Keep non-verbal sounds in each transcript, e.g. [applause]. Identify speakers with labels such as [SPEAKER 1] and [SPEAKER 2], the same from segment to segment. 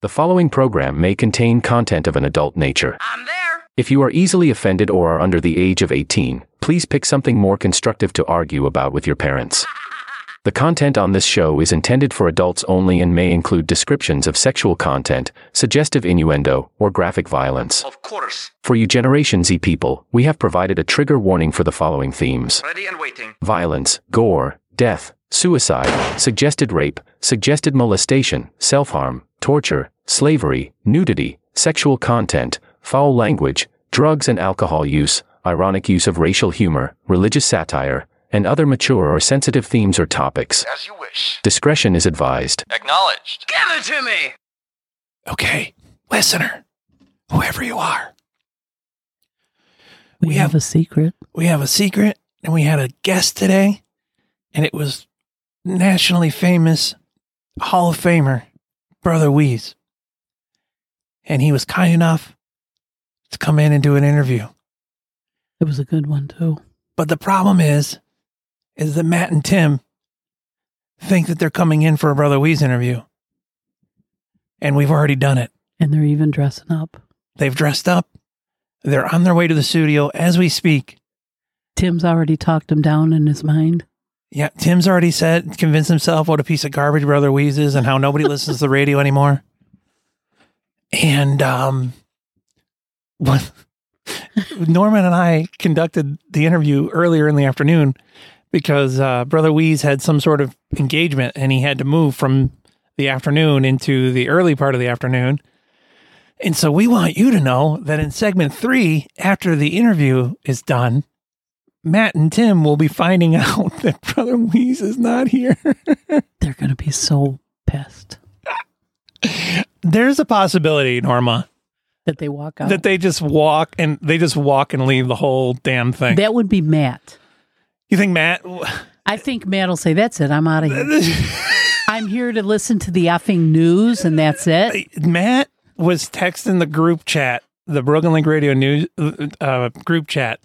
[SPEAKER 1] The following program may contain content of an adult nature.
[SPEAKER 2] I'm there.
[SPEAKER 1] If you are easily offended or are under the age of 18, please pick something more constructive to argue about with your
[SPEAKER 2] [laughs]
[SPEAKER 1] parents. The content on this show is intended for adults only and may include descriptions of sexual content, suggestive innuendo, or graphic violence.
[SPEAKER 2] Of course.
[SPEAKER 1] For you Generation Z people, we have provided a trigger warning for the following themes
[SPEAKER 2] Ready and waiting.
[SPEAKER 1] violence, gore, death, suicide, suggested rape, suggested molestation, self harm, torture, slavery, nudity, sexual content, foul language, drugs and alcohol use, ironic use of racial humor, religious satire, and other mature or sensitive themes or topics.
[SPEAKER 3] As you wish.
[SPEAKER 1] Discretion is advised.
[SPEAKER 3] Acknowledged.
[SPEAKER 2] Give it to me.
[SPEAKER 4] Okay, listener, whoever you are,
[SPEAKER 5] We
[SPEAKER 4] We
[SPEAKER 5] have
[SPEAKER 4] have-
[SPEAKER 5] a secret.
[SPEAKER 4] we have a secret and we had a guest today, and it was nationally famous Hall of Famer, Brother Weeze. And he was kind enough to come in and do an interview.
[SPEAKER 5] It was a good one too.
[SPEAKER 4] But the problem is, is that Matt and Tim think that they're coming in for a Brother Weeze interview. And we've already done it.
[SPEAKER 5] And they're even dressing up.
[SPEAKER 4] They've dressed up. They're on their way to the studio as we speak.
[SPEAKER 5] Tim's already talked him down in his mind.
[SPEAKER 4] Yeah, Tim's already said, convinced himself what a piece of garbage Brother Weeze is and how nobody listens to the radio anymore. And um, what, [laughs] Norman and I conducted the interview earlier in the afternoon because uh, Brother Weeze had some sort of engagement and he had to move from the afternoon into the early part of the afternoon. And so we want you to know that in segment three, after the interview is done, Matt and Tim will be finding [laughs] out that Brother Weeze is not here. [laughs]
[SPEAKER 5] They're gonna be so pissed
[SPEAKER 4] There's a possibility, Norma,
[SPEAKER 5] that they walk out.
[SPEAKER 4] that they just walk and they just walk and leave the whole damn thing.
[SPEAKER 5] that would be Matt.
[SPEAKER 4] you think Matt?
[SPEAKER 5] I think Matt will say, "That's it. I'm out of here.
[SPEAKER 4] [laughs]
[SPEAKER 5] I'm here to listen to the effing news, and that's it."
[SPEAKER 4] Matt was texting the group chat, the Broken Link Radio News uh, group chat.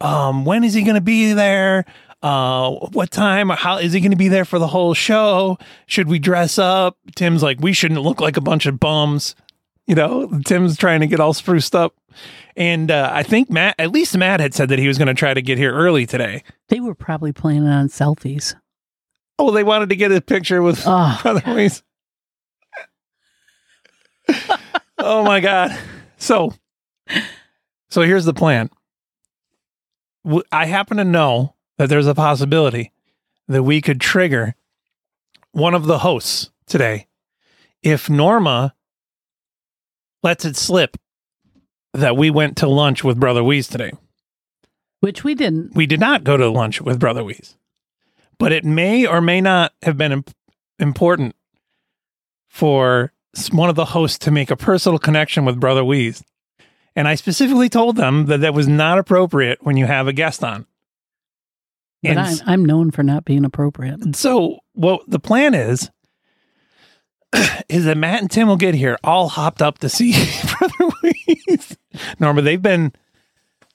[SPEAKER 4] Um, when is he going to be there? Uh, what time? How is he going to be there for the whole show? Should we dress up? Tim's like, we shouldn't look like a bunch of bums. You know, Tim's trying to get all spruced up. And uh, I think Matt, at least Matt had said that he was going to try to get here early today.
[SPEAKER 5] They were probably planning on selfies.
[SPEAKER 4] Oh, they wanted to get a picture with
[SPEAKER 5] Oh,
[SPEAKER 4] [laughs] Brother Weeze. oh my god. So so here's the plan. W- I happen to know that there's a possibility that we could trigger one of the hosts today if Norma lets it slip that we went to lunch with Brother Weeze today.
[SPEAKER 5] which we didn't.
[SPEAKER 4] We did not go to lunch with Brother Weeze, but it may or may not have been imp- important for s- one of the hosts to make a personal connection with Brother Weeze. And I specifically told them that that was not appropriate when you have a guest on.
[SPEAKER 5] But
[SPEAKER 4] And
[SPEAKER 5] I'm,
[SPEAKER 4] s-
[SPEAKER 5] I'm known for not being appropriate.
[SPEAKER 4] so, what the plan is, is that Matt and Tim will get here all hopped up to see [laughs] Brother Weeze. Norma, they've been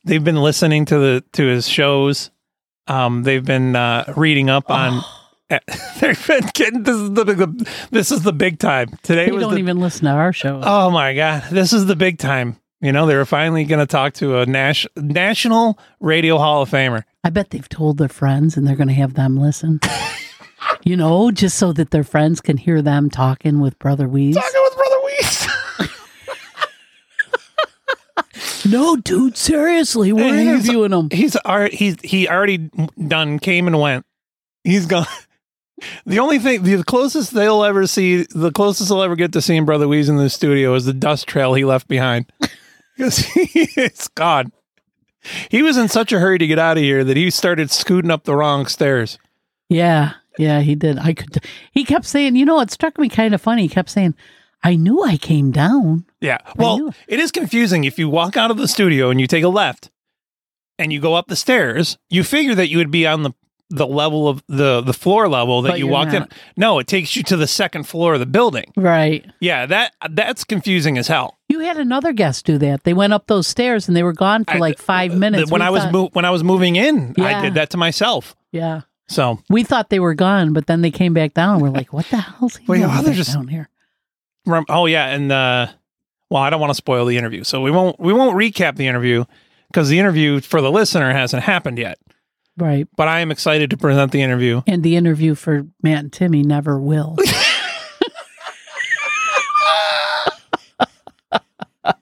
[SPEAKER 4] they've been listening to the to his shows. Um, they've been uh, reading up on.
[SPEAKER 5] Oh.
[SPEAKER 4] [laughs] they've been getting this is the, the this is the big time today.
[SPEAKER 5] They
[SPEAKER 4] was
[SPEAKER 5] don't
[SPEAKER 4] the,
[SPEAKER 5] even listen to our show.
[SPEAKER 4] Oh my god, this is the big time. You know, they were finally going to talk to a nas- national radio hall of famer.
[SPEAKER 5] I bet they've told their friends and they're going to have them
[SPEAKER 4] [laughs]
[SPEAKER 5] listen. you know, just so that their friends can hear them talking with Brother Weeze.
[SPEAKER 4] Talking with Brother Weeze.
[SPEAKER 5] No, dude, seriously, we're
[SPEAKER 4] And he's-
[SPEAKER 5] interviewing them.
[SPEAKER 4] He's already he's he already done came and went. He's gone. [laughs] The only thing, the closest they'll ever see, the closest they'll ever get to seeing Brother Weeze in the studio is the dust trail he left behind. [laughs] Because he is gone. He was in such a hurry to get out of here that he started scooting up the wrong stairs.
[SPEAKER 5] Yeah, yeah, he did. I could. He kept saying, you know, it struck me kind of funny. He kept saying, "I knew I came down."
[SPEAKER 4] Yeah.
[SPEAKER 5] knew
[SPEAKER 4] Well,
[SPEAKER 5] it.
[SPEAKER 4] it is confusing. If you walk out of the studio and you take a left and you go up the stairs, you figure that you would be on the the level of the the floor level that
[SPEAKER 5] But
[SPEAKER 4] you
[SPEAKER 5] you're
[SPEAKER 4] walked in.
[SPEAKER 5] not.
[SPEAKER 4] No, it takes you to the second floor of the building.
[SPEAKER 5] Right.
[SPEAKER 4] Yeah, that that's confusing as hell.
[SPEAKER 5] You had another guest do that. They went up those stairs and they were gone for
[SPEAKER 4] I-
[SPEAKER 5] like five minutes.
[SPEAKER 4] when
[SPEAKER 5] We
[SPEAKER 4] I was
[SPEAKER 5] thought-
[SPEAKER 4] mo- when I was moving in, I
[SPEAKER 5] Yeah.
[SPEAKER 4] did that to myself.
[SPEAKER 5] yeah,
[SPEAKER 4] So
[SPEAKER 5] we thought they were gone, but then they came back down. We're like, "What the hell's he
[SPEAKER 4] Wait,
[SPEAKER 5] doing
[SPEAKER 4] oh, they're
[SPEAKER 5] back
[SPEAKER 4] just-
[SPEAKER 5] down here?"
[SPEAKER 4] rem- oh yeah, and uh, well, I don't want to spoil the interview, so we won't we won't recap the interview because the interview for the listener hasn't happened yet.
[SPEAKER 5] Right.
[SPEAKER 4] But I am excited to present the interview.
[SPEAKER 5] And the interview for Matt and Timmy never will.
[SPEAKER 4] [laughs]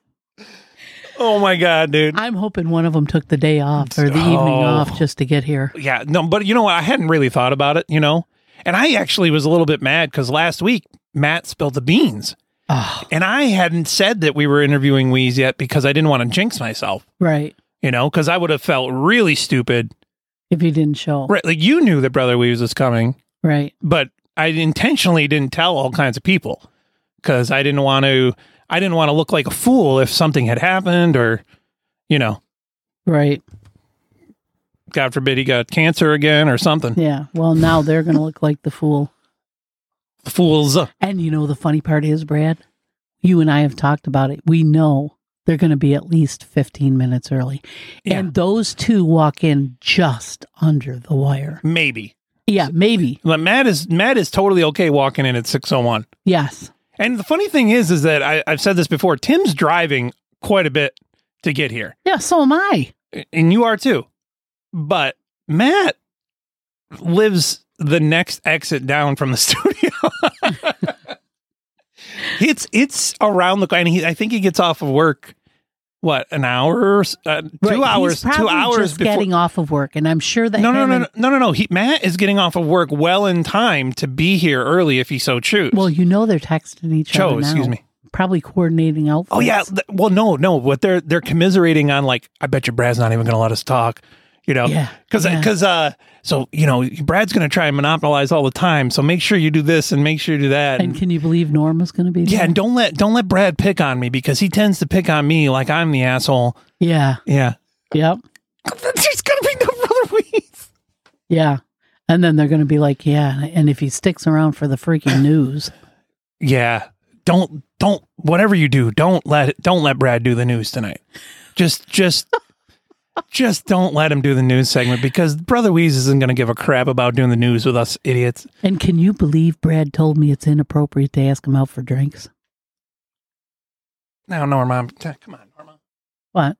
[SPEAKER 4] Oh my god, dude!
[SPEAKER 5] I'm hoping one of them took the day off or the evening
[SPEAKER 4] Oh.
[SPEAKER 5] off just to get here.
[SPEAKER 4] Yeah, no, but you know what? I hadn't really thought about it, you know. And I actually was a little bit mad because last week Matt spilled the beans,
[SPEAKER 5] Oh,
[SPEAKER 4] and I hadn't said that we were interviewing Wheeze yet because I didn't want to jinx myself,
[SPEAKER 5] right.
[SPEAKER 4] you know, because I would have felt really stupid.
[SPEAKER 5] If you didn't show. Right.
[SPEAKER 4] Right, like you knew that Brother Weeze was coming. but I intentionally didn't tell all kinds of people because I didn't want to. I didn't want to look like a fool if something had happened, or you know,
[SPEAKER 5] Right.
[SPEAKER 4] God forbid he got cancer again or something.
[SPEAKER 5] Yeah. Well, now they're going to look like the fool.
[SPEAKER 4] Fools.
[SPEAKER 5] And you know, the funny part is, Brad, you and I have talked about it. We know they're going to be at least 15 minutes early.
[SPEAKER 4] Yeah.
[SPEAKER 5] And those two walk in just under the wire.
[SPEAKER 4] Maybe.
[SPEAKER 5] Yeah, maybe.
[SPEAKER 4] But Matt is Matt is totally okay walking in at six oh one.
[SPEAKER 5] Yes.
[SPEAKER 4] And the funny thing is, is that I, I've said this before. Tim's driving quite a bit to get here,
[SPEAKER 5] Yeah, so am I.
[SPEAKER 4] and you are too. But Matt lives the next exit down from the [laughs] studio. it's it's around the and he, I think he gets off of work what an hour or s- uh, two
[SPEAKER 5] Right.
[SPEAKER 4] hours
[SPEAKER 5] He's probably
[SPEAKER 4] two hours
[SPEAKER 5] just
[SPEAKER 4] before
[SPEAKER 5] getting off of work, and I'm sure that
[SPEAKER 4] no, no,
[SPEAKER 5] him
[SPEAKER 4] no,
[SPEAKER 5] and-
[SPEAKER 4] no, no, no, no. He, Matt is getting off of work well in time to be here early if he so choose.
[SPEAKER 5] Well, you know they're texting each
[SPEAKER 4] Chose,
[SPEAKER 5] other now.
[SPEAKER 4] excuse me.
[SPEAKER 5] Probably coordinating outfits.
[SPEAKER 4] Oh yeah. th- Well, no, no. What they're they're commiserating on, like, I bet you Brad's not even going to let us talk. You know,
[SPEAKER 5] Yeah,
[SPEAKER 4] because
[SPEAKER 5] yeah.
[SPEAKER 4] because uh, so you know, Brad's going to try and monopolize all the time. So make sure you do this and make sure you do that.
[SPEAKER 5] And can you believe Norma's going to be
[SPEAKER 4] yeah,
[SPEAKER 5] there?
[SPEAKER 4] and don't let don't let Brad pick on me because he tends to pick on me like I'm the asshole.
[SPEAKER 5] Yeah.
[SPEAKER 4] Yeah.
[SPEAKER 5] Yep.
[SPEAKER 4] There's gonna be no brother Weeds.
[SPEAKER 5] Yeah. And then they're going to be like, yeah. And if he sticks around for the
[SPEAKER 4] [laughs]
[SPEAKER 5] freaking news,
[SPEAKER 4] Yeah. Don't don't whatever you do, don't let don't let Brad do the news tonight. Just just just don't let him do the news segment because Brother Weeze isn't gonna give a crap about doing the news with us idiots.
[SPEAKER 5] and can you believe Brad told me it's inappropriate to ask him out for drinks?
[SPEAKER 4] Now Norma, t- come on, Norma.
[SPEAKER 5] What?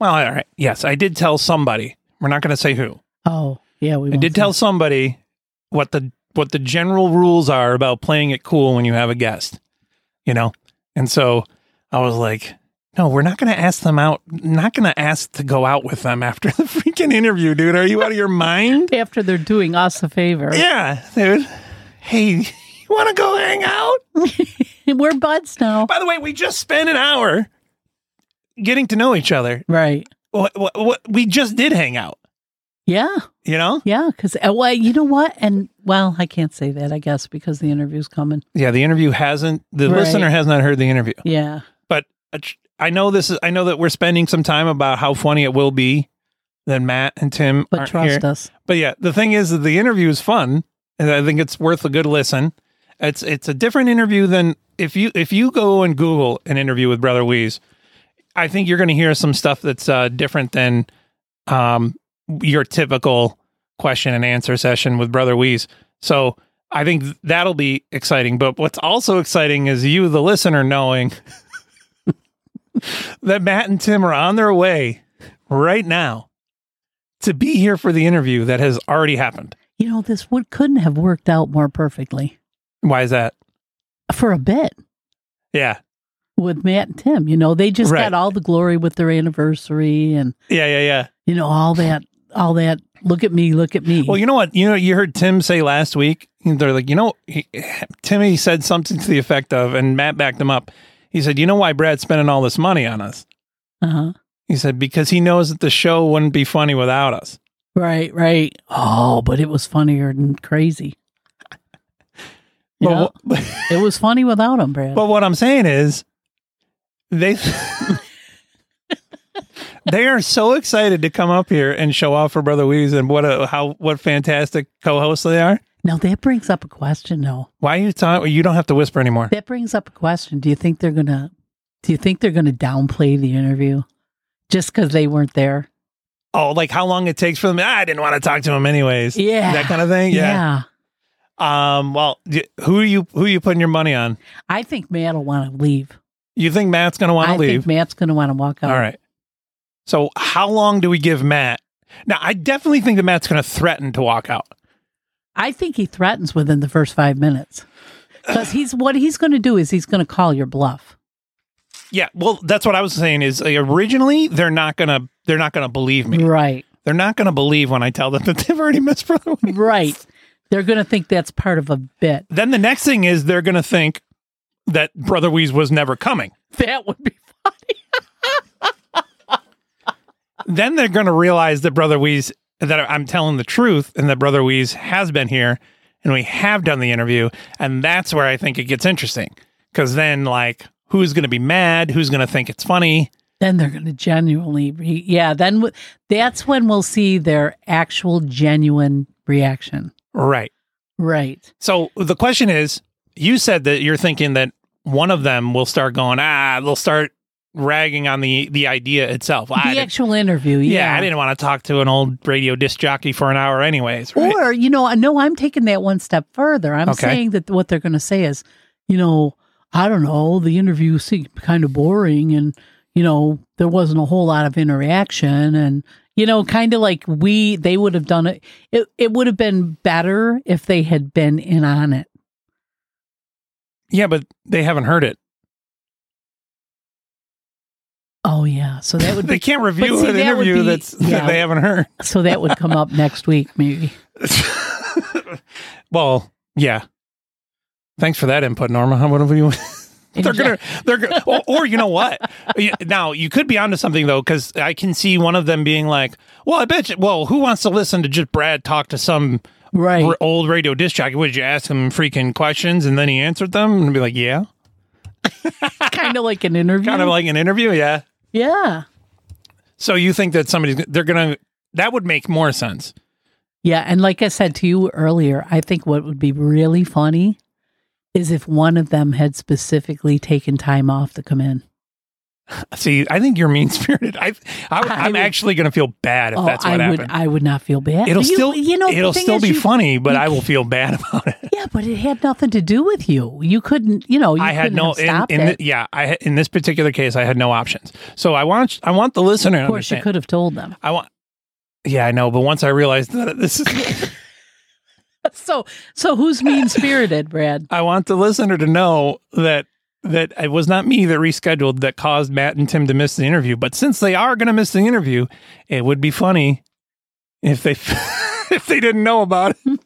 [SPEAKER 4] Well, all right. Yes, I did tell somebody. We're not gonna say who.
[SPEAKER 5] Oh, yeah. We
[SPEAKER 4] I
[SPEAKER 5] won't
[SPEAKER 4] did
[SPEAKER 5] say.
[SPEAKER 4] tell somebody what the what the general rules are about playing it cool when you have a guest, you know. And so I was like, no, we're not going to ask them out. Not going to ask to go out with them after the [laughs] freaking interview, dude. Are you out of your mind?
[SPEAKER 5] [laughs] after they're doing us a favor.
[SPEAKER 4] Yeah, dude. Hey, [laughs] you want to go hang out?
[SPEAKER 5] [laughs] We're buds now.
[SPEAKER 4] By the way, we just spent an hour getting to know each other.
[SPEAKER 5] Right.
[SPEAKER 4] What, what, what, we just did hang out,
[SPEAKER 5] Yeah.
[SPEAKER 4] you know?
[SPEAKER 5] Yeah. Because, well, you know what? And, well, I can't say that, I guess, because the interview's coming.
[SPEAKER 4] Yeah, the interview hasn't, the
[SPEAKER 5] Right.
[SPEAKER 4] listener has not heard the interview.
[SPEAKER 5] Yeah.
[SPEAKER 4] but uh, tr- I know this is I know that we're spending some time about how funny it will be that Matt and Tim
[SPEAKER 5] But
[SPEAKER 4] aren't
[SPEAKER 5] trust
[SPEAKER 4] here.
[SPEAKER 5] us.
[SPEAKER 4] But yeah, the thing is that the interview is fun and I think it's worth a good listen. It's it's a different interview than if you if you go and Google an interview with Brother Weeze, I think you're going to hear some stuff that's uh, different than um, your typical question and answer session with Brother Weeze. So I think th- that'll be exciting. But what's also exciting is you, the listener, knowing [laughs] that Matt and Tim are on their way right now to be here for the interview that has already happened.
[SPEAKER 5] You know, this would couldn't have worked out more perfectly
[SPEAKER 4] Why is that?
[SPEAKER 5] for a bit
[SPEAKER 4] Yeah.
[SPEAKER 5] with Matt and Tim. You know, they just
[SPEAKER 4] Right.
[SPEAKER 5] got all the glory with their anniversary and
[SPEAKER 4] Yeah, yeah, yeah.
[SPEAKER 5] you know all that, all that. Look at me, look at me.
[SPEAKER 4] Well, you know what? You know, you heard Tim say last week. They're like, you know, he, Timmy said something to the effect of, and Matt backed him up. He said, "You know why Brad's spending all this money on us?"
[SPEAKER 5] uh-huh.
[SPEAKER 4] He said because he knows that the show wouldn't be funny without us.
[SPEAKER 5] right, right. Oh, but it was funnier than crazy. You know,
[SPEAKER 4] But, wh- [laughs]
[SPEAKER 5] it was funny without him, Brad.
[SPEAKER 4] but what I'm saying is, they [laughs] they are so excited to come up here and show off for Brother Weeze and what a how what fantastic co-hosts they are.
[SPEAKER 5] now that brings up a question, though.
[SPEAKER 4] Why are you talking? You don't have to whisper anymore.
[SPEAKER 5] That brings up a question. Do you think they're gonna? Do you think they're gonna downplay the interview just because they weren't there?
[SPEAKER 4] "Ah, oh, like how long it takes for them. I didn't want to talk to him anyways.
[SPEAKER 5] Yeah.
[SPEAKER 4] That kind of thing. Yeah. Um, well, y- who are you who are you putting your money on?
[SPEAKER 5] I think Matt'll want to leave.
[SPEAKER 4] You think Matt's going to want
[SPEAKER 5] I
[SPEAKER 4] to leave?
[SPEAKER 5] think Matt's going to want to walk out.
[SPEAKER 4] All right. So, how long do we give Matt? Now, I definitely think that Matt's going to threaten to walk out.
[SPEAKER 5] I think he threatens within the first five minutes because he's what he's going to do is he's going to call your bluff.
[SPEAKER 4] Yeah, well, that's what I was saying is like, originally they're not going to they're not going to believe me.
[SPEAKER 5] Right,
[SPEAKER 4] They're not going to believe when I tell them [laughs] that they've already missed for the week.
[SPEAKER 5] right. They're going to think that's part of a bit.
[SPEAKER 4] Then the next thing is they're going to think that Brother Weeze was never coming.
[SPEAKER 5] That would be funny.
[SPEAKER 4] [laughs] then they're going to realize that Brother Weeze that I'm telling the truth and that Brother Weeze has been here and we have done the interview and that's where I think it gets interesting because then like who's going to be mad who's going to think it's funny
[SPEAKER 5] Then they're going to genuinely, re- yeah. Then w- that's when we'll see their actual genuine reaction.
[SPEAKER 4] right
[SPEAKER 5] Right.
[SPEAKER 4] so the question is you said that you're thinking that one of them will start going ah they'll start ragging on the the idea itself I
[SPEAKER 5] the
[SPEAKER 4] didn't-
[SPEAKER 5] actual interview.
[SPEAKER 4] yeah,
[SPEAKER 5] Yeah.
[SPEAKER 4] I didn't want to talk to an old radio disc jockey for an hour anyways right
[SPEAKER 5] Or, you know, I know I'm taking that one step further. I'm
[SPEAKER 4] Okay.
[SPEAKER 5] saying that what they're going to say is, you know, I don't know, the interview seemed kind of boring and, you know, there wasn't a whole lot of interaction and, you know, kind of like we, they would have done it. It, it would have been better if they had been in on it.
[SPEAKER 4] yeah but they haven't heard it
[SPEAKER 5] Oh, yeah. So that
[SPEAKER 4] [laughs]
[SPEAKER 5] would
[SPEAKER 4] they
[SPEAKER 5] be,
[SPEAKER 4] can't review
[SPEAKER 5] see,
[SPEAKER 4] an
[SPEAKER 5] that would
[SPEAKER 4] interview
[SPEAKER 5] be-
[SPEAKER 4] that's that
[SPEAKER 5] yeah.
[SPEAKER 4] they haven't heard
[SPEAKER 5] so that would come up next week,
[SPEAKER 4] [laughs]
[SPEAKER 5] maybe.
[SPEAKER 4] well, yeah. Thanks for that input, Norma. How whatever you [laughs] they're gonna they're gonna or, or you know what? Yeah, Now you could be onto something though, because I can see one of them being like, "Well, I bet you. Well, who wants to listen to just Brad talk to some
[SPEAKER 5] Right.
[SPEAKER 4] r- old radio disc jockey? Would you ask him freaking questions and then he answered them and be like, yeah,
[SPEAKER 5] kind of like an interview.
[SPEAKER 4] kind of like an interview, yeah."
[SPEAKER 5] yeah.
[SPEAKER 4] So you think that somebody's they're gonna that would make more sense.
[SPEAKER 5] Yeah, and like I said to you earlier, I think what would be really funny is if one of them had specifically taken time off to come in.
[SPEAKER 4] See, I think you're mean spirited. I,
[SPEAKER 5] I
[SPEAKER 4] I, I'm
[SPEAKER 5] would-
[SPEAKER 4] actually going to feel bad if
[SPEAKER 5] oh,
[SPEAKER 4] that's
[SPEAKER 5] I
[SPEAKER 4] what
[SPEAKER 5] would
[SPEAKER 4] happened.
[SPEAKER 5] I would not feel bad.
[SPEAKER 4] it'll
[SPEAKER 5] You-
[SPEAKER 4] still,
[SPEAKER 5] you know, the
[SPEAKER 4] it'll
[SPEAKER 5] thing
[SPEAKER 4] still
[SPEAKER 5] is
[SPEAKER 4] be
[SPEAKER 5] you-
[SPEAKER 4] funny, but
[SPEAKER 5] you
[SPEAKER 4] I will
[SPEAKER 5] can't-
[SPEAKER 4] feel bad [laughs] about it.
[SPEAKER 5] Yeah, but it had nothing to do with you. You couldn't, you know, you
[SPEAKER 4] I had
[SPEAKER 5] couldn't
[SPEAKER 4] no,
[SPEAKER 5] have
[SPEAKER 4] in,
[SPEAKER 5] stopped
[SPEAKER 4] in
[SPEAKER 5] it.
[SPEAKER 4] the, yeah, I ha- in this particular case, I had no options. So I want, I want the listener to
[SPEAKER 5] of course, you
[SPEAKER 4] understand.
[SPEAKER 5] could have told them.
[SPEAKER 4] I want, yeah, I know, but once I realized that [laughs] this is,
[SPEAKER 5] [laughs] So, so who's mean
[SPEAKER 4] [laughs]
[SPEAKER 5] spirited, Brad?
[SPEAKER 4] I want the listener to know that that it was not me that rescheduled that caused Matt and Tim to miss the interview. But since they are going to miss the interview, it would be funny if they [laughs] if they didn't know about it.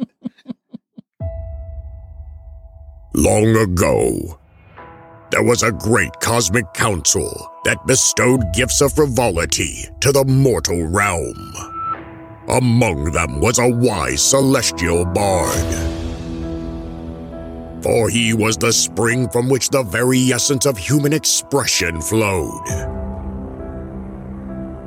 [SPEAKER 5] [laughs]
[SPEAKER 6] Long ago, there was a great cosmic council that bestowed gifts of frivolity to the mortal realm. Among them was a wise celestial bard. For he was the spring from which the very essence of human expression flowed.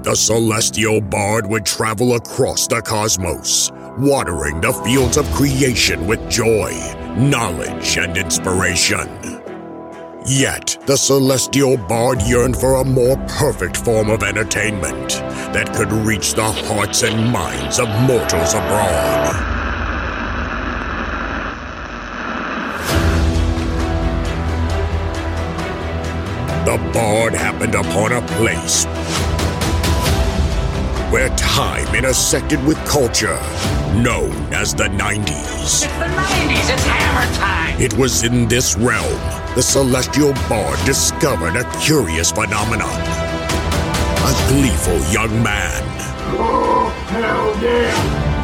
[SPEAKER 6] The celestial bard would travel across the cosmos, watering the fields of creation with joy, knowledge, and inspiration. Yet, the celestial bard yearned for a more perfect form of entertainment that could reach the hearts and minds of mortals abroad. The bard happened upon a place where time intersected with culture, known as the 90s.
[SPEAKER 3] It's the 90s. It's hammer time.
[SPEAKER 6] It was in this realm the celestial bard discovered a curious phenomenon. A gleeful young man.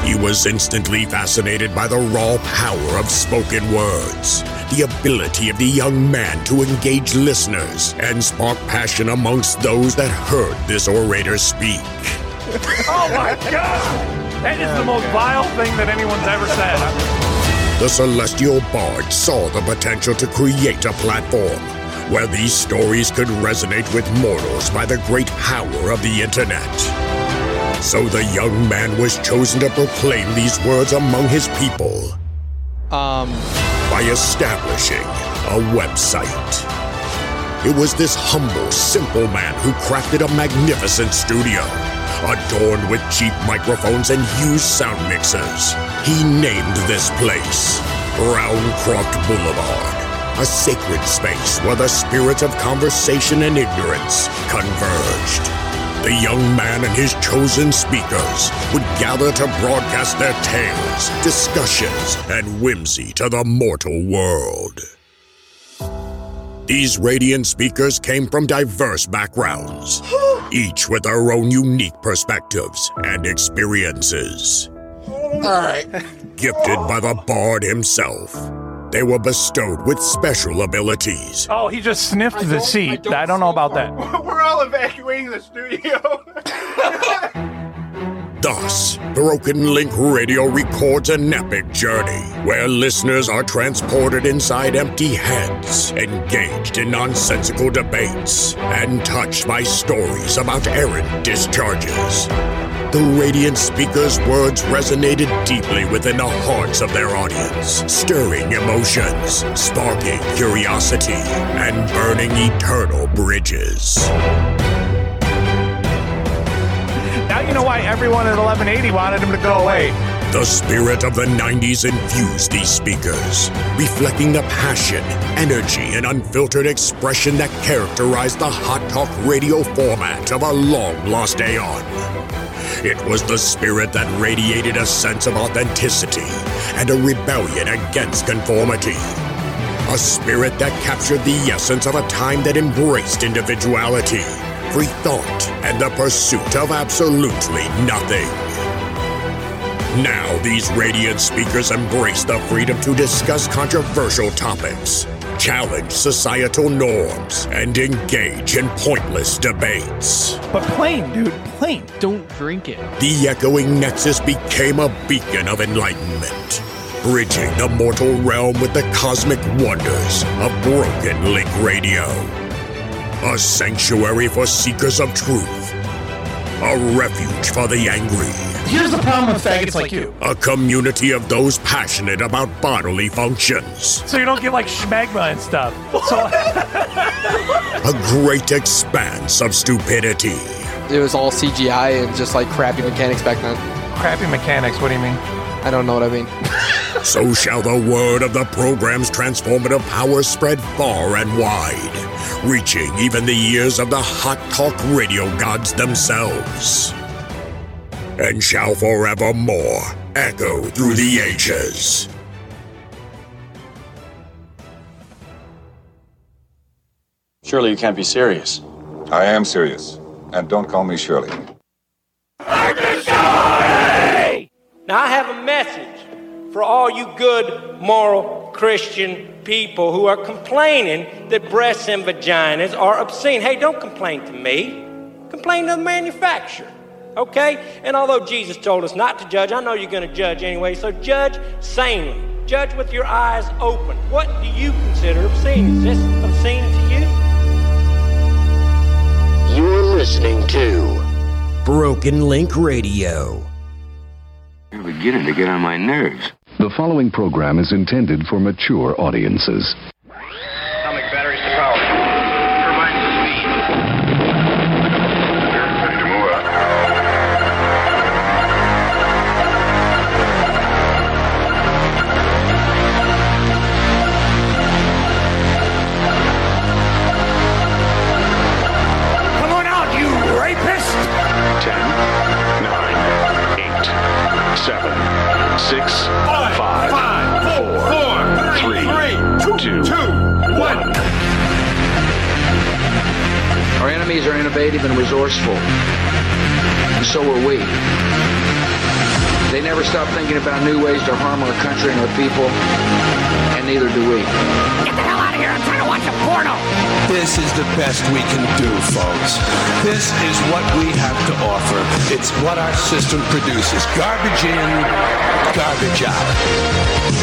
[SPEAKER 6] He was instantly fascinated by the raw power of spoken words, the ability of the young man to engage listeners and spark passion amongst those that heard this orator speak.
[SPEAKER 4] Oh That is the most vile thing that anyone's ever said.
[SPEAKER 6] The Celestial Bard saw the potential to create a platform where these stories could resonate with mortals by the great power of the internet. So the young man was chosen to proclaim these words among his people
[SPEAKER 7] Um,
[SPEAKER 6] by establishing a website. It was this humble, simple man who crafted a magnificent studio, adorned with cheap microphones and used sound mixers. He named this place Browncroft Boulevard, a sacred space where the spirits of conversation and ignorance converged. The young man and his chosen speakers would gather to broadcast their tales, discussions, and whimsy to the mortal world. These radiant speakers came from diverse backgrounds, each with their own unique perspectives and experiences. Gifted by the bard himself, they were bestowed with special abilities
[SPEAKER 4] Oh, he just sniffed the seat. I don't, know about that.
[SPEAKER 7] [laughs] We're all evacuating the studio.
[SPEAKER 6] Thus, Broken Link Radio records an epic journey where listeners are transported inside empty heads, engaged in nonsensical debates, and touched by stories about errant discharges. The radiant speaker's words resonated deeply within the hearts of their audience, stirring emotions, sparking curiosity, and burning eternal bridges.
[SPEAKER 7] now you know why everyone at 1180 wanted him to go away.
[SPEAKER 6] The spirit of the 90s infused these speakers, reflecting the passion, energy, and unfiltered expression that characterized the hot talk radio format of a long lost aeon. It was the spirit that radiated a sense of authenticity and a rebellion against conformity. A spirit that captured the essence of a time that embraced individuality, free thought, and the pursuit of absolutely nothing. Now, these radiant speakers embrace the freedom to discuss controversial topics, challenge societal norms, and engage in pointless debates.
[SPEAKER 4] But plain, dude, plain.
[SPEAKER 8] Don't drink it.
[SPEAKER 6] The echoing nexus became a beacon of enlightenment, bridging the mortal realm with the cosmic wonders of Broken Link Radio. A sanctuary for seekers of truth, a refuge for the angry,
[SPEAKER 7] Here's the problem with faggots like you.
[SPEAKER 6] a community of those passionate about bodily functions,
[SPEAKER 4] So you don't get like schmagma and stuff. So
[SPEAKER 6] a great expanse of stupidity.
[SPEAKER 8] It was all CGI and just like crappy mechanics back then.
[SPEAKER 4] crappy mechanics. What do you mean?
[SPEAKER 8] I don't know what I mean.
[SPEAKER 6] So shall the word of the program's transformative power spread far and wide, reaching even the ears of the hot talk radio gods themselves. And shall forevermore echo through the ages.
[SPEAKER 9] Surely you can't be serious.
[SPEAKER 10] I am serious. And don't call me Shirley.
[SPEAKER 11] Now, I have a message for all you good, moral, Christian people who are complaining that breasts and vaginas are obscene. Hey, don't complain to me. Complain to the manufacturer, okay? And although Jesus told us not to judge, I know you're going to judge anyway, so judge sanely. Judge with your eyes open. What do you consider obscene? Is this obscene to you?
[SPEAKER 3] You're listening to
[SPEAKER 12] Broken Link Radio.
[SPEAKER 9] You're beginning to get on my nerves.
[SPEAKER 1] The following program is intended for mature audiences.
[SPEAKER 7] Atomic batteries to power. Turbines to speed. Time to move Come on out, you rapist! Ten, nine, eight, seven, six, five, four, three, two, one.
[SPEAKER 9] Our enemies are innovative and resourceful. And so are we. They never stop thinking about new ways to harm our country and our people, and neither do we.
[SPEAKER 3] Get the hell out of here! I'm trying to watch a porno!
[SPEAKER 12] This is the best we can do, folks. This is what we have to offer. It's what our system produces garbage in, garbage out.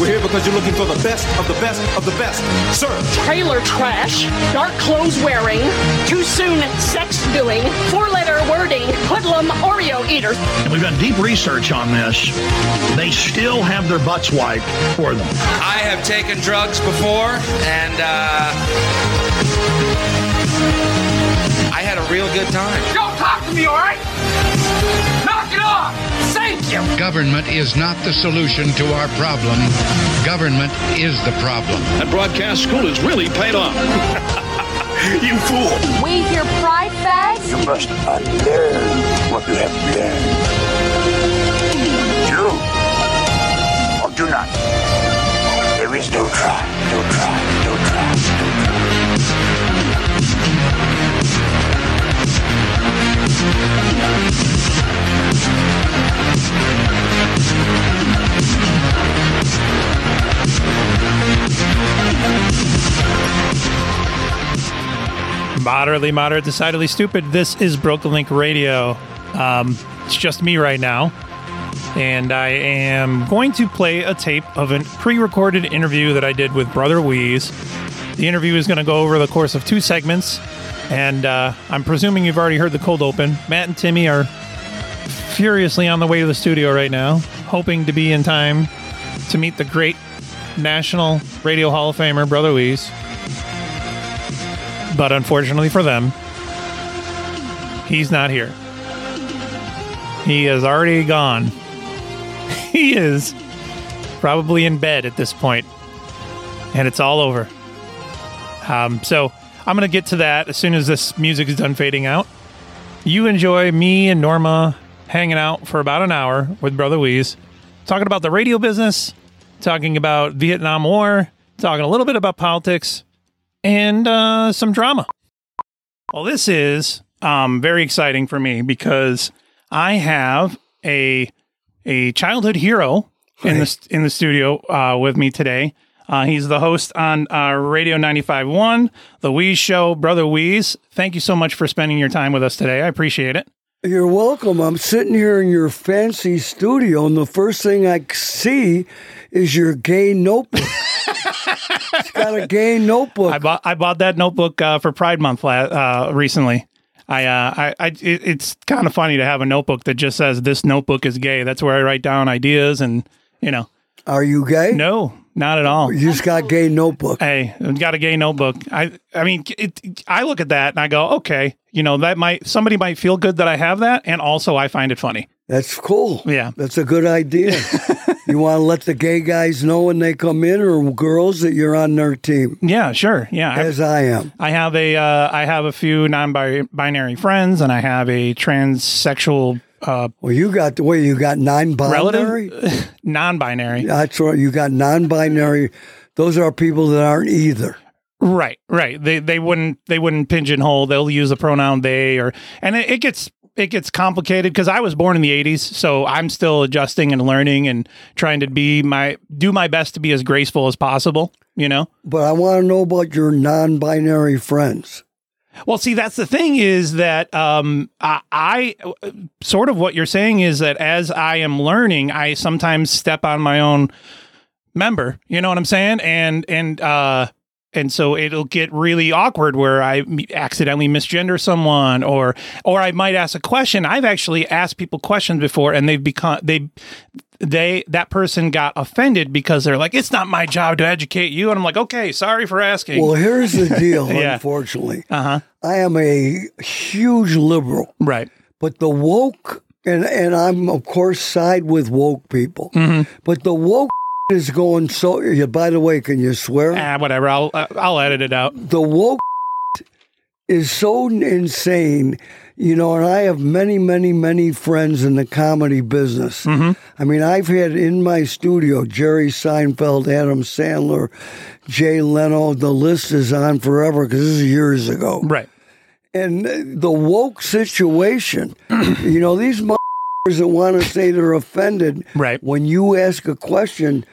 [SPEAKER 10] We're here because you're looking for the best of the best of the best. Sir,
[SPEAKER 3] Trailer trash, dark clothes wearing, too soon sex doing, four letter wording, hoodlum Oreo eater.
[SPEAKER 7] We've done deep research on this. They still have their butts wiped for them.
[SPEAKER 12] I have taken drugs before, and uh, [laughs] I had a real good time.
[SPEAKER 3] Don't talk to
[SPEAKER 13] to me, all right? Knock it off! Thank you!
[SPEAKER 14] Government is not the solution to our problem. Government is the problem.
[SPEAKER 15] That broadcast school has really paid off. you fool!
[SPEAKER 16] Wave your pride flags.
[SPEAKER 17] You must unlearn what you have learned. Do or do not. There is no try, no try, no try, no try.
[SPEAKER 4] Moderately moderate, decidedly stupid. This is Broken Link Radio. Um, it's just me right now. And I am going to play a tape of a pre recorded interview that I did with Brother Wheeze. The interview is going to go over the course of two segments. And uh, I'm presuming you've already heard the cold open. Matt and Timmy are furiously on the way to the studio right now, hoping to be in time to meet the great National Radio Hall of Famer, Brother Wheeze. But unfortunately for them, he's not here. He is already gone. [laughs] He is probably in bed at this point, and it's all over. Um, so I'm going to get to that as soon as this music is done fading out. You enjoy me and Norma hanging out for about an hour with Brother Wheeze, talking about the radio business, talking about Vietnam War, talking a little bit about politics, and uh, some drama. Well, this is um, very exciting for me because I have a a childhood hero in the st- in the studio uh, with me today. Uh, he's the host on uh, Radio 95.1, The Wheeze Show, Brother Wheeze. Thank you so much for spending your time with us today. I appreciate it.
[SPEAKER 2] You're welcome. I'm sitting here in your fancy studio, and the first thing I see is your gay notebook. it's got a gay notebook.
[SPEAKER 4] I bought I bought that notebook uh, for Pride Month la- uh, recently. I, uh, I, I it, it's kind of funny to have a notebook that just says this notebook is gay. That's where I write down ideas and you know.
[SPEAKER 2] Are you gay?
[SPEAKER 4] No, not at all.
[SPEAKER 2] You just got gay notebook.
[SPEAKER 4] Hey, I've got a gay notebook. I I mean, it, I look at that and I go, okay, you know that might somebody might feel good that I have that, and also I find it funny.
[SPEAKER 2] That's cool.
[SPEAKER 4] Yeah.
[SPEAKER 2] That's a good idea.
[SPEAKER 4] [laughs]
[SPEAKER 2] you want to let the gay guys know when they come in or girls that you're on their team.
[SPEAKER 4] Yeah, sure. Yeah, I-
[SPEAKER 2] As I am.
[SPEAKER 4] I have a uh, I have a few non-binary friends, and I have a transsexual uh,
[SPEAKER 2] Well, you got the way you got non-binary.
[SPEAKER 4] relative, [laughs] non-binary.
[SPEAKER 2] That's right. You got non-binary. Those are people that aren't either.
[SPEAKER 4] Right, right. They they wouldn't they wouldn't pigeonhole. They'll use the pronoun they or and it, it gets it gets complicated because I was born in the '80s, so I'm still adjusting and learning and trying to be my do my best to be as graceful as possible. You know.
[SPEAKER 2] But I want to know about your non-binary friends.
[SPEAKER 4] Well, see, that's the thing is that um, I, I sort of what you're saying is that as I am learning, I sometimes step on my own member. You know what I'm saying? And and uh, and so it'll get really awkward where I m- accidentally misgender someone, or or I might ask a question. I've actually asked people questions before, and they've become they they that person got offended because they're like, it's not my job to educate you, and I'm like, okay, sorry for asking.
[SPEAKER 2] Well, here's the deal.
[SPEAKER 4] [laughs] Yeah.
[SPEAKER 2] Unfortunately,
[SPEAKER 4] uh huh.
[SPEAKER 2] I am a huge liberal,
[SPEAKER 4] Right.
[SPEAKER 2] but the woke and and I'm of course side with woke people. But the woke [laughs] is going so. yeah, By the way, can you swear?
[SPEAKER 4] Ah, whatever. I'll I'll edit it out.
[SPEAKER 2] the woke is so insane, you know, and I have many, many, many friends in the comedy business.
[SPEAKER 4] Mm-hmm.
[SPEAKER 2] I mean, I've had in my studio Jerry Seinfeld, Adam Sandler, Jay Leno. The list is on forever because this is years ago.
[SPEAKER 4] Right.
[SPEAKER 2] And uh, the woke situation, you know, these motherfuckers that want to say they're offended.
[SPEAKER 4] Right.
[SPEAKER 2] When you ask a question,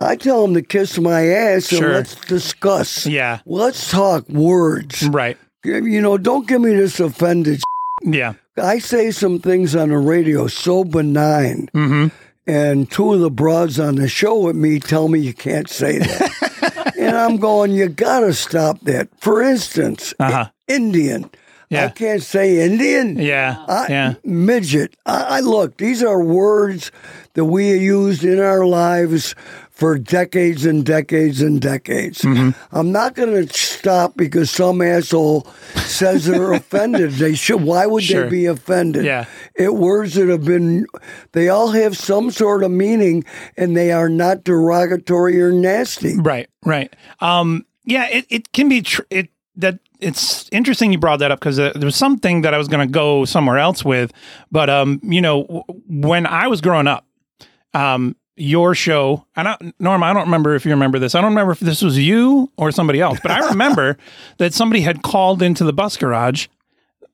[SPEAKER 2] I tell them to kiss my ass
[SPEAKER 4] Sure.
[SPEAKER 2] and let's discuss.
[SPEAKER 4] Yeah.
[SPEAKER 2] Let's talk words.
[SPEAKER 4] Right.
[SPEAKER 2] You know, don't give me this offended. [laughs]
[SPEAKER 4] Yeah.
[SPEAKER 2] I say some things on the radio so benign,
[SPEAKER 4] Mm-hmm.
[SPEAKER 2] and two of the broads on the show with me tell me you can't say
[SPEAKER 4] [laughs]
[SPEAKER 2] that, and I'm going, you gotta stop that. For instance,
[SPEAKER 4] Uh-huh.
[SPEAKER 2] Indian.
[SPEAKER 4] Yeah.
[SPEAKER 2] I can't say Indian.
[SPEAKER 4] Yeah.
[SPEAKER 2] I,
[SPEAKER 4] yeah.
[SPEAKER 2] midget. I, I look. These are words that we used in our
[SPEAKER 4] Mm-hmm.
[SPEAKER 2] lives for decades and decades and decades. I'm not going to stop because some asshole says
[SPEAKER 4] [laughs]
[SPEAKER 2] they're offended. They should. Why would
[SPEAKER 4] Sure.
[SPEAKER 2] they be offended?
[SPEAKER 4] Yeah.
[SPEAKER 2] It words that have been. They all have some sort of meaning, and they are not derogatory or nasty.
[SPEAKER 4] Right. Right. Um, yeah, it, it can be tr- it that it's interesting you brought that up because uh, there was something that I was going to go somewhere else with, but um, you know, w- when I was growing up, um, your show and I, Norm, I don't remember if you remember this. I don't remember if this was you or somebody else,
[SPEAKER 5] [laughs]
[SPEAKER 4] but I remember that somebody had called into the bus garage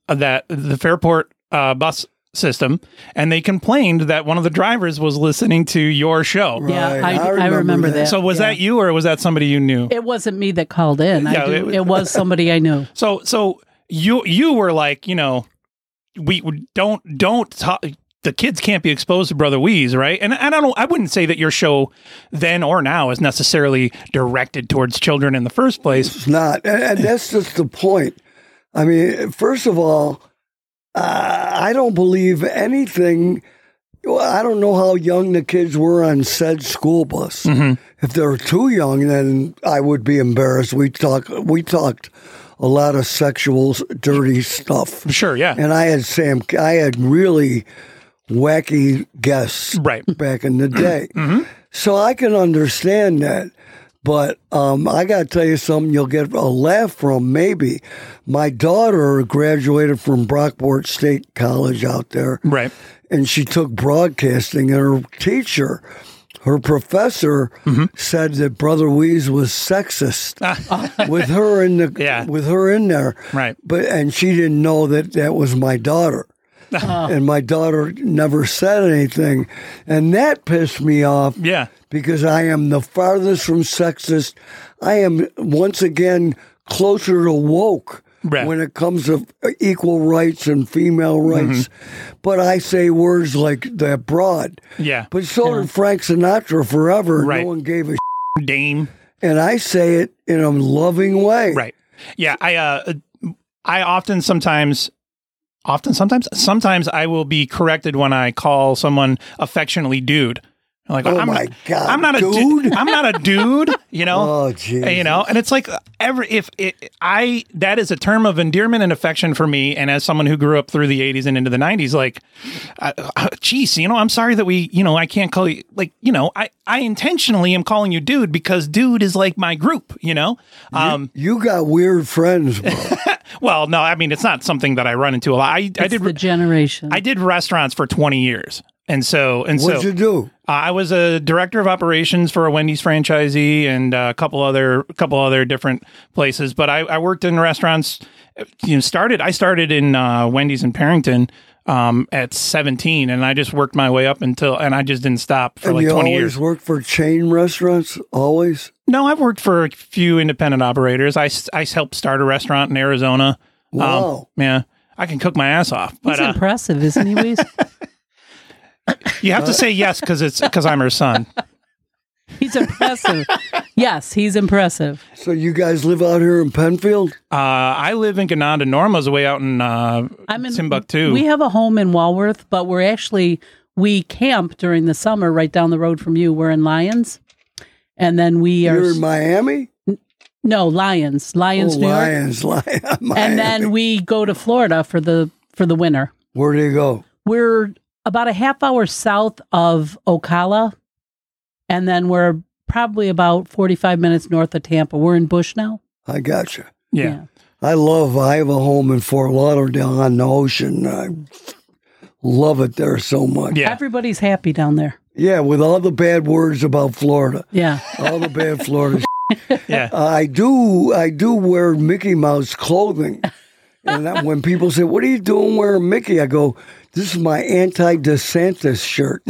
[SPEAKER 4] uh, that the Fairport uh, bus system, and they complained that one of the drivers was listening to your show.
[SPEAKER 5] Yeah, Right. I- I I remember remember that. that.
[SPEAKER 4] So was
[SPEAKER 5] Yeah.
[SPEAKER 4] that you, or was that somebody you knew?
[SPEAKER 5] It wasn't me that called in.
[SPEAKER 4] Yeah,
[SPEAKER 5] I do,
[SPEAKER 4] it
[SPEAKER 5] it,
[SPEAKER 4] was-
[SPEAKER 5] was,
[SPEAKER 4] [laughs]
[SPEAKER 5] somebody I knew.
[SPEAKER 4] So so you you were like you know we we don't don't talk. The kids can't be exposed to Brother Weeze, right? And and I don't. I wouldn't say that your show then or now is necessarily directed towards children in the first place.
[SPEAKER 2] It's not, and, uh, and that's just the point. I mean, first of all, uh, I don't believe anything. well, I don't know how young the kids were on said school bus.
[SPEAKER 4] Mm-hmm.
[SPEAKER 2] If they were too young, then I would be embarrassed. We talk, we talked a lot of sexual, s- dirty stuff.
[SPEAKER 4] Sure, yeah.
[SPEAKER 2] And I had Sam. I had really wacky guests
[SPEAKER 4] right Mm-hmm.
[SPEAKER 2] back in the
[SPEAKER 4] [clears throat]
[SPEAKER 2] day. So I can understand that. But um, I got to tell you something you'll get a laugh from, maybe. My daughter graduated from Brockport State College out there.
[SPEAKER 4] Right.
[SPEAKER 2] And she took broadcasting, and her teacher, her professor,
[SPEAKER 4] Mm-hmm.
[SPEAKER 2] said that Brother Weeze was
[SPEAKER 4] [laughs]
[SPEAKER 2] sexist with her in the with her in there.
[SPEAKER 4] Right.
[SPEAKER 2] But and she didn't know that that was my daughter [laughs] and my daughter never said anything. And that pissed me off.
[SPEAKER 4] Yeah.
[SPEAKER 2] Because I am the farthest from sexist. I am once again closer to woke
[SPEAKER 4] Right.
[SPEAKER 2] when it comes to equal rights and female
[SPEAKER 4] Mm-hmm.
[SPEAKER 2] rights. But I say words like that broad.
[SPEAKER 4] Yeah.
[SPEAKER 2] But so did Frank Sinatra forever.
[SPEAKER 4] Right.
[SPEAKER 2] No one gave a
[SPEAKER 4] Dame.
[SPEAKER 2] And I say it in a loving way.
[SPEAKER 4] Right. Yeah, I uh I often sometimes often sometimes sometimes I will be corrected when I call someone affectionately dude. I'm like,
[SPEAKER 2] Oh
[SPEAKER 4] I'm
[SPEAKER 2] my
[SPEAKER 4] not,
[SPEAKER 2] God,
[SPEAKER 4] I'm not a
[SPEAKER 2] dude?
[SPEAKER 4] dude. I'm not a dude, you
[SPEAKER 2] Oh,
[SPEAKER 4] know. And, You know, and it's like uh, every if it, I that is a term of endearment and affection for me, and as someone who grew up through the '80s and into the '90s, like, uh, uh, geez, you know, I'm sorry that we, you know, I can't call you like, you know, I I intentionally am calling you dude because dude is like my group, you know. Um,
[SPEAKER 2] you, got weird friends. Bro.
[SPEAKER 4] well, no, I mean it's not something that I run into a lot. I, I
[SPEAKER 5] It's
[SPEAKER 4] did
[SPEAKER 5] the generation.
[SPEAKER 4] I did restaurants for 20 years. And so, and
[SPEAKER 2] What'd
[SPEAKER 4] so, Uh,
[SPEAKER 2] you do?
[SPEAKER 4] I was a director of operations for a Wendy's franchisee and uh, a couple other, a couple other different places. But I, I worked in restaurants. You know, started. I started in uh, Wendy's in Parrington um, at 17, and I just worked my way up until, and I just didn't stop for
[SPEAKER 2] and
[SPEAKER 4] like
[SPEAKER 2] you
[SPEAKER 4] 20
[SPEAKER 2] always
[SPEAKER 4] years.
[SPEAKER 2] work for chain restaurants? Always?
[SPEAKER 4] No, I've worked for a few independent operators. I, s- I helped start a restaurant in Arizona. Um,
[SPEAKER 5] Wow.
[SPEAKER 4] yeah, I can cook my ass off. But
[SPEAKER 5] He's
[SPEAKER 4] uh,
[SPEAKER 5] impressive, isn't he,
[SPEAKER 4] [laughs]
[SPEAKER 5] Weeze?
[SPEAKER 4] you have to say yes because it's because I'm
[SPEAKER 2] [laughs]
[SPEAKER 4] her son. Uh,
[SPEAKER 5] he's impressive. yes, he's impressive.
[SPEAKER 2] So you guys live out here in Penfield?
[SPEAKER 4] Uh, I live in Gananda. Norma's way out in uh,
[SPEAKER 5] I'm in
[SPEAKER 4] Timbuktu.
[SPEAKER 5] We have a home in Walworth, but we're actually we camp during the summer right down the road from you. We're in Lyons, and then we are
[SPEAKER 2] You're in Miami?
[SPEAKER 5] no Lyons, Lyons,
[SPEAKER 2] Oh,
[SPEAKER 5] New York.
[SPEAKER 2] Lions, [laughs] Lions.
[SPEAKER 5] and then we go to Florida for the for the winter.
[SPEAKER 2] Where do you go?
[SPEAKER 5] We're about a half hour south of Ocala, and then we're probably about forty five minutes north of Tampa. We're in Bush now.
[SPEAKER 2] I gotcha.
[SPEAKER 4] Yeah.
[SPEAKER 2] I love, I have a home in Fort Lauderdale on the ocean. I love it there so much.
[SPEAKER 5] everybody's happy down there.
[SPEAKER 2] Yeah, with all the bad words about Florida.
[SPEAKER 5] Yeah,
[SPEAKER 2] All the bad Florida. Uh,
[SPEAKER 4] yeah.
[SPEAKER 2] I do, I do wear Mickey Mouse clothing. And that, when people say, What are you doing wearing Mickey? I go, This is my anti DeSantis shirt.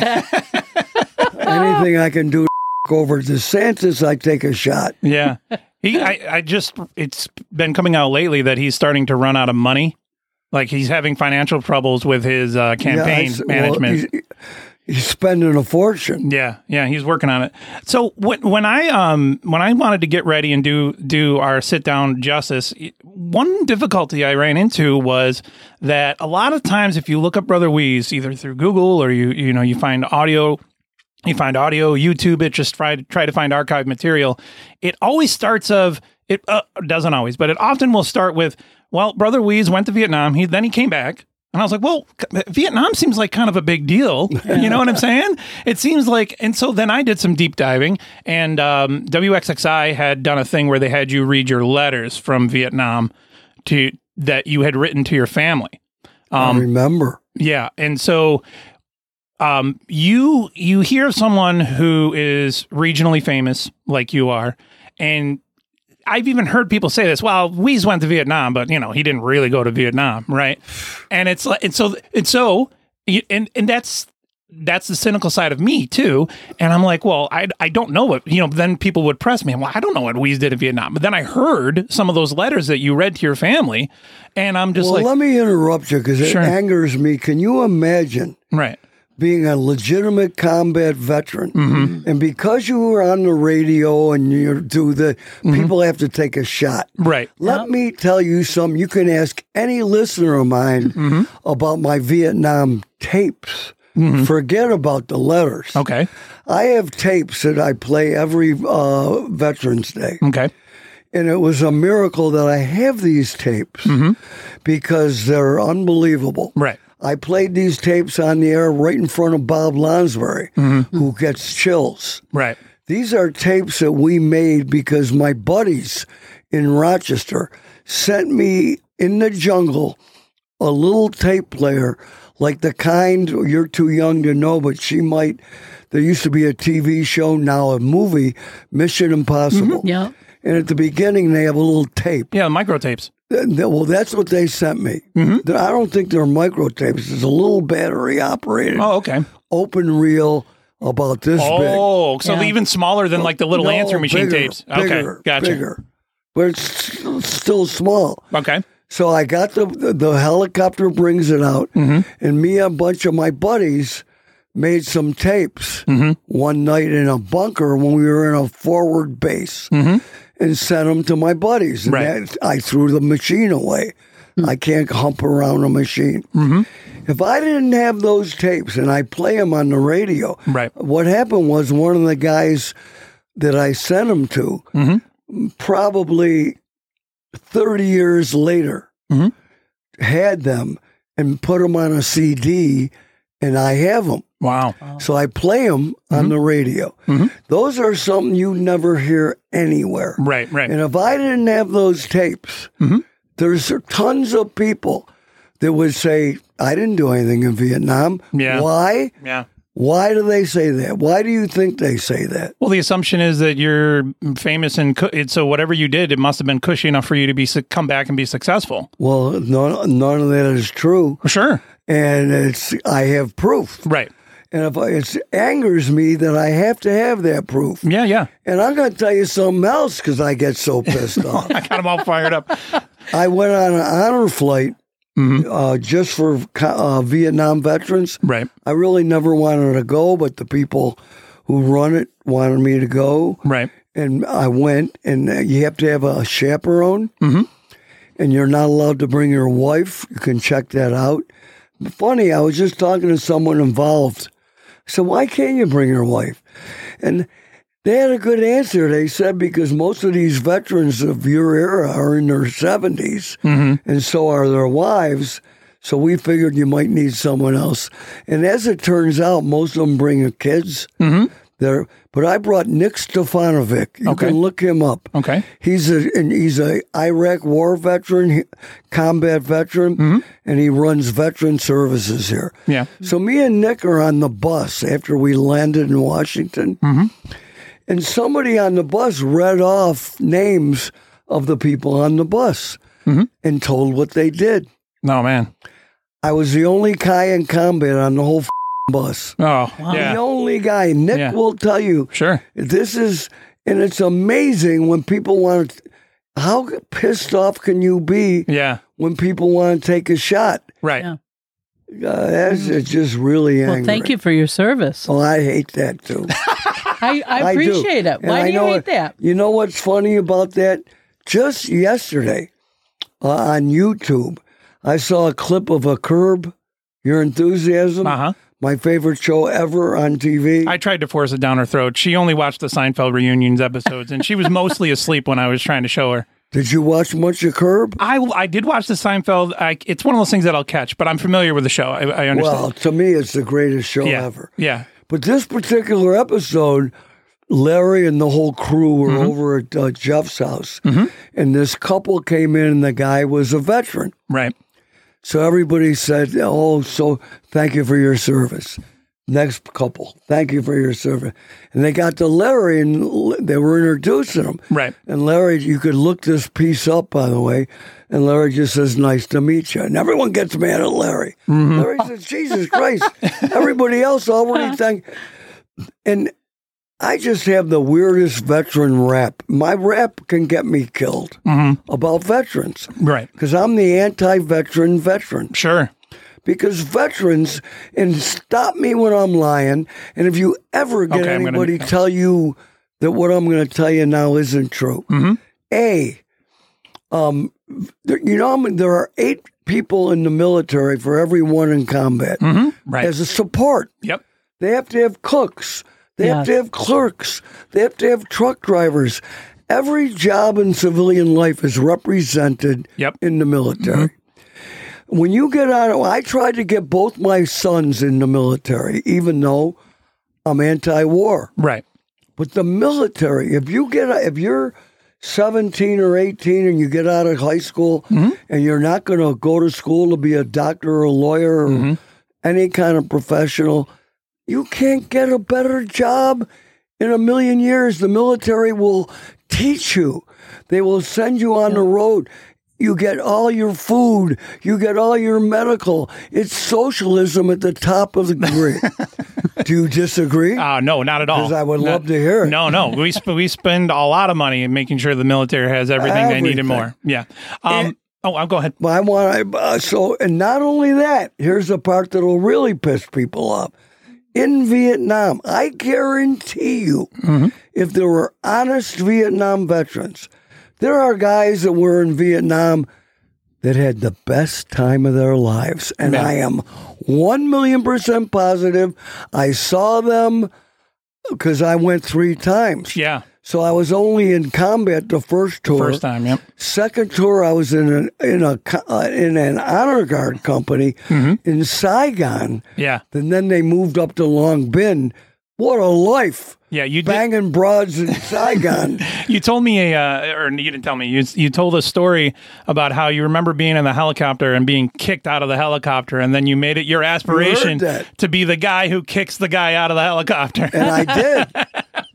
[SPEAKER 2] Anything I can do to over DeSantis, I take a shot.
[SPEAKER 4] Yeah. He, I, I just, it's been coming out lately that he's starting to run out of money. Like he's having financial troubles with his uh, campaign
[SPEAKER 2] it's- well,
[SPEAKER 4] management.
[SPEAKER 2] he's- He's spending a fortune.
[SPEAKER 4] yeah, yeah, he's working on it. So when when I um when I wanted to get ready and do do our sit down justice, one difficulty I ran into was that a lot of times if you look up Brother Weeze either through Google or you you know you find audio you find audio, YouTube it, just try to try to find archived material. It always starts of It uh, doesn't always, but it often will start with, "Well, brother Weeze went to Vietnam. He then he came back." And I was like, well, c- Vietnam seems like kind of a big deal. [laughs] You know what I'm saying? It seems like, and so then I did some deep diving, and um, WXXI had done a thing where they had you read your letters from Vietnam to that you had written to your family. Um,
[SPEAKER 2] I remember.
[SPEAKER 4] Yeah, and so um, you you hear of someone who is regionally famous like you are, and I've even heard people say this. Well, Weeze went to Vietnam, but you know he didn't really go to Vietnam, right? And it's like and so and so you- and and that's that's the cynical side of me too. And I'm like, well, I I don't know what you know. Then people would press me. Well, I don't know what Weeze did in Vietnam. But then I heard some of those letters that you read to your family, and I'm just
[SPEAKER 2] well,
[SPEAKER 4] like,
[SPEAKER 2] let me interrupt you because it
[SPEAKER 4] Sure.
[SPEAKER 2] angers me. Can you imagine?
[SPEAKER 4] Right.
[SPEAKER 2] Being a legitimate combat veteran,
[SPEAKER 4] Mm-hmm.
[SPEAKER 2] and because you were on the radio and you do the, people have to take a shot.
[SPEAKER 4] Mm-hmm. Right.
[SPEAKER 2] Let me tell you something. You can ask any listener of mine
[SPEAKER 4] Mm-hmm.
[SPEAKER 2] about my Vietnam tapes. Forget about the letters.
[SPEAKER 4] Mm-hmm. Okay.
[SPEAKER 2] I have tapes that I play every uh, Veterans Day.
[SPEAKER 4] Okay.
[SPEAKER 2] And it was a miracle that I have these tapes because they're unbelievable.
[SPEAKER 4] Mm-hmm. Right.
[SPEAKER 2] I played these tapes on the air right in front of Bob Lonsbury, who gets chills.
[SPEAKER 4] Mm-hmm. right.
[SPEAKER 2] These are tapes that we made because my buddies in Rochester sent me in the jungle a little tape player like the kind you're too young to know, but she might. There used to be a TV show, now a movie, Mission Impossible.
[SPEAKER 4] Mm-hmm,
[SPEAKER 5] Yeah.
[SPEAKER 2] And at the beginning, they have a little tape. Uh,
[SPEAKER 4] Yeah, micro tapes.
[SPEAKER 2] Well, that's what they sent me.
[SPEAKER 4] Mm-hmm.
[SPEAKER 2] Th- I don't think they're micro tapes. It's a little battery operated.
[SPEAKER 4] Oh, okay.
[SPEAKER 2] Open reel about this big.
[SPEAKER 4] oh, so
[SPEAKER 2] Yeah.
[SPEAKER 4] even smaller than like the little
[SPEAKER 2] No,
[SPEAKER 4] answer machine
[SPEAKER 2] bigger,
[SPEAKER 4] tapes.
[SPEAKER 2] bigger,
[SPEAKER 4] okay, gotcha.
[SPEAKER 2] bigger. but it's s- still small.
[SPEAKER 4] Okay.
[SPEAKER 2] So I got the the, the helicopter brings it out, and me and a bunch of my buddies made some tapes one night in a bunker when we were in a forward base,
[SPEAKER 4] Mm-hmm.
[SPEAKER 2] Mm-hmm. and sent them to my buddies. And
[SPEAKER 4] Right.
[SPEAKER 2] that- I threw the machine away. I can't hump around a machine.
[SPEAKER 4] Mm-hmm.
[SPEAKER 2] If I didn't have those tapes and I play them on the radio,
[SPEAKER 4] Right.
[SPEAKER 2] what happened was one of the guys that I sent them to,
[SPEAKER 4] Mm-hmm.
[SPEAKER 2] probably 30 years later,
[SPEAKER 4] Mm-hmm.
[SPEAKER 2] had them and put them on a CD, and I have them.
[SPEAKER 4] Wow. Mm-hmm.
[SPEAKER 2] So I play them on the radio. Those are something you never hear anywhere.
[SPEAKER 4] Right, right. Mm-hmm.
[SPEAKER 2] And if I didn't have those tapes, there's tons of people that would say, I didn't do anything in Vietnam.
[SPEAKER 4] Yeah.
[SPEAKER 2] Why?
[SPEAKER 4] Yeah.
[SPEAKER 2] Why do they say that? Why do you think they say that?
[SPEAKER 4] Well, the assumption is that you're famous and cu- so whatever you did, it must have been cushy enough for you to be su- come back and be successful. [laughs]
[SPEAKER 2] Well, none, none of that is true.
[SPEAKER 4] Sure.
[SPEAKER 2] And it's I have proof.
[SPEAKER 4] Right.
[SPEAKER 2] And if I, it angers me that I have to have that proof.
[SPEAKER 4] Yeah, yeah.
[SPEAKER 2] And I'm going to tell you something else because I get so
[SPEAKER 4] [laughs]
[SPEAKER 2] pissed off.
[SPEAKER 4] I got them all fired up.
[SPEAKER 2] I went on an honor flight uh, just for co- uh, Vietnam veterans.
[SPEAKER 4] Mm-hmm. Right.
[SPEAKER 2] I really never wanted to go, but the people who run it wanted me to go.
[SPEAKER 4] Right.
[SPEAKER 2] And I went, and uh, you have to have a chaperone,
[SPEAKER 4] Mm-hmm.
[SPEAKER 2] and you're not allowed to bring your wife. You can check that out. Funny, I was just talking to someone involved. I said, Why can't you bring your wife? And they had a good answer. They said because most of these veterans of your era are in their 70s, and so are their wives. So we figured you might need someone else. And as it turns out, most of them bring their kids. Mm-hmm. but I brought Nick Stefanovic. You
[SPEAKER 4] Okay.
[SPEAKER 2] can look him up.
[SPEAKER 4] Okay.
[SPEAKER 2] He's a and he's a Iraq war veteran, he- combat veteran, and he runs veteran services here.
[SPEAKER 4] Mm-hmm. Yeah.
[SPEAKER 2] So me and Nick are on the bus after we landed in Washington,
[SPEAKER 4] Mm-hmm.
[SPEAKER 2] and somebody on the bus read off names of the people on the bus and told what they did.
[SPEAKER 4] Mm-hmm. No, man.
[SPEAKER 2] I was the only guy in combat on the whole f***ing bus.
[SPEAKER 4] Oh,
[SPEAKER 2] The
[SPEAKER 4] yeah.
[SPEAKER 2] only guy. Nick
[SPEAKER 4] Yeah.
[SPEAKER 2] will tell you.
[SPEAKER 4] Sure.
[SPEAKER 2] This is, and it's amazing when people want to. How pissed off can you be
[SPEAKER 4] Yeah.
[SPEAKER 2] when people want to take a shot?
[SPEAKER 4] Right.
[SPEAKER 5] Yeah.
[SPEAKER 2] Uh, that's it's just really angry.
[SPEAKER 5] Well, thank you for your service.
[SPEAKER 2] Oh, I hate that too.
[SPEAKER 5] I, I
[SPEAKER 2] [laughs] I do.
[SPEAKER 5] appreciate it.
[SPEAKER 2] And I
[SPEAKER 5] Why do you
[SPEAKER 2] know
[SPEAKER 5] hate
[SPEAKER 2] it-
[SPEAKER 5] that?
[SPEAKER 2] You know what's funny about that? Just yesterday uh, on YouTube, I saw a clip of a curb your enthusiasm
[SPEAKER 4] Uh-huh.
[SPEAKER 2] my favorite show ever on TV.
[SPEAKER 4] I tried to force it down her throat. She only watched the Seinfeld reunions episodes, and she was mostly asleep when I was trying to show her.
[SPEAKER 2] Did you watch much of Curb?
[SPEAKER 4] I, I did watch the Seinfeld. I, it's one of those things that I'll catch, but I'm familiar with the show. I, I understand.
[SPEAKER 2] Well, to me, it's the greatest show
[SPEAKER 4] yeah,
[SPEAKER 2] ever.
[SPEAKER 4] yeah.
[SPEAKER 2] But this particular episode, Larry and the whole crew were
[SPEAKER 4] Mm-hmm.
[SPEAKER 2] over at uh, Jeff's house, and this couple came in, and the guy was a veteran.
[SPEAKER 4] Right.
[SPEAKER 2] So everybody said, "Oh, so thank you for your service." Next couple, thank you for your service. And they got to Larry, and L- they were introducing him.
[SPEAKER 4] Right.
[SPEAKER 2] And Larry, you could look this piece up, by the way. And Larry just says, "Nice to meet you." And everyone gets mad at Larry.
[SPEAKER 4] Mm-hmm.
[SPEAKER 2] Larry says, "Jesus Christ!" Everybody else
[SPEAKER 4] [laughs]
[SPEAKER 2] already thank. And I just have the weirdest veteran rap. My rap can get me killed
[SPEAKER 4] Mm-hmm.
[SPEAKER 2] about veterans.
[SPEAKER 4] Right.
[SPEAKER 2] Because I'm the anti veteran veteran.
[SPEAKER 4] Sure.
[SPEAKER 2] Because veterans, and stop me when I'm lying, and if you ever get
[SPEAKER 4] Okay, I'm gonna-
[SPEAKER 2] anybody tell you that what I'm going to tell you now isn't true,
[SPEAKER 4] Mm-hmm.
[SPEAKER 2] A, um, there, you know, how many- there are eight people in the military for every one in combat
[SPEAKER 4] Mm-hmm. Right.
[SPEAKER 2] as a support.
[SPEAKER 4] Yep.
[SPEAKER 2] They have to have cooks. They have to
[SPEAKER 5] Yes.
[SPEAKER 2] have clerks. They have to have truck drivers. Every job in civilian life is represented
[SPEAKER 4] Yep. Mm-hmm.
[SPEAKER 2] in the military. When you get out, of, I tried to get both my sons in the military, even though I'm anti-war.
[SPEAKER 4] Right.
[SPEAKER 2] But the military, if you get if you're 17 or 18 and you get out of high school and you're not going to go to school to be a doctor or a lawyer or any kind of professional, you can't get a better job in a million years. The military will teach you. They will send you on the road. You get all your food. You get all your medical. It's socialism at the top of the degree.
[SPEAKER 4] [laughs]
[SPEAKER 2] Do you disagree?
[SPEAKER 4] Uh, no, not at all.
[SPEAKER 2] 'Cause I would
[SPEAKER 4] No-
[SPEAKER 2] love to hear it.
[SPEAKER 4] No, no. We, sp- we spend a lot of money in making sure the military has everything, they
[SPEAKER 2] Everything.
[SPEAKER 4] need and more. Yeah. Um, oh, I'll go ahead.
[SPEAKER 2] But I want I- uh, so, and not only that. Here's the part that'll really piss people off. In Vietnam, I guarantee you,
[SPEAKER 4] Mm-hmm.
[SPEAKER 2] if there were honest Vietnam veterans, there are guys that were in Vietnam that had the best time of their lives, and
[SPEAKER 4] Yeah.
[SPEAKER 2] I am one million percent positive. I saw them because I went three times.
[SPEAKER 4] Yeah.
[SPEAKER 2] So I was only in combat the first tour.
[SPEAKER 4] First time. Yep.
[SPEAKER 2] Second tour, I was in an in a co- uh, in an honor guard company
[SPEAKER 4] Mm-hmm.
[SPEAKER 2] in Saigon,
[SPEAKER 4] Yeah.
[SPEAKER 2] and then they moved up to Long Bin. What a life!
[SPEAKER 4] Yeah. You did,
[SPEAKER 2] Banging broads
[SPEAKER 4] [laughs]
[SPEAKER 2] in Saigon.
[SPEAKER 4] You told me a, uh, or you didn't tell me. You you told a story about how you remember being in the helicopter and being kicked out of the helicopter, and then you made it your aspiration
[SPEAKER 2] that.
[SPEAKER 4] to be the guy who kicks the guy out of the helicopter.
[SPEAKER 2] and I
[SPEAKER 4] [laughs]
[SPEAKER 2] did,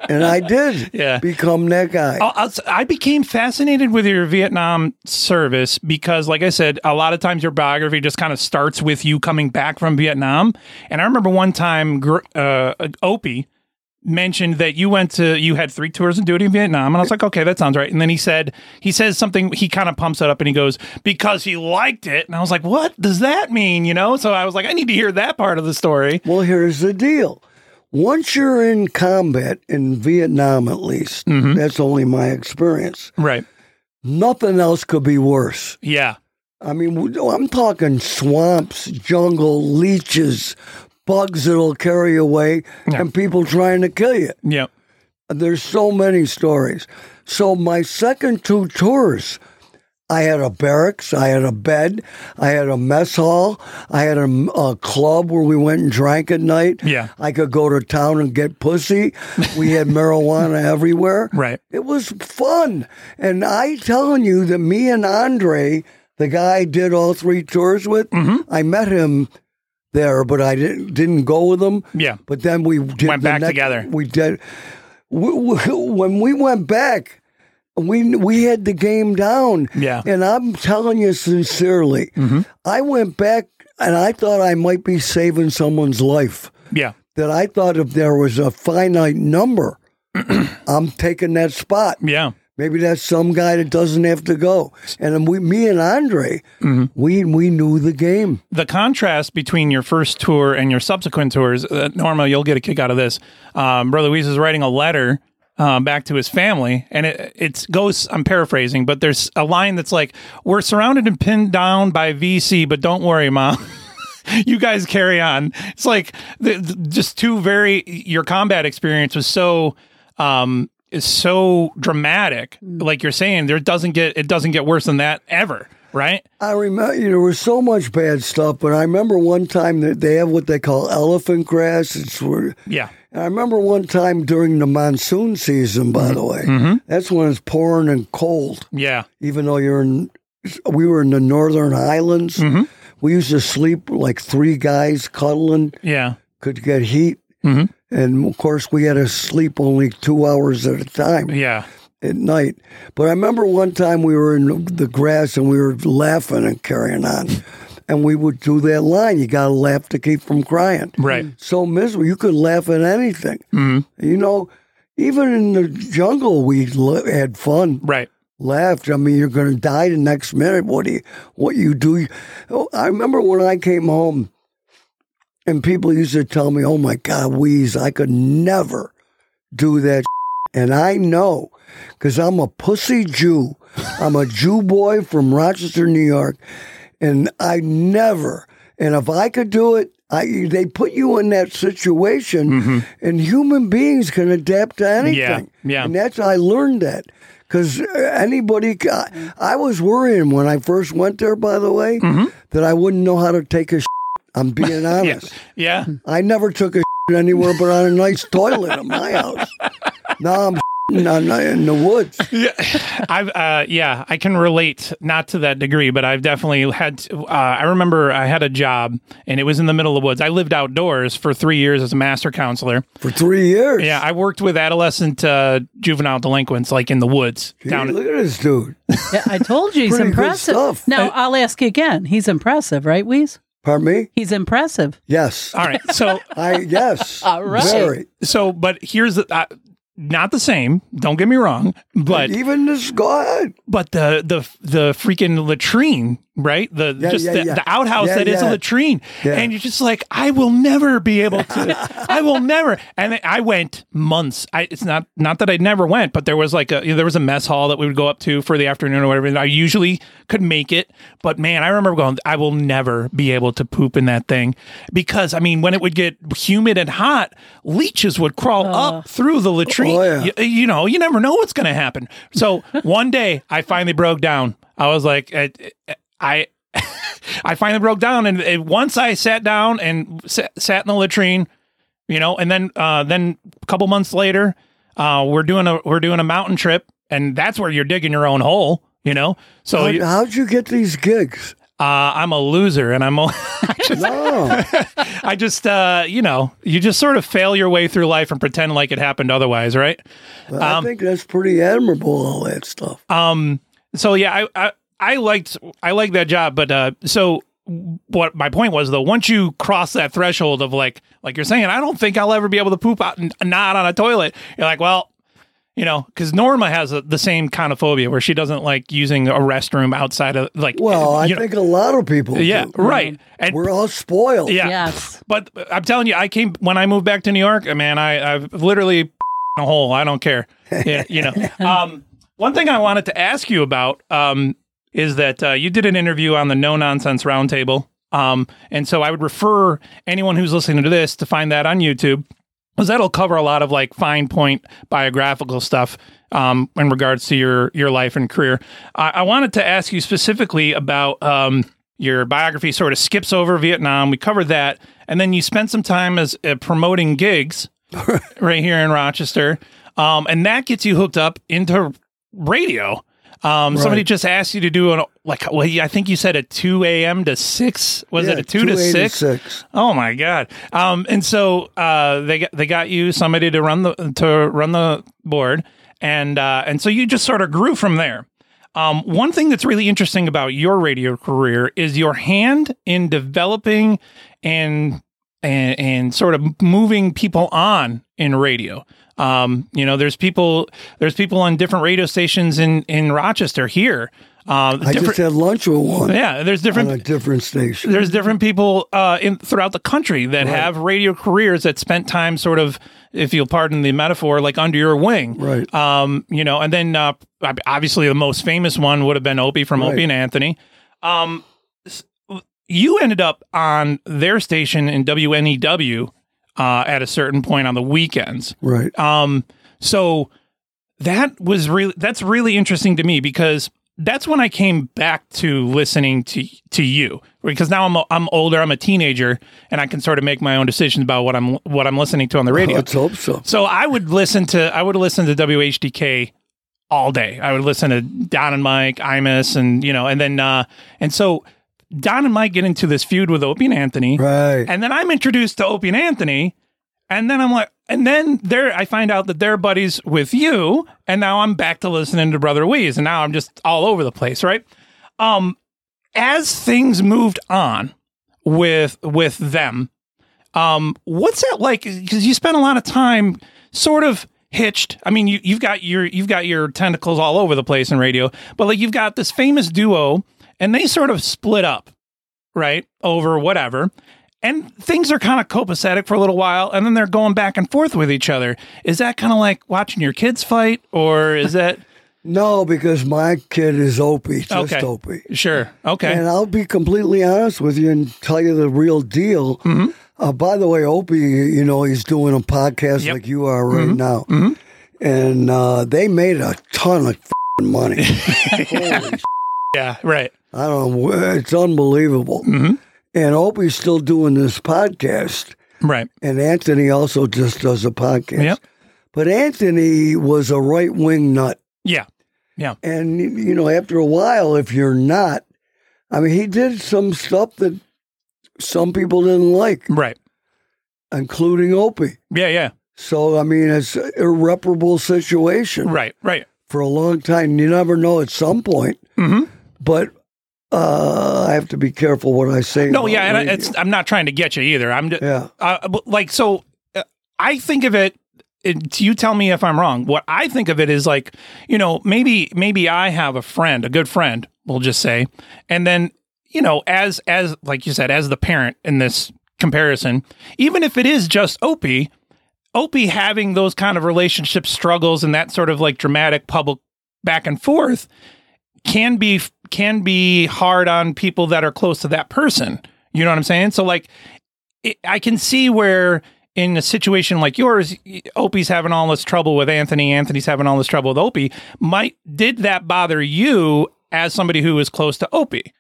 [SPEAKER 2] and I did
[SPEAKER 4] Yeah. Oh.
[SPEAKER 2] become that guy.
[SPEAKER 4] I- I was- I became fascinated with your Vietnam service because, like I said, a lot of times your biography just kind of starts with you coming back from Vietnam. And I remember one time, gr- uh, Opie mentioned that you went to you had three tours of duty in Vietnam, and I was like, okay, that sounds right. And then he said he says something. He kind of pumps it up and he goes because he liked it, and I was like, what does that mean? You know? So I was like, I need to hear that part of the story.
[SPEAKER 2] Well, here's the deal. Once you're in combat in Vietnam, at least that's only my experience.
[SPEAKER 4] Mm-hmm. Right?
[SPEAKER 2] Nothing else could be worse.
[SPEAKER 4] Yeah.
[SPEAKER 2] I mean, w- I'm talking swamps, jungle, leeches, bugs that'll carry away, and people trying to kill you.
[SPEAKER 4] Yep.
[SPEAKER 2] There's so many stories. So, my second two tours, I had a barracks, I had a bed, I had a mess hall, I had a, m- a club where we went and drank at night.
[SPEAKER 4] Yeah.
[SPEAKER 2] I could go to town and get pussy. We
[SPEAKER 4] [laughs]
[SPEAKER 2] had marijuana everywhere.
[SPEAKER 4] Right.
[SPEAKER 2] It was fun. And I telling you that me and Andre, the guy I did all three tours with,
[SPEAKER 4] Mm-hmm.
[SPEAKER 2] I met him there, but I didn't didn't go with him.
[SPEAKER 4] Yeah.
[SPEAKER 2] But then we did
[SPEAKER 4] Went
[SPEAKER 2] the
[SPEAKER 4] back together.
[SPEAKER 2] We did. We, we, when we went back, we we had the game down.
[SPEAKER 4] Yeah. Mm-hmm.
[SPEAKER 2] And I'm telling you sincerely, I went back and I thought I might be saving someone's life
[SPEAKER 4] Yeah.
[SPEAKER 2] that I thought if there was a finite
[SPEAKER 4] [clears throat]
[SPEAKER 2] number, I'm taking that spot.
[SPEAKER 4] Yeah.
[SPEAKER 2] Maybe that's some guy that doesn't have to go. And then we, me and Andre,
[SPEAKER 4] Mm-hmm.
[SPEAKER 2] we we knew the game.
[SPEAKER 4] the contrast between your first tour and your subsequent tours, uh, Norma, you'll get a kick out of this. Um, Brother Luis is writing a letter um, back to his family, and it it's goes. I'm paraphrasing, but there's a line that's like, "We're surrounded and pinned down by VC, but don't worry, mom." [laughs] you guys carry on. It's like the, the- just two very your combat experience was so um is so dramatic. Like you're saying, there doesn't get it doesn't get worse than that ever, right?
[SPEAKER 2] I remember you know, there was so much bad stuff, but I remember one time that they have what they call elephant grass. It's where
[SPEAKER 4] [laughs] Yeah.
[SPEAKER 2] And I remember one time during the monsoon season. By the way, that's when it's pouring and cold.
[SPEAKER 4] Mm-hmm. Yeah.
[SPEAKER 2] Even though you're in, we were in the Northern Highlands. We used to sleep like three guys cuddling.
[SPEAKER 4] Yeah.
[SPEAKER 2] Could get heat,
[SPEAKER 4] Mhm.
[SPEAKER 2] and of course we had to sleep only two hours at a time
[SPEAKER 4] Yeah.
[SPEAKER 2] at night. But I remember one time we were in the grass and we were laughing and carrying on. And we would do that line. You got to laugh to keep from crying.
[SPEAKER 4] Right. Mm-hmm.
[SPEAKER 2] So miserable. You could laugh at anything. You know, even in the jungle, we l- had fun.
[SPEAKER 4] Right.
[SPEAKER 2] Laughed. I mean, you're going to die the next minute. What do you, what you do? Oh, I remember when I came home and people used to tell me, oh my God, Wheeze, I could never do that. And I know because I'm a pussy Jew. I'm a Jew boy from Rochester, New York. And I never, and if I could do it, I, they put you in that situation,
[SPEAKER 4] Mm-hmm.
[SPEAKER 2] and human beings can adapt to anything.
[SPEAKER 4] yeah.
[SPEAKER 2] And that's, I learned that. Because anybody, ca- I, was worrying when I first went there, by the way, that I wouldn't know how to take a I'm being honest.
[SPEAKER 4] Mm-hmm. [laughs]
[SPEAKER 2] [laughs]
[SPEAKER 4] Yeah.
[SPEAKER 2] I never took a anywhere but on a nice toilet
[SPEAKER 4] [laughs]
[SPEAKER 2] at my house. Now I'm [laughs] on, in the woods.
[SPEAKER 4] I've uh, yeah, I can relate not to that degree, but I've definitely had. to- uh, I remember I had a job, and it was in the middle of the woods. I lived outdoors for three years as a master counselor.
[SPEAKER 2] For three years,
[SPEAKER 4] yeah, I worked with adolescent uh, juvenile delinquents, like in the woods down.
[SPEAKER 2] Look at this dude.
[SPEAKER 5] Yeah,
[SPEAKER 2] [laughs]
[SPEAKER 5] I told you he's
[SPEAKER 2] Pretty good
[SPEAKER 5] impressive.
[SPEAKER 2] stuff.
[SPEAKER 5] Now I'll ask you again. He's impressive, right, Weez?
[SPEAKER 2] Pardon me?
[SPEAKER 5] He's impressive.
[SPEAKER 2] Yes.
[SPEAKER 4] All right, so
[SPEAKER 2] [laughs] I yes.
[SPEAKER 5] [laughs] All right. Very.
[SPEAKER 4] So, but here's the. Uh, not the same. Don't get me wrong, but
[SPEAKER 2] even this guy.
[SPEAKER 4] But the the the freaking latrine, right? The
[SPEAKER 2] Yeah,
[SPEAKER 4] just
[SPEAKER 2] yeah,
[SPEAKER 4] the,
[SPEAKER 2] yeah.
[SPEAKER 4] the outhouse
[SPEAKER 2] Yeah,
[SPEAKER 4] that is a
[SPEAKER 2] yeah.
[SPEAKER 4] latrine,
[SPEAKER 2] Yeah.
[SPEAKER 4] and you're just like, I will never be able to. I will never. And I went months. I, it's not not that I never went, but there was like a you know, there was a mess hall that we would go up to for the afternoon or whatever. And I usually could make it, but man, I remember going, I will never be able to poop in that thing because I mean, when it would get humid and hot, leeches would crawl up through the latrine. you, you know, you never know what's going to happen.
[SPEAKER 2] [laughs]
[SPEAKER 4] So one day, I finally broke down. I was like, I. I [laughs] I finally broke down, and it, once I sat down and sat, sat in the latrine, you know, and then uh, then a couple months later, uh, we're doing a we're doing a mountain trip, and that's where you're digging your own hole, you know. So
[SPEAKER 2] How,
[SPEAKER 4] you-
[SPEAKER 2] how'd you get these gigs?
[SPEAKER 4] uh, I'm a loser, and I'm. [laughs] a-
[SPEAKER 2] No.
[SPEAKER 4] [laughs] I just, uh, you know, you just sort of fail your way through life and pretend like it happened otherwise, right?
[SPEAKER 2] I think that's pretty admirable, all that stuff.
[SPEAKER 4] Um. So yeah, I I, I liked I liked that job, but uh, so what my point was though, once you cross that threshold of like like you're saying, I don't think I'll ever be able to poop out and not on a toilet. You're like, well. You know, because Norma has a, the same kind of phobia where she doesn't like using a restroom outside of like.
[SPEAKER 2] Well, I
[SPEAKER 4] you know-
[SPEAKER 2] think a lot of people.
[SPEAKER 4] yeah,
[SPEAKER 2] do.
[SPEAKER 4] right. And
[SPEAKER 2] we're all spoiled.
[SPEAKER 4] Yeah.
[SPEAKER 5] Yes.
[SPEAKER 4] But uh, I'm telling you, I came when I moved back to New York. uh, Man, I I've literally [laughs] in a hole. I don't care. Yeah, you know. um, one thing I wanted to ask you about um, is that uh, you did an interview on the No Nonsense Roundtable, um, and so I would refer anyone who's listening to this to find that on YouTube. Because that'll cover a lot of like fine point biographical stuff um, in regards to your your life and career. I, I wanted to ask you specifically about um, your biography. Sort of skips over Vietnam. We covered that, and then you spent some time as uh, promoting [laughs] gigs right here in Rochester, um, and that gets you hooked up into radio. Um, Somebody just asked you to do an like well, I think you said a two a.m. to six. Was it
[SPEAKER 2] Yeah,
[SPEAKER 4] a two, to
[SPEAKER 2] 2 a.m. to
[SPEAKER 4] six?
[SPEAKER 2] six.
[SPEAKER 4] Oh my god! Um, and so uh, they got, they got you somebody to run the to run the board, and uh, and so you just sort of grew from there. Um, one thing that's really interesting about your radio career is your hand in developing and and, and sort of moving people on in radio. Um, you know, there's people there's people on different radio stations in in Rochester here. Um,
[SPEAKER 2] I just had lunch with one.
[SPEAKER 4] yeah, there's different
[SPEAKER 2] on a different station.
[SPEAKER 4] there's different people uh, in throughout the country that have radio careers that spent time sort of, if you'll pardon the metaphor, like under your wing,
[SPEAKER 2] Right.
[SPEAKER 4] Um, you know, and then uh, ob- obviously the most famous one would have been Opie from
[SPEAKER 2] Right.
[SPEAKER 4] Opie and Anthony. Um, s- you ended up on their station in WNEW uh, at a certain point on the weekends.
[SPEAKER 2] Right.
[SPEAKER 4] Um, so that was really that's really interesting to me because that's when I came back to listening to to you because now I'm I'm older, I'm a teenager, and I can sort of make my own decisions about what I'm what I'm listening to on [laughs] the radio.
[SPEAKER 2] Let's hope so.
[SPEAKER 4] So I would listen to I would listen to WHDK all day. I would listen to Don and Mike, Imus, and you know, and then uh and so Don and Mike get into this feud with Opie and Anthony.
[SPEAKER 2] Right.
[SPEAKER 4] And then I'm introduced to Opie and Anthony. And then I'm like, and then there I find out that they're buddies with you. And now I'm back to listening to Brother Weeze. And now I'm just all over the place, right? Um, as things moved on with with them, um, what's that like? Because you spent a lot of time sort of hitched. I mean, you, you've got your you've got your tentacles all over the place in radio, but like you've got this famous duo and they sort of split up, right? Over whatever. And things are kind of copacetic for a little while, and then they're going back and forth with each other. Is that kind of like watching your kids fight, or is that
[SPEAKER 2] No, because my kid is Opie, just
[SPEAKER 4] okay?
[SPEAKER 2] Opie.
[SPEAKER 4] Sure. Okay.
[SPEAKER 2] And I'll be completely honest with you and tell you the real deal.
[SPEAKER 4] Mm-hmm.
[SPEAKER 2] Uh, by the way, Opie, you know, he's doing a podcast like you are right
[SPEAKER 4] Mm-hmm.
[SPEAKER 2] now. And uh, they made a ton of fing
[SPEAKER 4] [laughs]
[SPEAKER 2] money.
[SPEAKER 4] yeah. Right. Mm-hmm.
[SPEAKER 2] I don't know. It's unbelievable. And Opie's still doing this podcast.
[SPEAKER 4] Right.
[SPEAKER 2] And Anthony also just does a podcast.
[SPEAKER 4] Yep.
[SPEAKER 2] But Anthony was a right wing nut.
[SPEAKER 4] Yeah. Yeah.
[SPEAKER 2] And, you know, after a while, if you're not, I mean, he did some stuff that some people didn't like.
[SPEAKER 4] Right.
[SPEAKER 2] Including Opie.
[SPEAKER 4] Yeah. Yeah.
[SPEAKER 2] So, I mean, it's an irreparable situation.
[SPEAKER 4] Right. Right.
[SPEAKER 2] For a long time. You never know at some point.
[SPEAKER 4] Mm-hmm.
[SPEAKER 2] But uh, I have to be careful what I say.
[SPEAKER 4] No,
[SPEAKER 2] about
[SPEAKER 4] yeah, and I-
[SPEAKER 2] radio.
[SPEAKER 4] it's, I'm not trying to get you either. I'm just,
[SPEAKER 2] Yeah.
[SPEAKER 4] uh, but, like so. uh, I think of it, it. You tell me if I'm wrong. What I think of it is like you know maybe maybe I have a friend, a good friend, we'll just say, and then you know as as like you said, as the parent in this comparison, even if it is just Opie, Opie having those kind of relationship struggles and that sort of like dramatic public back and forth can be can be hard on people that are close to that person. You know what I'm saying? So like, it, I can see where in a situation like yours, Opie's having all this trouble with Anthony. Anthony's having all this trouble with Opie. Might did that bother you as somebody who is close to Opie?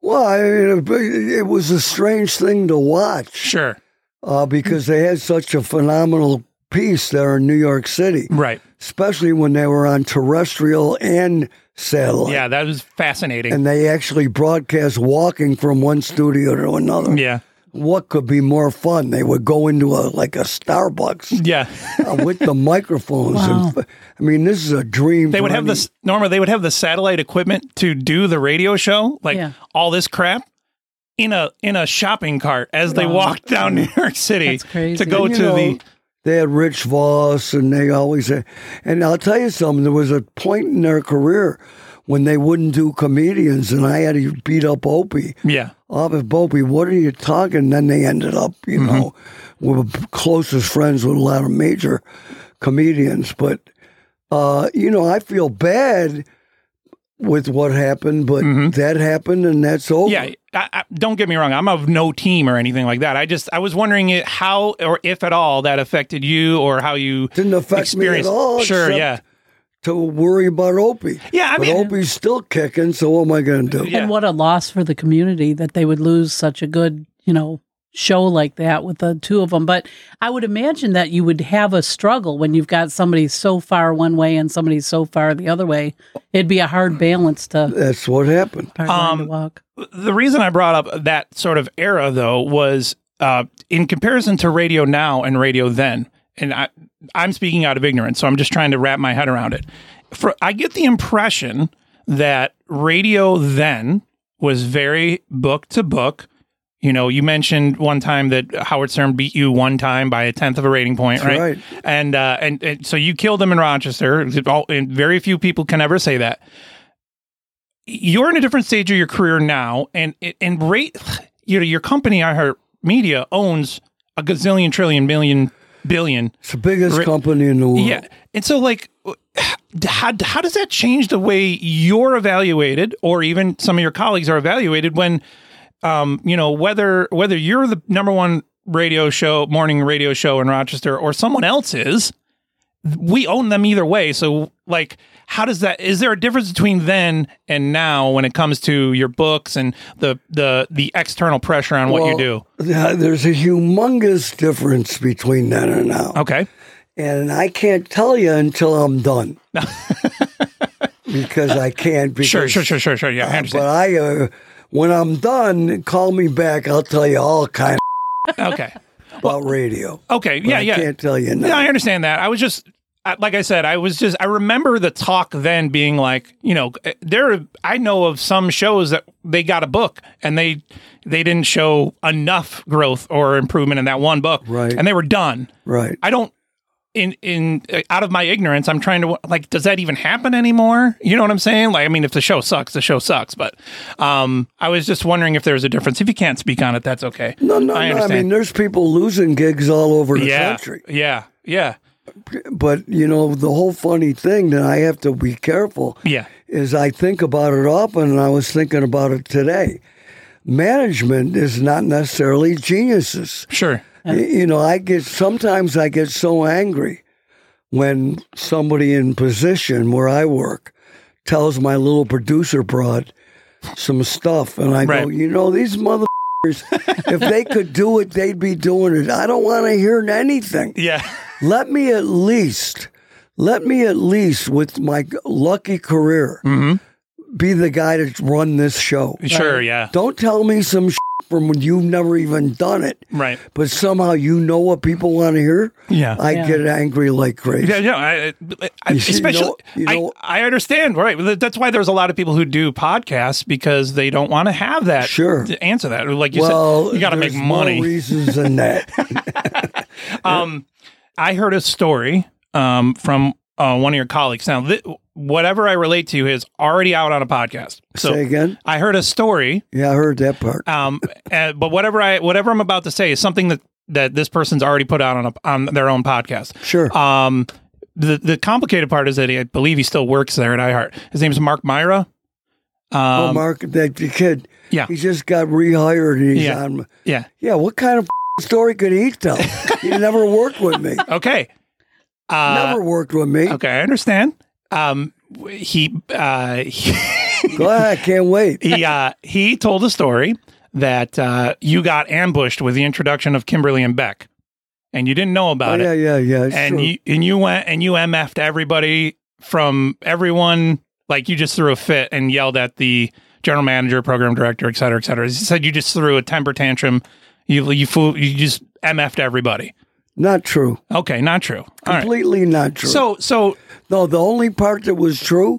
[SPEAKER 2] Well, I mean, it- it was a strange thing to watch.
[SPEAKER 4] Sure.
[SPEAKER 2] Uh, because they had such a phenomenal piece there in New York City.
[SPEAKER 4] Right.
[SPEAKER 2] Especially when they were on terrestrial and satellite.
[SPEAKER 4] Yeah, that was fascinating.
[SPEAKER 2] And they actually broadcast walking from one studio to another.
[SPEAKER 4] yeah.
[SPEAKER 2] What could be more fun? They would go into a like a Starbucks
[SPEAKER 4] Yeah.
[SPEAKER 2] uh, with the microphones. And, I mean, this is a dream.
[SPEAKER 4] They
[SPEAKER 2] for
[SPEAKER 4] would have
[SPEAKER 2] any-
[SPEAKER 4] this Norma. They would have the satellite equipment to do the radio show, like all this crap, in a in a shopping cart as they walked down [laughs] New York City to go
[SPEAKER 2] And,
[SPEAKER 4] to
[SPEAKER 2] you know,
[SPEAKER 4] the
[SPEAKER 2] They had Rich Voss, and they always had. And I'll tell you something. There was a point in their career when they wouldn't do comedians, and I had to beat up Opie.
[SPEAKER 4] yeah.
[SPEAKER 2] Off of Opie, what are you talking? Then they ended up, you
[SPEAKER 4] Mm-hmm.
[SPEAKER 2] know, we were closest friends with a lot of major comedians. But uh, you know, I feel bad with what happened, but that happened, and that's over.
[SPEAKER 4] Mm-hmm. Yeah, I, I, don't get me wrong. I'm of no team or anything like that. I just I was wondering it, how or if at all that affected you or how you
[SPEAKER 2] didn't affect
[SPEAKER 4] experienced.
[SPEAKER 2] me at all.
[SPEAKER 4] sure,
[SPEAKER 2] except
[SPEAKER 4] yeah,
[SPEAKER 2] To worry about Opie.
[SPEAKER 4] Yeah, I
[SPEAKER 2] but
[SPEAKER 4] mean-
[SPEAKER 2] Opie's still kicking. So what am I going to do?
[SPEAKER 5] And what a loss for the community that they would lose such a good, you know, show like that with the two of them. But I would imagine that you would have a struggle when you've got somebody so far one way and somebody so far the other way. It'd be a hard balance to,
[SPEAKER 2] That's what happened.
[SPEAKER 5] hard
[SPEAKER 4] Um,
[SPEAKER 5] line to walk.
[SPEAKER 4] the reason I brought up that sort of era though was uh, in comparison to radio now and radio then, and I I'm speaking out of ignorance, so I'm just trying to wrap my head around it. For I get the impression that radio then was very book to book. You know, you mentioned one time that Howard Stern beat you one time by a tenth of a rating point,
[SPEAKER 2] That's
[SPEAKER 4] right?
[SPEAKER 2] right.
[SPEAKER 4] And, uh, and and so you killed him in Rochester. All- And very few people can ever say that you're in a different stage of your career now, and and rate you know your company iHeart Media owns a gazillion trillion million billion.
[SPEAKER 2] It's the biggest
[SPEAKER 4] Re-
[SPEAKER 2] company in the world.
[SPEAKER 4] Yeah, and so like, how how does that change the way you're evaluated, or even some of your colleagues are evaluated when um, you know, whether whether you're the number one radio show, morning radio show in Rochester, or someone else is, we own them either way. So, like, how does that? Is there a difference between then and now when it comes to your books and the the the external pressure on what you do?
[SPEAKER 2] Yeah, There's a humongous difference between then and now.
[SPEAKER 4] Okay.
[SPEAKER 2] And I can't tell you until I'm
[SPEAKER 4] [laughs]
[SPEAKER 2] done. because I can't. Because,
[SPEAKER 4] Sure, sure, sure, sure, sure. Yeah, I
[SPEAKER 2] uh,
[SPEAKER 4] understand.
[SPEAKER 2] but I, uh, when I'm done, call me back. I'll tell you all kind of
[SPEAKER 4] okay
[SPEAKER 2] about radio.
[SPEAKER 4] Okay,
[SPEAKER 2] But
[SPEAKER 4] yeah,
[SPEAKER 2] I
[SPEAKER 4] yeah.
[SPEAKER 2] can't tell you now.
[SPEAKER 4] No, I understand that. I was just I- like I said, I was just I remember the talk then being like, you know, eh, there I know of some shows that they got a book and they they didn't show enough growth or improvement in that one book, right? And they were done,
[SPEAKER 2] right?
[SPEAKER 4] I don't in in uh, out of my ignorance, I'm trying to like, does that even happen anymore? You know what I'm saying? Like, I mean, if the show sucks, the show sucks. But um, I was just wondering if there's a difference. If you can't speak on it, that's okay.
[SPEAKER 2] No, no, no.
[SPEAKER 4] I
[SPEAKER 2] I
[SPEAKER 4] understand.
[SPEAKER 2] mean, there's people losing gigs all over the
[SPEAKER 4] yeah,
[SPEAKER 2] country.
[SPEAKER 4] yeah, yeah,
[SPEAKER 2] But, you know, the whole funny thing that I have to be careful
[SPEAKER 4] yeah.
[SPEAKER 2] is I think about it often, and I was thinking about it today. Management is not necessarily geniuses.
[SPEAKER 4] Sure.
[SPEAKER 2] You know, I get sometimes I get so angry when somebody in position where I work tells my little producer broad some stuff, and I go,
[SPEAKER 4] Right.
[SPEAKER 2] you know, these motherfuckers, [laughs] if they could do it, they'd be doing it. I don't want to hear anything.
[SPEAKER 4] Yeah.
[SPEAKER 2] Let me at least, let me at least with my lucky career, be the guy to run this show.
[SPEAKER 4] Mm-hmm. Sure, Right. yeah.
[SPEAKER 2] Don't tell me some shit from when you've never even done it.
[SPEAKER 4] Right.
[SPEAKER 2] But somehow you know what people want to hear.
[SPEAKER 4] Yeah.
[SPEAKER 2] I
[SPEAKER 4] Yeah.
[SPEAKER 2] get angry like crazy.
[SPEAKER 4] Yeah, no, I, I- I,
[SPEAKER 2] You see,
[SPEAKER 4] especially
[SPEAKER 2] no- you know-
[SPEAKER 4] I, I understand, right? Th- That's why there's a lot of people who do podcasts because they don't want to have that.
[SPEAKER 2] Sure.
[SPEAKER 4] to answer that. Like you
[SPEAKER 2] well,
[SPEAKER 4] said, you got to make
[SPEAKER 2] there's
[SPEAKER 4] money.
[SPEAKER 2] More reasons than that.
[SPEAKER 4] [laughs] Um, I heard a story um, from uh, one of your colleagues. Now, th- whatever I relate to is already out on a podcast. So
[SPEAKER 2] Say again.
[SPEAKER 4] I heard a story
[SPEAKER 2] Yeah, I heard that part.
[SPEAKER 4] um, uh, but whatever I whatever I'm about to say is something that that this person's already put out on a, on their own podcast.
[SPEAKER 2] Sure.
[SPEAKER 4] Um, the the complicated part is that he, I believe he still works there at iHeart. His name is Mark Myra. Um,
[SPEAKER 2] oh, Mark, that kid.
[SPEAKER 4] Yeah.
[SPEAKER 2] He just got rehired. And he's
[SPEAKER 4] Yeah.
[SPEAKER 2] on.
[SPEAKER 4] Yeah.
[SPEAKER 2] Yeah. What kind of [laughs] story could he tell?
[SPEAKER 4] [laughs]
[SPEAKER 2] he never worked with me.
[SPEAKER 4] Okay. Uh,
[SPEAKER 2] Never worked with me.
[SPEAKER 4] Okay, I understand. Um, w- he uh, [laughs] he
[SPEAKER 2] Go ahead. I can't wait.
[SPEAKER 4] he, uh, he told a story that uh, you got ambushed with the introduction of Kimberly and Beck, and you didn't know about it.
[SPEAKER 2] Oh, yeah, yeah, yeah.
[SPEAKER 4] and
[SPEAKER 2] sure.
[SPEAKER 4] you and you went and you mf'd everybody from everyone like you just threw a fit and yelled at the general manager program director et cetera et cetera you said you just threw a temper tantrum you you fool you just mf'd everybody
[SPEAKER 2] Not true.
[SPEAKER 4] okay not true all right
[SPEAKER 2] Completely not true.
[SPEAKER 4] so so Mm-hmm.
[SPEAKER 2] no, the only part that was true,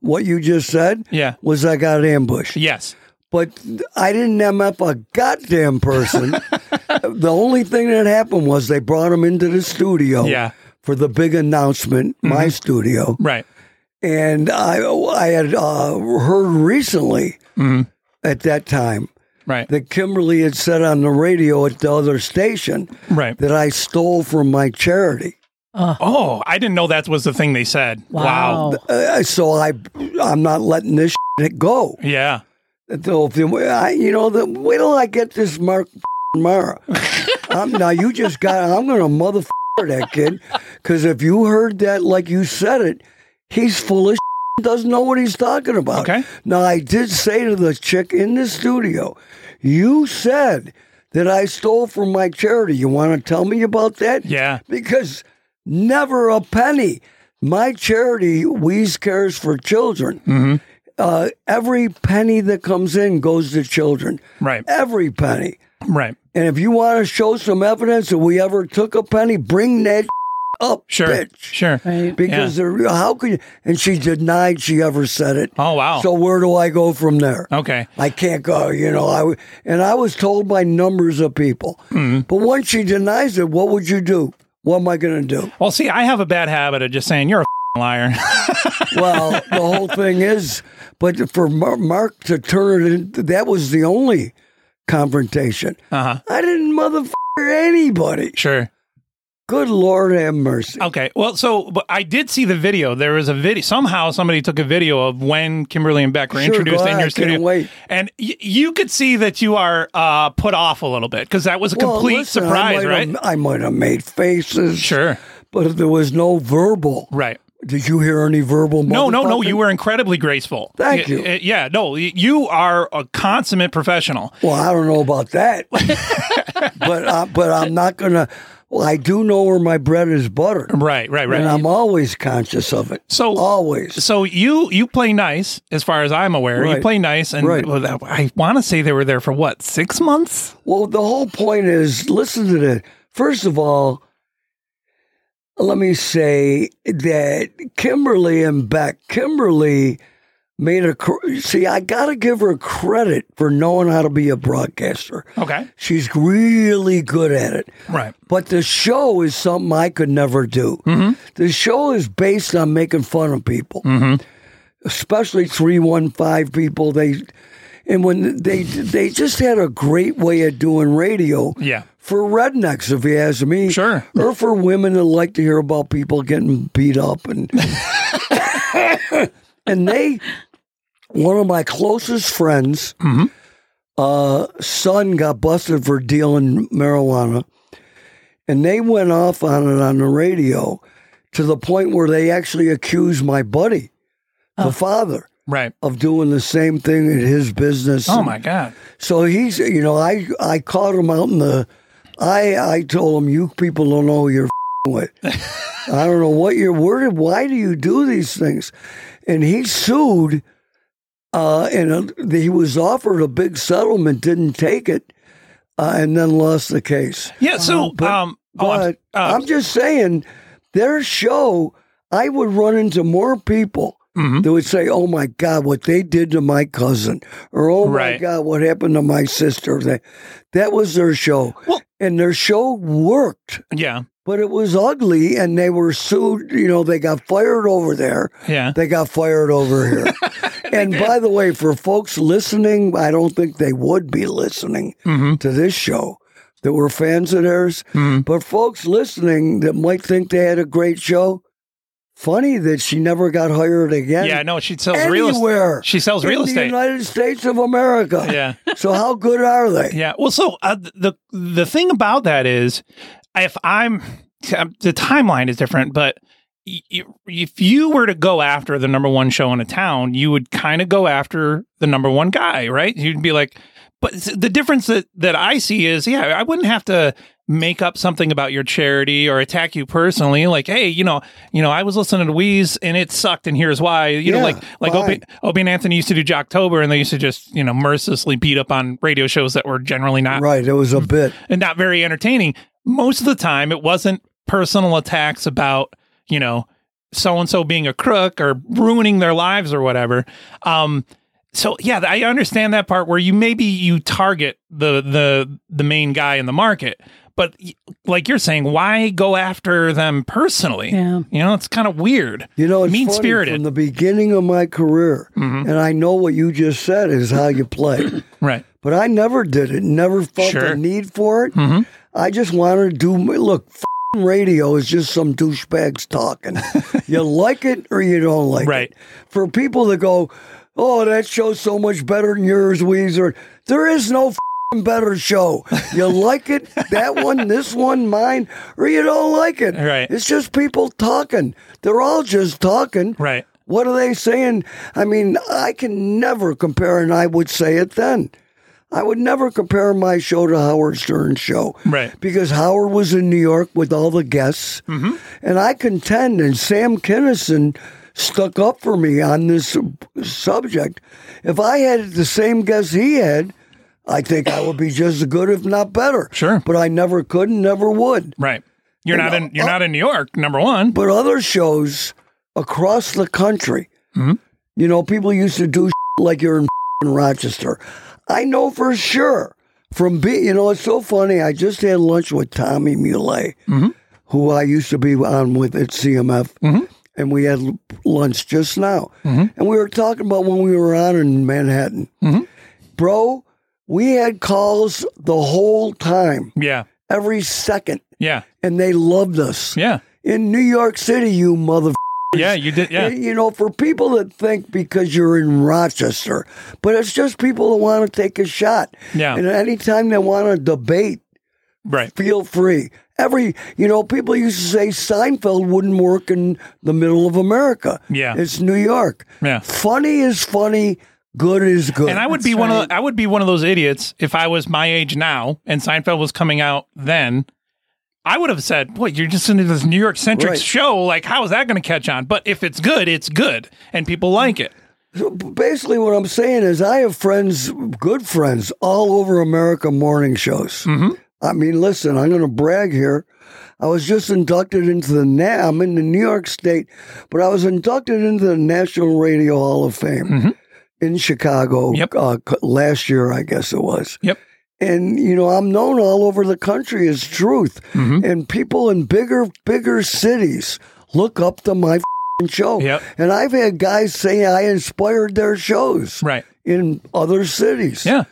[SPEAKER 2] what you just said,
[SPEAKER 4] Yeah.
[SPEAKER 2] was I got ambushed.
[SPEAKER 4] yes
[SPEAKER 2] But I didn't MF a goddamn
[SPEAKER 4] [laughs]
[SPEAKER 2] person. the only thing that happened was they brought him into the studio
[SPEAKER 4] Yeah. Mm-hmm.
[SPEAKER 2] for the big announcement, my studio.
[SPEAKER 4] right
[SPEAKER 2] And I, I had uh, heard recently
[SPEAKER 4] Mm.
[SPEAKER 2] at that time
[SPEAKER 4] right
[SPEAKER 2] that Kimberly had said on the radio at the other station
[SPEAKER 4] right
[SPEAKER 2] that I stole from my charity.
[SPEAKER 4] oh i didn't know that was the thing they said wow,
[SPEAKER 5] Wow.
[SPEAKER 2] Uh, so I, I'm not letting this shit go.
[SPEAKER 4] yeah
[SPEAKER 2] So if you, I, you know, the, wait till I get this Mark [laughs] Mara. um, now you just got. I'm gonna motherfucker [laughs] that kid because if you heard that like you said it, he's full of. [laughs] shit, Doesn't know what he's talking about.
[SPEAKER 4] Okay.
[SPEAKER 2] Now I did say to the chick in the studio, "You said that I stole from my charity. You want to tell me about that?
[SPEAKER 4] yeah
[SPEAKER 2] because never a penny. My charity, We's Cares for Children.
[SPEAKER 4] Mm-hmm.
[SPEAKER 2] Uh, every penny that comes in goes to children.
[SPEAKER 4] right
[SPEAKER 2] Every penny.
[SPEAKER 4] right
[SPEAKER 2] And if you want to show some evidence that we ever took a penny, bring that [laughs] up,
[SPEAKER 4] sure
[SPEAKER 2] bitch.
[SPEAKER 4] sure
[SPEAKER 5] Right.
[SPEAKER 2] Because there, how could you? And she denied she ever said it.
[SPEAKER 4] oh wow
[SPEAKER 2] So where do I go from there?
[SPEAKER 4] okay
[SPEAKER 2] I can't go, you know. I w- and I was told by numbers of people.
[SPEAKER 4] Mm-hmm.
[SPEAKER 2] But once she denies it, what would you do? What am I going to do?
[SPEAKER 4] well see i have a bad habit of just saying you're a liar [laughs]
[SPEAKER 2] Well, the whole thing is, but for Mar- Mark to turn it, in, that was the only confrontation.
[SPEAKER 4] uh-huh
[SPEAKER 2] I didn't motherfucker anybody.
[SPEAKER 4] sure
[SPEAKER 2] Good Lord have mercy.
[SPEAKER 4] Okay. Well, so but I did see the video. There was a video. Somehow somebody took a video of when Kimberly and Beck were
[SPEAKER 2] Sure,
[SPEAKER 4] introduced
[SPEAKER 2] go
[SPEAKER 4] in
[SPEAKER 2] ahead.
[SPEAKER 4] your
[SPEAKER 2] I can't
[SPEAKER 4] studio.
[SPEAKER 2] wait.
[SPEAKER 4] And y- you could see that you are uh, put off a little bit because that was a
[SPEAKER 2] Well,
[SPEAKER 4] complete
[SPEAKER 2] listen, I
[SPEAKER 4] surprise,
[SPEAKER 2] might
[SPEAKER 4] right?
[SPEAKER 2] have- I might have made faces.
[SPEAKER 4] Sure.
[SPEAKER 2] But there was no verbal.
[SPEAKER 4] Right.
[SPEAKER 2] Did you hear any verbal?
[SPEAKER 4] No, no, no.
[SPEAKER 2] motherfucking-
[SPEAKER 4] You were incredibly graceful.
[SPEAKER 2] Thank
[SPEAKER 4] Y-
[SPEAKER 2] you.
[SPEAKER 4] y- Yeah, no, y- you are a consummate professional.
[SPEAKER 2] Well, I don't know about
[SPEAKER 4] [laughs]
[SPEAKER 2] that, but uh, but I'm not gonna. Well, I do know where my bread is buttered.
[SPEAKER 4] Right, right, right.
[SPEAKER 2] And I'm always conscious of it.
[SPEAKER 4] So
[SPEAKER 2] always.
[SPEAKER 4] So you you play nice, as far as I'm aware. You
[SPEAKER 2] Right.
[SPEAKER 4] play nice, and
[SPEAKER 2] Right.
[SPEAKER 4] well, that- I want to say they were there for what six months.
[SPEAKER 2] Well, the whole point is listen to this. First of all, let me say that Kimberly and Beck, Kimberly made a. cr- See, I got to give her credit for knowing how to be a broadcaster.
[SPEAKER 4] Okay.
[SPEAKER 2] She's really good at it.
[SPEAKER 4] Right.
[SPEAKER 2] But the show is something I could never do.
[SPEAKER 4] Mm-hmm.
[SPEAKER 2] The show is based on making fun of people,
[SPEAKER 4] Mm-hmm.
[SPEAKER 2] especially 315 people. They and when they they just had a great way of doing radio.
[SPEAKER 4] Yeah.
[SPEAKER 2] For rednecks, if you ask me, sure, or for women that like to hear about people getting beat up and and they, one of my closest friends, uh, son got busted for dealing marijuana, and they went off on it on the radio to the point where they actually accused my buddy, the father,
[SPEAKER 4] Oh. Right.
[SPEAKER 2] of doing the same thing at his business.
[SPEAKER 4] Oh
[SPEAKER 2] And
[SPEAKER 4] my god.
[SPEAKER 2] So he's, you know, I I caught him out in the, I I told him you people don't know who you're f***ing
[SPEAKER 4] [laughs]
[SPEAKER 2] with. I don't know what you're worried. Why do you do these things? And he sued, uh, and uh, he was offered a big settlement, didn't take it, uh, and then lost the case.
[SPEAKER 4] Yeah. So um. oh, I'm-
[SPEAKER 2] But I'm just saying, their show, I would run into more people that would say, "Oh my God, what they did to my cousin," or "Oh my
[SPEAKER 4] Right.
[SPEAKER 2] God, what happened to my sister." That that was their show, and their show worked,
[SPEAKER 4] yeah.
[SPEAKER 2] but it was ugly, and they were sued. You know, they got fired over there.
[SPEAKER 4] Yeah.
[SPEAKER 2] They got fired over here.
[SPEAKER 4] [laughs]
[SPEAKER 2] and by the way, for folks listening, I don't think they would be listening
[SPEAKER 4] Mm-hmm.
[SPEAKER 2] to this show that were fans of theirs. But folks listening that might think they had a great show, funny that she never got hired again.
[SPEAKER 4] Yeah. No, she sells real
[SPEAKER 2] Anywhere.
[SPEAKER 4] estate. She sells real
[SPEAKER 2] in the
[SPEAKER 4] estate.
[SPEAKER 2] United States of America.
[SPEAKER 4] Yeah.
[SPEAKER 2] So how good are they?
[SPEAKER 4] Yeah. Well, so uh, th- the the thing about that is, if I'm t- um, the timeline is different, but y- y- if you were to go after the number one show in a town, you would kind of go after the number one guy, right? You'd be like, but s- the difference that that I see is, yeah, I wouldn't have to make up something about your charity or attack you personally like hey you know you know i was listening to Wheeze and it sucked and here's why you know
[SPEAKER 2] Yeah,
[SPEAKER 4] like like
[SPEAKER 2] fine.
[SPEAKER 4] Opie, Opie and Anthony used to do Jocktober, and they used to just you know mercilessly beat up on radio shows that were generally not
[SPEAKER 2] Right. It was a bit.
[SPEAKER 4] [laughs] and not very entertaining. Most of the time, it wasn't personal attacks about you know so and so being a crook or ruining their lives or whatever. Um, so yeah, I understand that part where you maybe you target the the the main guy in the market. But y- like you're saying, why go after them personally?
[SPEAKER 5] Yeah.
[SPEAKER 4] You know, it's kind of weird.
[SPEAKER 2] You know, it's funny,
[SPEAKER 4] mean spirited. Mm-hmm.
[SPEAKER 2] From the beginning of my career, and I know what you just said is how you play.
[SPEAKER 4] [coughs] Right.
[SPEAKER 2] But I never did it. Never felt
[SPEAKER 4] Sure.
[SPEAKER 2] the need for it.
[SPEAKER 4] Mhm.
[SPEAKER 2] Mm-hmm. I just wanted to do. my- Look, f***ing radio is just some douchebags
[SPEAKER 4] [laughs]
[SPEAKER 2] talking. you like it or you don't like
[SPEAKER 4] Right.
[SPEAKER 2] it. For people that go, "Oh, that show's so much better than yours, Weezer." There is no f***ing better show.
[SPEAKER 4] [laughs]
[SPEAKER 2] You like it, that one, this one, mine, or you don't like it.
[SPEAKER 4] Right.
[SPEAKER 2] It's just people talking. They're all just talking.
[SPEAKER 4] Right.
[SPEAKER 2] What are they saying? I mean, I can never compare, and I would say it then. I would never compare my show to Howard Stern's show.
[SPEAKER 4] Right. Mm-hmm.
[SPEAKER 2] Because Howard was in New York with all the guests. And I contend, and Sam Kinison stuck up for me on this subject. If I had the same guests he had, I think I would be just as good, if not better.
[SPEAKER 4] Sure.
[SPEAKER 2] But I never could and never would.
[SPEAKER 4] Right. You're
[SPEAKER 2] And,
[SPEAKER 4] not in you're not in New York, number one.
[SPEAKER 2] But other shows across the country,
[SPEAKER 4] Mm-hmm.
[SPEAKER 2] you know, people used to do [laughs] like you're in Rochester. I know for sure from being, you know, it's so funny. I just had lunch with Tommy Muley,
[SPEAKER 4] Mm-hmm.
[SPEAKER 2] who I used to be on with at CMF,
[SPEAKER 4] Mm-hmm.
[SPEAKER 2] and we had l- lunch just now. And we were talking about when we were on in Manhattan.
[SPEAKER 4] Mm-hmm.
[SPEAKER 2] Bro, we had calls the whole time
[SPEAKER 4] Yeah.
[SPEAKER 2] every second.
[SPEAKER 4] Yeah.
[SPEAKER 2] and they loved us.
[SPEAKER 4] Yeah.
[SPEAKER 2] In New York City, you mother.
[SPEAKER 4] Yeah, you did. Yeah.
[SPEAKER 2] You know, for people that think because you're in Rochester, but it's just people that want to take a shot.
[SPEAKER 4] Yeah.
[SPEAKER 2] And anytime they want to debate,
[SPEAKER 4] right.
[SPEAKER 2] feel free. Every, you know, people used to say Seinfeld wouldn't work in the middle of America.
[SPEAKER 4] Yeah.
[SPEAKER 2] It's New York.
[SPEAKER 4] Yeah.
[SPEAKER 2] Funny is funny, good is good.
[SPEAKER 4] And I would be one of the, I would be one of those idiots if I was my age now and Seinfeld was coming out then. I would have said, "Boy, you're just into this New York centric
[SPEAKER 2] Right.
[SPEAKER 4] show. Like, how is that going to catch on?" But if it's good, it's good, and people like it.
[SPEAKER 2] So b- basically, what I'm saying is, I have friends, good friends, all over America morning shows.
[SPEAKER 4] Mm-hmm.
[SPEAKER 2] I mean, listen, I'm going to brag here. I was just inducted into the Na- I'm in the New York State, but I was inducted into the National Radio Hall of Fame
[SPEAKER 4] Mm-hmm.
[SPEAKER 2] in Chicago uh, c- last year, I guess it was.
[SPEAKER 4] Yep.
[SPEAKER 2] And you know, I'm known all over the country as Truth,
[SPEAKER 4] Mm-hmm.
[SPEAKER 2] and people in bigger, bigger cities look up to my f***ing show.
[SPEAKER 4] Yep.
[SPEAKER 2] And I've had guys say I inspired their shows
[SPEAKER 4] Right.
[SPEAKER 2] in other cities.
[SPEAKER 4] Yeah.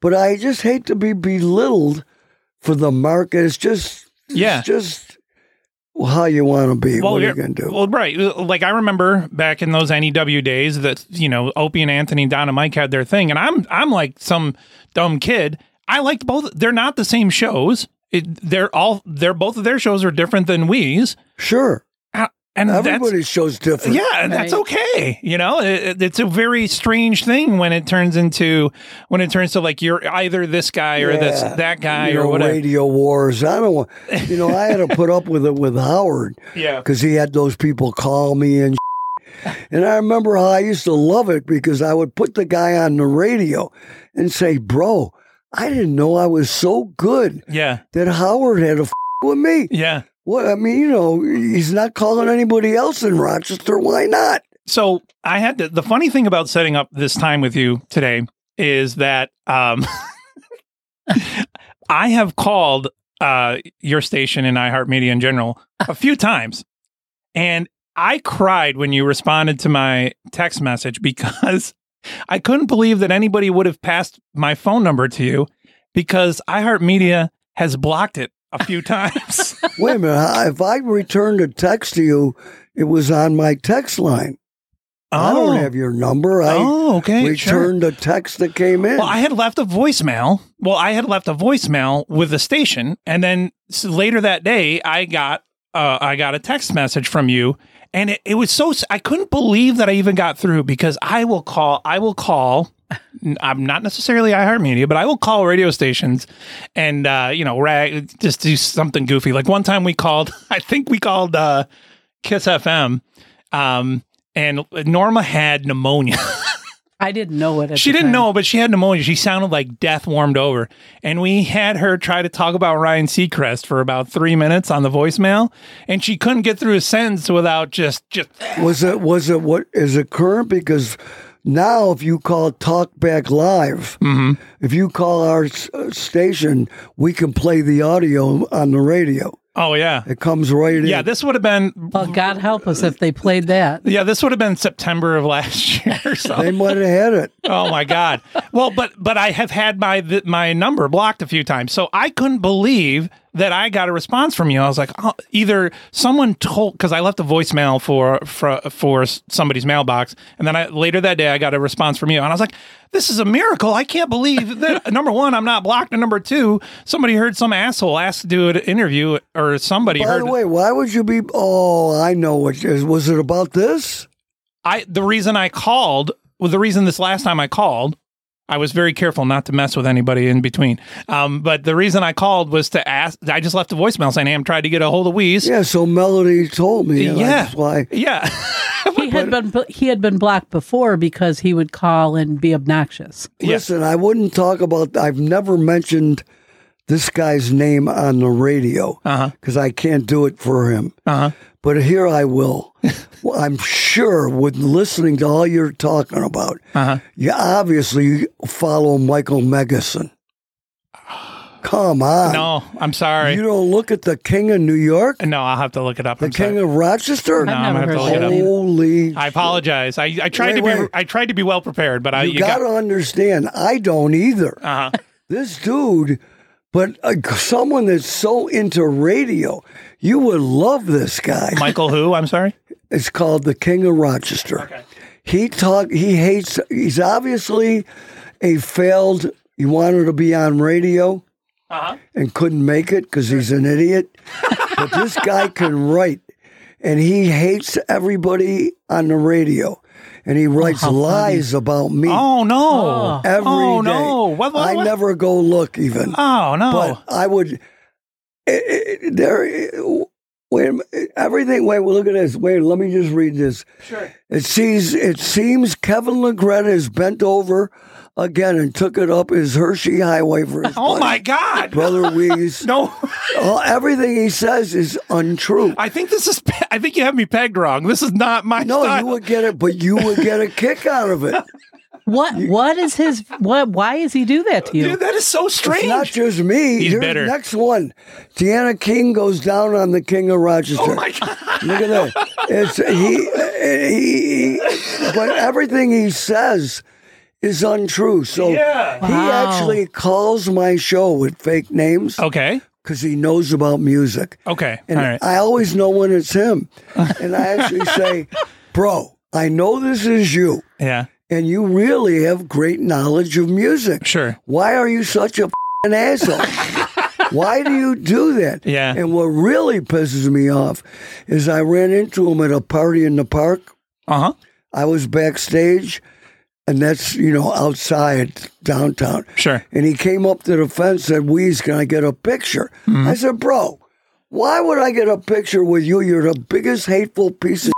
[SPEAKER 2] But I just hate to be belittled for the market. It's just,
[SPEAKER 4] Yeah.
[SPEAKER 2] it's just how you want to be. what are you
[SPEAKER 4] you're-
[SPEAKER 2] going to do?
[SPEAKER 4] Well, right. Like I remember back in those NEW days that you know Opie and Anthony, Don and Mike had their thing, and I'm I'm like some dumb kid. I liked both. They're not the same shows. It, they're all they're both of their shows are different than we's.
[SPEAKER 2] Sure.
[SPEAKER 4] And that's-
[SPEAKER 2] Everybody's show's different.
[SPEAKER 4] Yeah, and that's okay. You know, It- it- it's a very strange thing when it turns into when it turns to like you're either this guy or this
[SPEAKER 2] Yeah.
[SPEAKER 4] that guy
[SPEAKER 2] You
[SPEAKER 4] or
[SPEAKER 2] know,
[SPEAKER 4] whatever.
[SPEAKER 2] Radio wars. I don't want, you know, I had to put up with it with Howard.
[SPEAKER 4] [laughs] Yeah.
[SPEAKER 2] Because he had those people call me and And I remember how I used to love it because I would put the guy on the radio and say, Bro, I didn't know I was so good
[SPEAKER 4] Yeah,
[SPEAKER 2] that Howard had a f- with me.
[SPEAKER 4] yeah.
[SPEAKER 2] What I mean, you know, he's not calling anybody else in Rochester. Why not?
[SPEAKER 4] So I had to, the funny thing about setting up this time with you today is that um, [laughs] I have called uh, your station and iHeartMedia in general a few times, and I cried when you responded to my text message because [laughs] I couldn't believe that anybody would have passed my phone number to you because iHeartMedia has blocked it a few [laughs] times.
[SPEAKER 2] Wait a minute. I- If I returned a text to you, it was on my text line. I
[SPEAKER 4] Oh.
[SPEAKER 2] don't have your number. I
[SPEAKER 4] Oh, okay, sure.
[SPEAKER 2] returned a text that came in.
[SPEAKER 4] Well, I had left a voicemail. Well, I had left a voicemail with the station, and then s- later that day, I got uh, I got a text message from you, and it, it was so s- I couldn't believe that I even got through because I will call I will call. n- I'm not necessarily iHeartMedia, but I will call radio stations and uh, you know rag just do something goofy. Like one time we called, [laughs] I think we called uh, Kiss FM, um, and Norma had pneumonia. [laughs]
[SPEAKER 5] I didn't know it. At
[SPEAKER 4] She
[SPEAKER 5] the
[SPEAKER 4] didn't
[SPEAKER 5] time.
[SPEAKER 4] know, but she had pneumonia. She sounded like death warmed over. And we had her try to talk about Ryan Seacrest for about three minutes on the voicemail, and she couldn't get through a sentence without just just
[SPEAKER 2] Was it was it what is it current? Because now, if you call Talkback Live,
[SPEAKER 4] Mm-hmm.
[SPEAKER 2] if you call our s- uh, station, we can play the audio on the radio.
[SPEAKER 4] oh yeah.
[SPEAKER 2] It comes right in.
[SPEAKER 4] Yeah, this would have been
[SPEAKER 5] Well, God help us if they played
[SPEAKER 2] [laughs]
[SPEAKER 5] that.
[SPEAKER 4] yeah, this would have been September of last [laughs] year or so.
[SPEAKER 2] They might have had it.
[SPEAKER 4] oh my god well but but i have had my th- my number blocked a few times so i couldn't believe that i got a response from you i was like oh, either someone told because i left a voicemail for for for s- somebody's mailbox and then i later that day i got a response from you and i was like this is a miracle i can't believe that [laughs] number one i'm not blocked and number two somebody heard some asshole asked to do an interview or somebody
[SPEAKER 2] By
[SPEAKER 4] heard
[SPEAKER 2] the way, why would you be? Oh, I know what is. Was it about this?
[SPEAKER 4] I the reason I called well, the reason this last time I called, I was very careful not to mess with anybody in between. Um, but the reason I called was to ask. I just left a voicemail saying, "Hey, I'm trying to get a hold of Wheeze."
[SPEAKER 2] Yeah. So Melody told me. and
[SPEAKER 4] Yeah.
[SPEAKER 2] That's why.
[SPEAKER 4] Yeah.
[SPEAKER 5] He had been he had been blocked before because he would call and be obnoxious.
[SPEAKER 2] Listen, I wouldn't talk about. I've never mentioned this guy's name on the radio because I can't do it for him.
[SPEAKER 4] Uh-huh.
[SPEAKER 2] But here I
[SPEAKER 4] [laughs]
[SPEAKER 2] will. well, I'm sure with listening to all you're talking about,
[SPEAKER 4] Uh-huh.
[SPEAKER 2] you obviously follow Michael
[SPEAKER 4] [sighs]
[SPEAKER 2] Megason. Come on.
[SPEAKER 4] [laughs] No, I'm sorry.
[SPEAKER 2] Uh, You don't look at the King of New York,
[SPEAKER 4] no, I'll have to look it up.
[SPEAKER 2] the
[SPEAKER 4] I'm sorry.
[SPEAKER 2] King of Rochester.
[SPEAKER 4] No, I'm gonna have to look it up.
[SPEAKER 2] Holy!
[SPEAKER 4] I apologize. I, I tried to be
[SPEAKER 2] Wait, wait.
[SPEAKER 4] I tried to be well prepared, but I
[SPEAKER 2] [laughs] you, got to understand, I don't either.
[SPEAKER 4] uh-huh.
[SPEAKER 2] This dude But uh, someone that's so into radio, you would love this guy. [laughs]
[SPEAKER 4] Michael who? I'm sorry?
[SPEAKER 2] It's called the King of Rochester. He talk. He hates. He's obviously a failed. He wanted to be on radio
[SPEAKER 4] Uh-huh.
[SPEAKER 2] and couldn't make it because he's an
[SPEAKER 4] [laughs]
[SPEAKER 2] idiot. but this guy can write, and he hates everybody on the radio. And he writes lies about me.
[SPEAKER 4] Oh no!
[SPEAKER 2] Every day.
[SPEAKER 4] Oh, no. What- what-
[SPEAKER 2] I
[SPEAKER 4] what?
[SPEAKER 2] never go look even.
[SPEAKER 4] Oh, no.
[SPEAKER 2] But uh, I would. it- it- there. it- Wait, a minute, everything. Wait, well, look at this. Wait, let me just read this. Sure. It sees. It seems Kevin Legretta is bent over again and took it up his Hershey Highway for his
[SPEAKER 4] [laughs] Oh my
[SPEAKER 2] [laughs]
[SPEAKER 4] God!
[SPEAKER 2] brother Weeze.
[SPEAKER 4] no,
[SPEAKER 2] everything he says is untrue.
[SPEAKER 4] I think this is. pe- I think you have me pegged wrong. This is not my.
[SPEAKER 2] No, you would get it, but you would get a kick out of it.
[SPEAKER 5] [laughs] What? What is his? What? Why does he do that to you?
[SPEAKER 4] Dude, that is so strange.
[SPEAKER 2] It's not just me.
[SPEAKER 5] He's
[SPEAKER 2] You're-
[SPEAKER 5] bitter.
[SPEAKER 2] Next one, Deanna King goes down on the King of Rochester. Oh my God! Look at that. It's he. he, he [laughs] but everything he says is untrue. So
[SPEAKER 4] Yeah.
[SPEAKER 2] he
[SPEAKER 4] Wow.
[SPEAKER 2] actually calls my show with fake names.
[SPEAKER 4] Okay.
[SPEAKER 2] Because he knows about music.
[SPEAKER 4] Okay.
[SPEAKER 2] And
[SPEAKER 4] All right.
[SPEAKER 2] I always know when it's
[SPEAKER 4] [laughs]
[SPEAKER 2] him. and I actually say, bro, I know this is you.
[SPEAKER 4] Yeah.
[SPEAKER 2] And you really have great knowledge of music. Sure. Why are you such a f***ing
[SPEAKER 4] [laughs]
[SPEAKER 2] asshole? Why do you do that?
[SPEAKER 4] Yeah.
[SPEAKER 2] And what really pisses me off is I ran into him at a party in the park.
[SPEAKER 4] Uh huh.
[SPEAKER 2] I was backstage, and that's, you know, outside downtown.
[SPEAKER 4] Sure.
[SPEAKER 2] And he came up to the fence and said, Weeze, can I get a picture?
[SPEAKER 4] Mm-hmm.
[SPEAKER 2] I said, Bro, why would I get a picture with you? You're the biggest hateful piece
[SPEAKER 4] [laughs]
[SPEAKER 2] of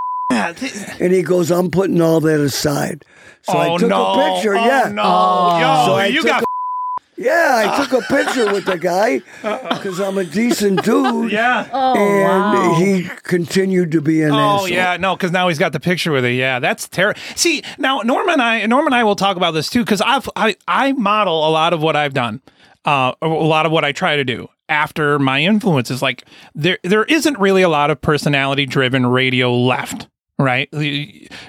[SPEAKER 2] And he goes, I'm putting all that aside. So I
[SPEAKER 4] Oh,
[SPEAKER 2] took
[SPEAKER 4] no.
[SPEAKER 2] a picture,
[SPEAKER 4] Oh,
[SPEAKER 2] yeah.
[SPEAKER 4] no. Yo,
[SPEAKER 2] so I
[SPEAKER 4] you
[SPEAKER 2] took
[SPEAKER 4] got
[SPEAKER 2] a- [laughs] yeah, I took a picture with the
[SPEAKER 4] [laughs]
[SPEAKER 2] guy because I'm a decent dude.
[SPEAKER 4] Yeah.
[SPEAKER 5] Oh,
[SPEAKER 2] and
[SPEAKER 4] wow.
[SPEAKER 2] he continued to be an
[SPEAKER 4] Oh
[SPEAKER 2] asshole.
[SPEAKER 4] yeah, no, because now he's got the picture with it. Yeah, that's terrible. See, now Norma and I, Norma and I will talk about this too, because I've I, I model a lot of what I've done, uh, a lot of what I try to do after my influences. Like there there isn't really a lot of personality driven radio left, right?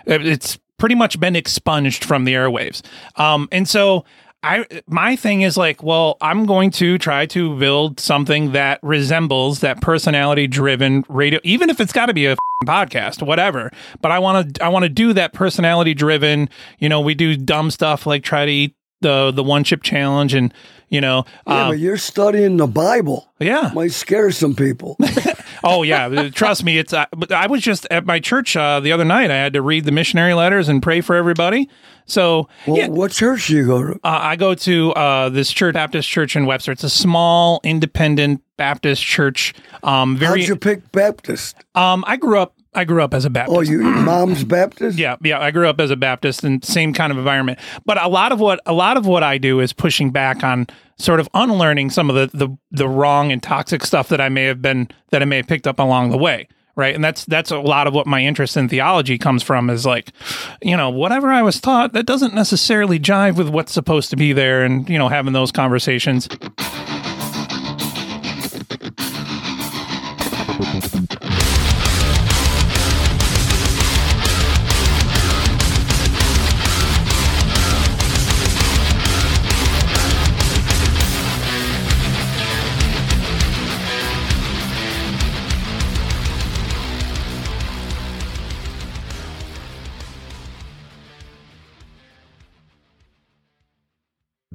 [SPEAKER 4] uh, It's pretty much been expunged from the airwaves, um, and so. I my thing is like, well, I'm going to try to build something that resembles that personality driven radio, even if it's got to be a f***ing podcast, whatever. But I want to I want to do that personality driven. You know, we do dumb stuff like try to eat the the one chip challenge, and you know,
[SPEAKER 2] Yeah,
[SPEAKER 4] um,
[SPEAKER 2] but you're studying the Bible.
[SPEAKER 4] Yeah.
[SPEAKER 2] Might scare some people.
[SPEAKER 4] oh yeah, trust me. It's uh, but I was just at my church uh, the other night. I had to read the missionary letters and pray for everybody. So
[SPEAKER 2] Well, what church do you go to?
[SPEAKER 4] Uh, I go to uh, this church, Baptist Church in Webster. It's a small, independent Baptist church. Um, very.
[SPEAKER 2] How'd you pick Baptist?
[SPEAKER 4] Um, I grew up. I grew up as a Baptist.
[SPEAKER 2] Oh, you, your mom's Baptist?
[SPEAKER 4] Yeah, yeah. I grew up as a Baptist in same kind of environment. But a lot of what a lot of what I do is pushing back on sort of unlearning some of the the, the wrong and toxic stuff that I may have been that I may have picked up along the way. Right. And that's that's a lot of what my interest in theology comes from is like, you know, whatever I was taught, that doesn't necessarily jive with what's supposed to be there and, you know, having those conversations.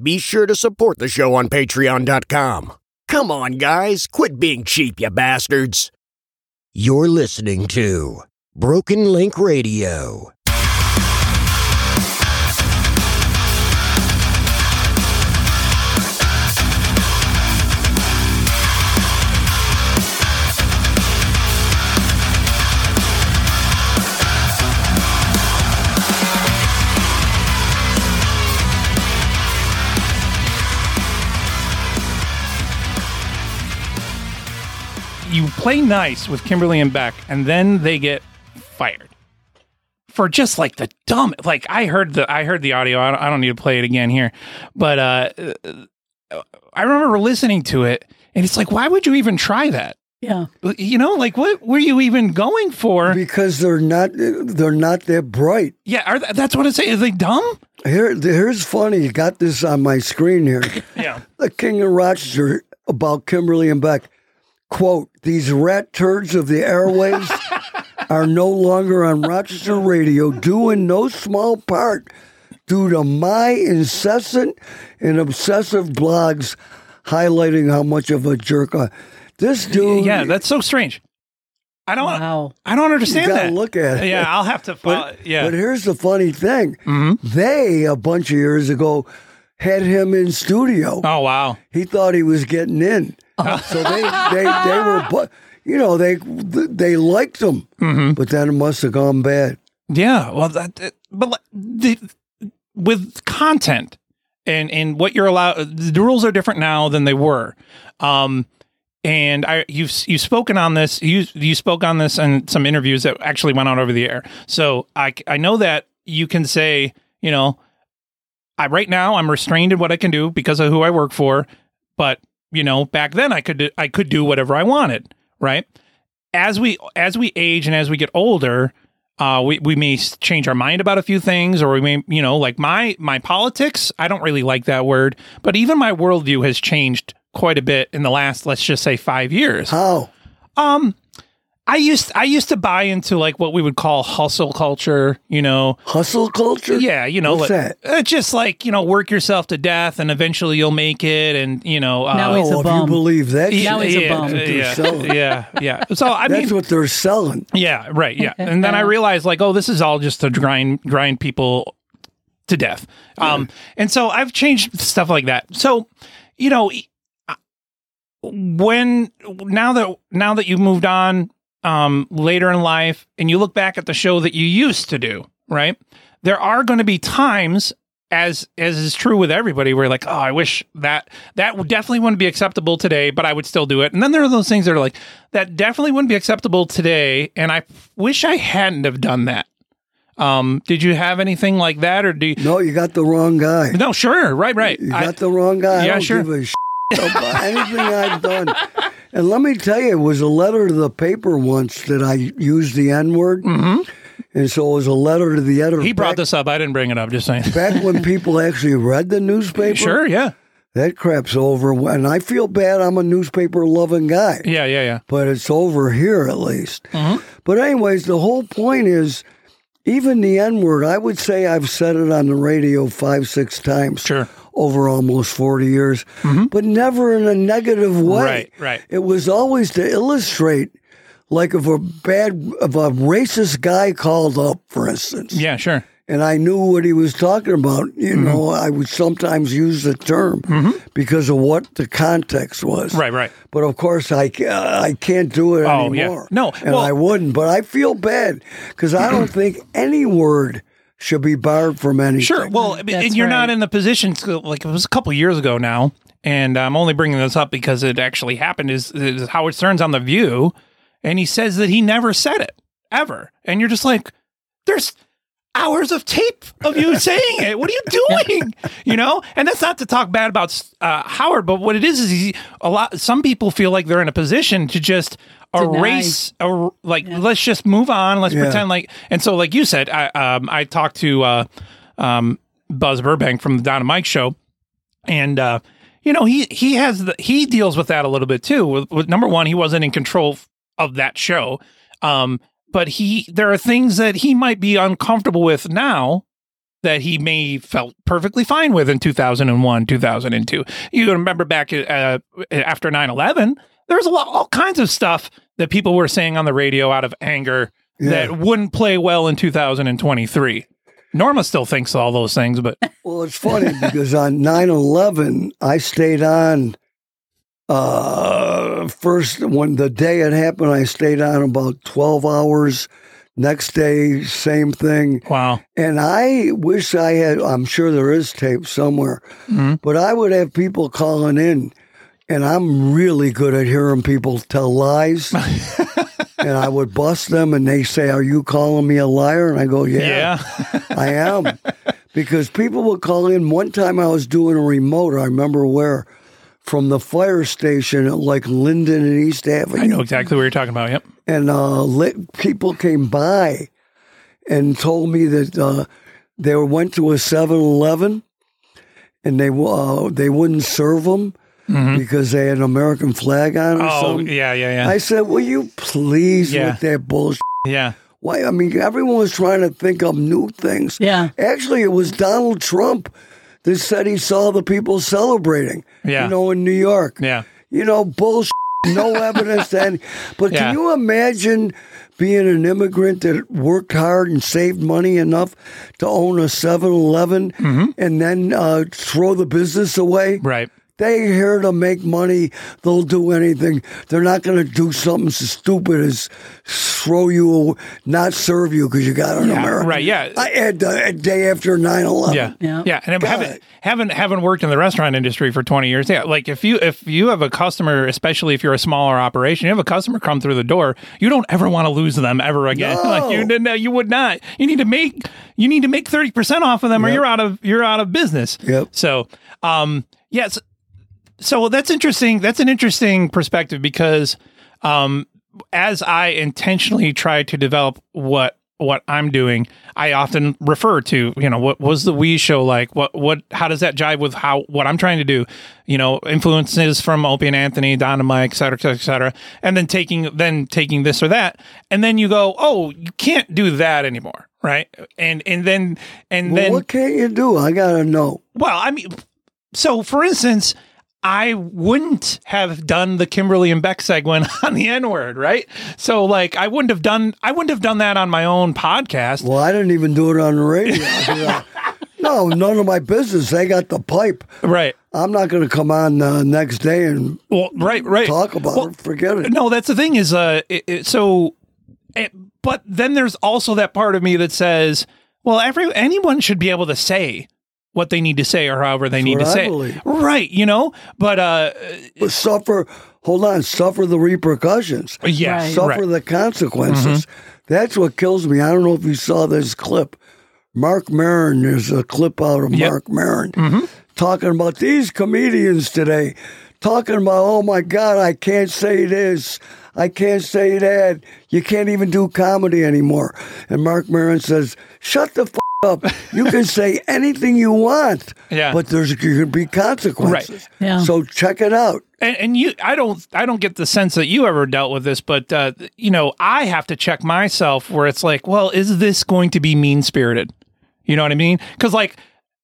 [SPEAKER 18] Be sure to support the show on patreon.com. Come on, guys, quit being cheap, you bastards. You're listening to Broken Link Radio.
[SPEAKER 4] you play nice with Kimberly and Beck, and then they get fired for just like the dumb. Like I heard the I heard the audio. I don't, I don't need to play it again here, but uh, uh, I remember listening to it, and it's like, why would you even try that?
[SPEAKER 5] Yeah,
[SPEAKER 4] you know, like what were you even going for?
[SPEAKER 2] Because they're not they're not that bright.
[SPEAKER 4] Yeah, are th- that's what I say. Are they dumb?
[SPEAKER 2] Here, here's funny. You got this on my screen here.
[SPEAKER 4] Yeah.
[SPEAKER 2] The King of Rochester about Kimberly and Beck. Quote, these rat turds of the airways are no longer on Rochester radio, due in no small part due to my incessant and obsessive blogs highlighting how much of a jerk I. This dude.
[SPEAKER 4] Yeah, that's so strange. I don't. I don't understand
[SPEAKER 2] you gotta
[SPEAKER 4] that.
[SPEAKER 2] Look at it.
[SPEAKER 4] Yeah, I'll have to. follow yeah. Mm-hmm.
[SPEAKER 2] But here's the funny thing: they a bunch of years ago had him in studio.
[SPEAKER 4] Oh wow!
[SPEAKER 2] He thought he was getting
[SPEAKER 4] [laughs]
[SPEAKER 2] in, so they they they were, bu- you know, they they liked him, but then it must have gone bad.
[SPEAKER 4] Mm-hmm. Yeah, well, that, that- but like, the, with content and and what you're allowed, the rules are different now than they were. Um, and I you've you've spoken on this you you spoke on this in some interviews that actually went out over the air. So I c- I know that you can say you know I right now I'm restrained in what I can do because of who I work for, but you know, back then I could do, I could do whatever I wanted, right? As we as we age and as we get older, uh, we we may s- change our mind about a few things, or we may you know like my my politics. I don't really like that word, but even my worldview has changed quite a bit in the last let's just say five years.
[SPEAKER 2] How?
[SPEAKER 4] Um, [laughs] I used I used to buy into like what we would call hustle culture, you know.
[SPEAKER 2] Hustle culture?
[SPEAKER 4] Yeah, you know,
[SPEAKER 2] What's
[SPEAKER 4] like- uh, just like, you know, work yourself to death and eventually you'll make it and you know, uh,
[SPEAKER 2] oh, if you believe that,
[SPEAKER 4] Yeah,
[SPEAKER 2] shit,
[SPEAKER 4] yeah,
[SPEAKER 2] that's what they're
[SPEAKER 4] Yeah,
[SPEAKER 2] selling.
[SPEAKER 4] [laughs] yeah, yeah. So I
[SPEAKER 2] that's
[SPEAKER 4] mean
[SPEAKER 2] what they're selling.
[SPEAKER 4] yeah, right. Yeah, and then I realized like, oh, this is all just to grind grind people to death. Um, and so I've changed stuff like that. So, you know, e- I- when now that now that you moved on um, later in life, and you look back at the show that you used to do, right? There are going to be times. As as is true with everybody, where you're like, oh, I wish that that would definitely wouldn't be acceptable today, but I would still do it. And then there are those things that are like that definitely wouldn't be acceptable today, and I wish I hadn't have done that. Um, did you have anything like that, or do you,
[SPEAKER 2] no? You got the wrong guy.
[SPEAKER 4] No, sure, right, right.
[SPEAKER 2] You got the wrong guy. I
[SPEAKER 4] Yeah,
[SPEAKER 2] don't
[SPEAKER 4] sure.
[SPEAKER 2] give a [laughs] shit about anything [laughs] I've done. And let me tell you, it was a letter to the paper once that I used the N word. Mm-hmm. And so it was a letter to the editor.
[SPEAKER 4] he brought this up. I didn't bring it up. [laughs] Just saying.
[SPEAKER 2] back when people actually read the newspaper.
[SPEAKER 4] Sure, yeah.
[SPEAKER 2] That crap's over. And I feel bad. I'm a newspaper loving guy
[SPEAKER 4] Yeah, yeah, yeah.
[SPEAKER 2] but it's over here at least.
[SPEAKER 4] Mm-hmm.
[SPEAKER 2] But, anyways, the whole point is even the N word, I would say I've said it on the radio five, six times over almost 40 years, but never in a negative way.
[SPEAKER 4] Mm-hmm. Right, right.
[SPEAKER 2] It was always to illustrate, like if a bad, if a racist guy called up, for instance
[SPEAKER 4] Yeah, sure.
[SPEAKER 2] and I knew what he was talking about. You
[SPEAKER 4] Mm-hmm.
[SPEAKER 2] know, I would sometimes use the term because of what the context was.
[SPEAKER 4] Right, right.
[SPEAKER 2] But of course, I ca- I can't do it
[SPEAKER 4] Oh, yeah.
[SPEAKER 2] anymore.
[SPEAKER 4] No,
[SPEAKER 2] and
[SPEAKER 4] well-
[SPEAKER 2] I wouldn't. But I feel bad because I
[SPEAKER 4] [clears throat]
[SPEAKER 2] don't think any word should be barred from anything.
[SPEAKER 4] Sure. Well, and you're not in the position to, like it was a couple years ago now, and I'm only bringing this up because it actually happened. Is, is Howard Stern's on the View, and he says that he never said it ever, and you're just like, there's hours of tape of [laughs] you saying it. What are you doing? You know, and that's not to talk bad about uh, Howard, but what it is is he, a lot. Some people feel like they're in a position to just
[SPEAKER 8] Deny.
[SPEAKER 4] erase, er, like let's just move on. Let's
[SPEAKER 8] Yeah.
[SPEAKER 4] pretend like. And so, like you said, I um, I talked to uh, um, Buzz Burbank from the Don and Mike show, and uh, you know he he has the he deals with that a little bit too. With, with number one, he wasn't in control f- of that show, um, but he there are things that he might be uncomfortable with now that he may felt perfectly fine with in 2001 2002 you remember back uh, after 9-11 there was a lot all kinds of stuff that people were saying on the radio out of anger that wouldn't play well in 2023 norma still thinks all those things but
[SPEAKER 2] Well, it's funny because on 9 11, I stayed on uh, first, when the day it happened, I stayed on about 12 hours. Next day, same thing.
[SPEAKER 4] Wow.
[SPEAKER 2] And I wish I had, I'm sure there is tape somewhere, but I would have people calling in. And I'm really good at hearing people tell lies. and I would bust them, and they say, Are you calling me a liar? And I go,
[SPEAKER 4] [laughs]
[SPEAKER 2] I am. Because people would call in. One time I was doing a remote, I remember where, from the fire station at like Linden and East Avenue.
[SPEAKER 4] i know exactly what you're talking about yep
[SPEAKER 2] And uh, lit, people came by and told me that uh, they went to a 7 Eleven and they, uh, they wouldn't serve them.
[SPEAKER 4] Mhm.
[SPEAKER 2] because they had an American flag on it or
[SPEAKER 4] Oh,
[SPEAKER 2] something.
[SPEAKER 4] yeah, yeah, yeah.
[SPEAKER 2] I said, "Will you please
[SPEAKER 4] Yeah.
[SPEAKER 2] with that bullshit?"
[SPEAKER 4] [laughs] Yeah.
[SPEAKER 2] Why? I mean, everyone was trying to think up new things.
[SPEAKER 5] Yeah.
[SPEAKER 2] Actually, it was Donald Trump that said he saw the people celebrating.
[SPEAKER 4] Yeah.
[SPEAKER 2] You know, in New York.
[SPEAKER 4] Yeah.
[SPEAKER 2] You know, bullshit.
[SPEAKER 4] [laughs]
[SPEAKER 2] No evidence to any. But
[SPEAKER 4] Yeah.
[SPEAKER 2] can you imagine being an immigrant that worked hard and saved money enough to own a 7 11 and then uh, throw the business away?
[SPEAKER 4] Mm-hmm. Right.
[SPEAKER 2] They here to make money. They'll do anything. They're not going to do something so stupid as throw you, away, not serve you because you got an American.
[SPEAKER 4] Right. Yeah.
[SPEAKER 2] I had the day after 9 11.
[SPEAKER 4] Yeah. Yeah. And having having having worked in the restaurant industry for 20 years, yeah, like if you if you have a customer, especially if you're a smaller operation, you have a customer come through the door, you don't ever want to lose them ever again. [laughs] Like you didn't you would not. You need to make you need to make 30% off of them or you're out of you're out of business. Yep. So, um yes, so that's interesting. That's an interesting perspective because um, as I intentionally try to develop what what I'm doing, I often refer to you know what was the Wii show like? What what how does that jive with how what I'm trying to do? You know, influences from Opie and Anthony, Don and Mike, et cetera, et cetera, et cetera, and then taking then taking this or that, and then you go, oh, you can't do that anymore, right? And and then and
[SPEAKER 2] Well,
[SPEAKER 4] then
[SPEAKER 2] what can't you do? I got to know.
[SPEAKER 4] well, I mean, so for instance, I wouldn't have done the Kimberly and Beck segment [laughs] on the N word, right? So like, I wouldn't have done, I wouldn't have done that on my own podcast.
[SPEAKER 2] Well, I didn't even do it on the
[SPEAKER 4] [laughs]
[SPEAKER 2] radio. I did, uh, no, none of my business. They got the pipe.
[SPEAKER 4] Right.
[SPEAKER 2] I'm not going to come on the next day and
[SPEAKER 4] well, right, right.
[SPEAKER 2] talk about it. Forget it.
[SPEAKER 4] No, that's the thing is, uh, it, it, so, it, but then there's also that part of me that says, well, every anyone should be able to say what they need to say or however they need
[SPEAKER 2] what
[SPEAKER 4] to
[SPEAKER 2] I
[SPEAKER 4] say,
[SPEAKER 2] believe.
[SPEAKER 4] right? You know, but uh,
[SPEAKER 2] But suffer. Hold on, suffer the repercussions.
[SPEAKER 4] Yeah, Right. Mm-hmm.
[SPEAKER 2] suffer
[SPEAKER 4] right.
[SPEAKER 2] the consequences. That's what kills me. I don't know if you saw this clip. Mark Maron, there's a clip out of Mark Maron
[SPEAKER 4] Mm-hmm.
[SPEAKER 2] talking about these comedians today, talking about, oh my God, I can't say this, I can't say that, you can't even do comedy anymore. And Mark Maron says, shut the f- up. You
[SPEAKER 4] [laughs]
[SPEAKER 2] can say anything you want,
[SPEAKER 4] Yeah.
[SPEAKER 2] but there's going to be consequences.
[SPEAKER 4] Yeah.
[SPEAKER 2] So check it out.
[SPEAKER 4] and, and you i don't i don't get the sense that you ever dealt with this but uh, you know i have to check myself where it's like well is this going to be mean spirited you know what i mean because like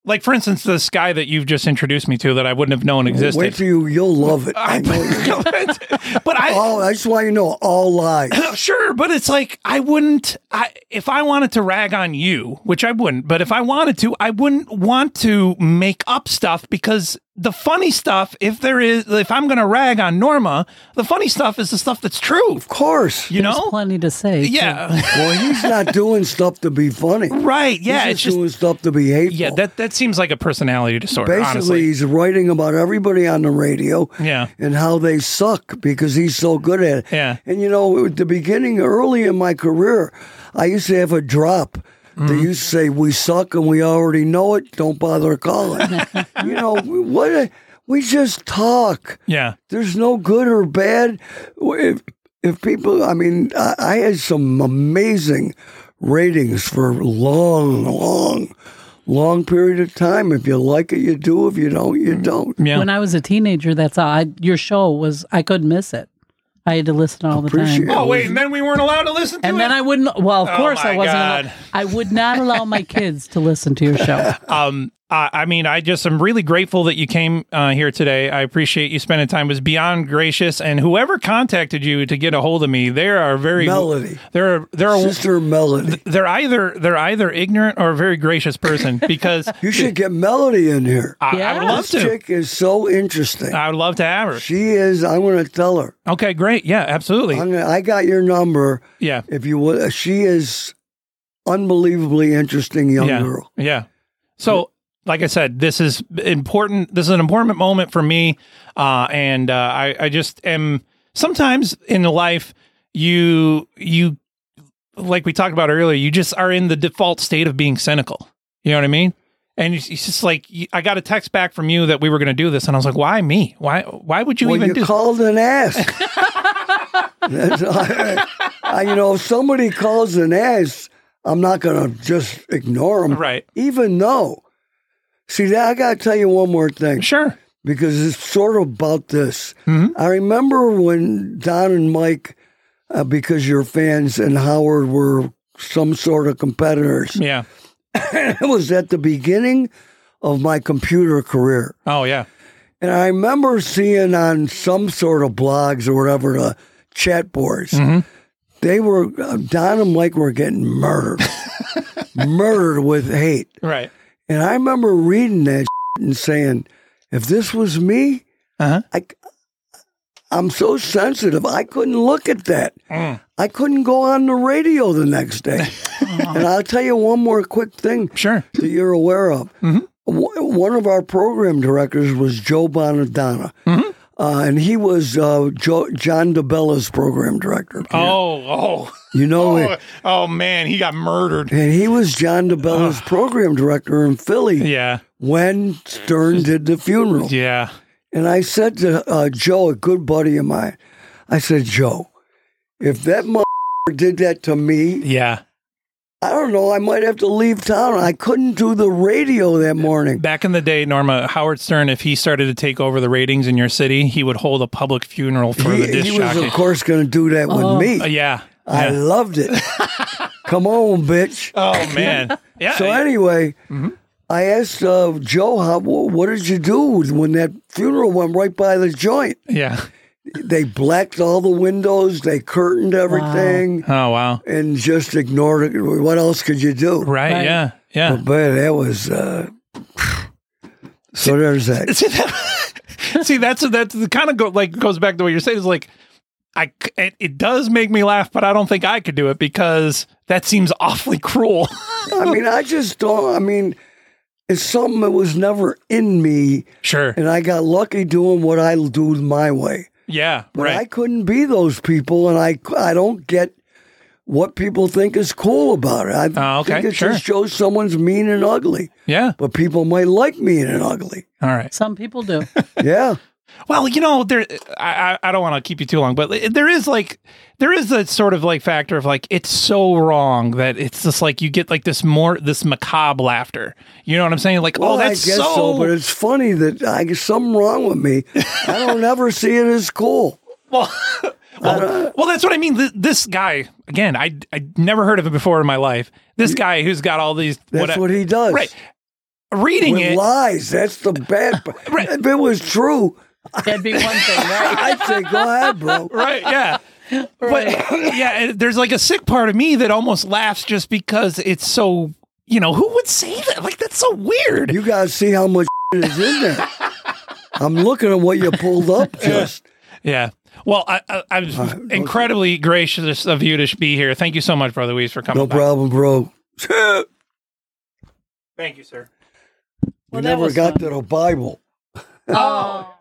[SPEAKER 4] like for instance this guy that you've just introduced me to that i wouldn't have known existed
[SPEAKER 2] Wait till you, you'll love
[SPEAKER 4] [laughs]
[SPEAKER 2] it. I know you will.
[SPEAKER 4] but I,
[SPEAKER 2] all, I just want you to know all lies.
[SPEAKER 4] sure, but it's like I wouldn't. I if I wanted to rag on you, which I wouldn't, but if I wanted to, I wouldn't want to make up stuff because the funny stuff, if there is, if I'm going to rag on Norma, the funny stuff is the stuff that's true. Of
[SPEAKER 2] course,
[SPEAKER 4] you know,
[SPEAKER 5] plenty to say.
[SPEAKER 4] [laughs] Yeah.
[SPEAKER 2] well, he's not doing stuff to be funny.
[SPEAKER 4] Right, yeah,
[SPEAKER 2] He's
[SPEAKER 4] it's
[SPEAKER 2] just
[SPEAKER 4] just-
[SPEAKER 2] doing stuff to be hateful.
[SPEAKER 4] yeah. That that seems like a personality disorder.
[SPEAKER 2] Basically,
[SPEAKER 4] honestly,
[SPEAKER 2] he's writing about everybody on the radio
[SPEAKER 4] yeah.
[SPEAKER 2] and how they suck because he's so good at it.
[SPEAKER 4] Yeah.
[SPEAKER 2] And you know, at the beginning, early in my career, I used to have a drop. They
[SPEAKER 4] Mm.
[SPEAKER 2] used to say, "We suck and we already know it. Don't bother
[SPEAKER 4] [laughs]
[SPEAKER 2] calling." you know what? a- we just talk.
[SPEAKER 4] Yeah.
[SPEAKER 2] There's no good or bad. If if people, I mean, I, I had some amazing ratings for long, long, long period of time. If you like it, you do. If you don't, you
[SPEAKER 4] Mm-hmm.
[SPEAKER 2] don't.
[SPEAKER 5] When I was a teenager, that's all. I, your show was I couldn't miss it. I had to listen all the time.
[SPEAKER 4] Oh wait, and then we weren't allowed to listen to
[SPEAKER 5] And
[SPEAKER 4] it.
[SPEAKER 5] then I wouldn't. Well, of
[SPEAKER 4] Oh
[SPEAKER 5] course I
[SPEAKER 4] my
[SPEAKER 5] wasn't.
[SPEAKER 4] God.
[SPEAKER 5] allow- I would not allow my kids to listen to your show.
[SPEAKER 4] um, I, I mean, I just am really grateful that you came uh, here today. I appreciate you spending time. It was beyond gracious, and whoever contacted you to get a hold of me, they are very
[SPEAKER 2] Melody.
[SPEAKER 4] They're they're
[SPEAKER 2] Sister Melody.
[SPEAKER 4] They're either they're either ignorant or a very gracious person because
[SPEAKER 2] [laughs] You should get Melody in here.
[SPEAKER 4] I- I Yeah. would love
[SPEAKER 2] this
[SPEAKER 4] to.
[SPEAKER 2] chick is so interesting.
[SPEAKER 4] I would love to have her.
[SPEAKER 2] She is. I'm going to tell her.
[SPEAKER 4] Okay, great. Yeah, absolutely.
[SPEAKER 2] I'm gonna, I got your number.
[SPEAKER 4] Yeah.
[SPEAKER 2] If you would, she is unbelievably interesting young
[SPEAKER 4] yeah.
[SPEAKER 2] girl.
[SPEAKER 4] Yeah. So, like I said, this is important. This is an important moment for me, uh, and uh, I, I just am. Sometimes in life, you you like we talked about earlier, you just are in the default state of being cynical. You know what I mean? And it's it's just like you- I got a text back from you that we were going to do this, and I was like, "Why me? Why? Why would you
[SPEAKER 2] well,
[SPEAKER 4] even
[SPEAKER 2] you
[SPEAKER 4] do?"
[SPEAKER 2] called an ass.
[SPEAKER 4] [laughs]
[SPEAKER 2] That's- I, I- you know, if somebody calls an ass, I'm not going to just ignore them.
[SPEAKER 4] Right.
[SPEAKER 2] Even though, see, that I got to tell you one more thing.
[SPEAKER 4] Sure. Mm-hmm.
[SPEAKER 2] because it's sort of about this. I remember when Don and Mike, uh, because you're fans, and Howard were some sort of competitors.
[SPEAKER 4] Yeah.
[SPEAKER 2] it [coughs] was at the beginning of my computer career.
[SPEAKER 4] Oh yeah.
[SPEAKER 2] And I remember seeing on some sort of blogs or whatever the chat boards,
[SPEAKER 4] Mm-hmm.
[SPEAKER 2] they were uh, Don and Mike were getting
[SPEAKER 4] [laughs]
[SPEAKER 2] murdered, murdered with hate.
[SPEAKER 4] Right.
[SPEAKER 2] And I remember reading that and saying, if this was me,
[SPEAKER 4] Uh-huh.
[SPEAKER 2] I, I'm so sensitive. I couldn't look at that.
[SPEAKER 4] Mm.
[SPEAKER 2] I couldn't go on the radio the next
[SPEAKER 4] [laughs]
[SPEAKER 2] day. and I'll tell you one more quick thing.
[SPEAKER 4] Sure. Mm-hmm.
[SPEAKER 2] That you're aware of. Wo- One of our program directors was Joe Bonadonna.
[SPEAKER 4] Mm-hmm.
[SPEAKER 2] Uh, and he was uh, Joe, John DeBella's program director.
[SPEAKER 4] Oh, [laughs] oh,
[SPEAKER 2] You know,
[SPEAKER 4] oh, oh, man, he got murdered.
[SPEAKER 2] and he was John DeBella's program director in Philly.
[SPEAKER 4] Yeah.
[SPEAKER 2] When Stern did the funeral.
[SPEAKER 4] Yeah.
[SPEAKER 2] And I said to uh, Joe, a good buddy of mine, I said, Joe, if that mother did that to me,
[SPEAKER 4] Yeah.
[SPEAKER 2] I don't know, I might have to leave town. I couldn't do the radio that morning.
[SPEAKER 4] Back in the day, Norma, Howard Stern, if he started to take over the ratings in your city, he would hold a public funeral for
[SPEAKER 2] He,
[SPEAKER 4] the disc
[SPEAKER 2] he was,
[SPEAKER 4] jockey.
[SPEAKER 2] of course, going to do that
[SPEAKER 4] Oh.
[SPEAKER 2] with me.
[SPEAKER 4] Uh, yeah.
[SPEAKER 2] I
[SPEAKER 4] Yeah.
[SPEAKER 2] loved
[SPEAKER 4] [laughs]
[SPEAKER 2] it. Come on, bitch.
[SPEAKER 4] Oh
[SPEAKER 2] [laughs]
[SPEAKER 4] man. Yeah. Mm-hmm.
[SPEAKER 2] So anyway, I asked uh, Joe, how, wh- what did you do when that funeral went right by the joint?
[SPEAKER 4] Yeah. [laughs]
[SPEAKER 2] They blacked all the windows, they curtained everything,
[SPEAKER 4] Oh wow.
[SPEAKER 2] and just ignored it. What else could you do?
[SPEAKER 4] Right.
[SPEAKER 2] But,
[SPEAKER 4] Yeah. Yeah.
[SPEAKER 2] man, that was. Uh, so there's that.
[SPEAKER 4] [laughs] See, that, see that's that's the kind of go, like goes back to what you're saying is like I c- it, it does make me laugh, but I don't think I could do it because that seems [laughs] awfully cruel.
[SPEAKER 2] I mean, I just don't. I mean, it's something that was never in me.
[SPEAKER 4] Sure.
[SPEAKER 2] And I got lucky doing what I do my way.
[SPEAKER 4] yeah.
[SPEAKER 2] But I
[SPEAKER 4] Right.
[SPEAKER 2] couldn't be those people, and I I don't get what people think is cool about it. I
[SPEAKER 4] Oh, okay,
[SPEAKER 2] think it
[SPEAKER 4] sure.
[SPEAKER 2] just shows someone's mean and ugly.
[SPEAKER 4] yeah.
[SPEAKER 2] But people might like mean and ugly.
[SPEAKER 4] [laughs] All right.
[SPEAKER 5] Some people do.
[SPEAKER 2] Yeah.
[SPEAKER 4] Well, you know, there. I I I don't want to keep you too long, but there is like there is that sort of like factor of like it's so wrong that it's just like you get like this more this macabre laughter. You know what I'm saying? Like, oh,
[SPEAKER 2] Well,
[SPEAKER 4] that's
[SPEAKER 2] I guess so. But it's funny that I guess something wrong with me. I
[SPEAKER 4] [laughs]
[SPEAKER 2] don't ever see it as cool.
[SPEAKER 4] Well, [laughs] well, well, that's what I mean. Th- This guy again. I I never heard of him before in my life. This guy who's got all these.
[SPEAKER 2] That's what he does.
[SPEAKER 4] Right. Reading
[SPEAKER 2] With
[SPEAKER 4] it.
[SPEAKER 2] lies. That's the bad.
[SPEAKER 4] [laughs]
[SPEAKER 2] part. If it was true,
[SPEAKER 5] That'd be one
[SPEAKER 2] [laughs]
[SPEAKER 5] thing, right?
[SPEAKER 2] I'd say go ahead, bro.
[SPEAKER 4] Right. [laughs] Yeah. But yeah, it- there's like a sick part of me that almost laughs just because it's so. You know who would say that? Like that's so weird.
[SPEAKER 2] You gotta see how much [laughs] is in there. I'm looking at what you pulled up just.
[SPEAKER 4] Yeah. Well, I, I, I was incredibly gracious of you to sh- be here. Thank you so much, Brother Weeze, for coming.
[SPEAKER 2] No
[SPEAKER 4] by.
[SPEAKER 2] problem, bro.
[SPEAKER 4] Thank you, sir.
[SPEAKER 2] We never got to the Bible.
[SPEAKER 4] Oh.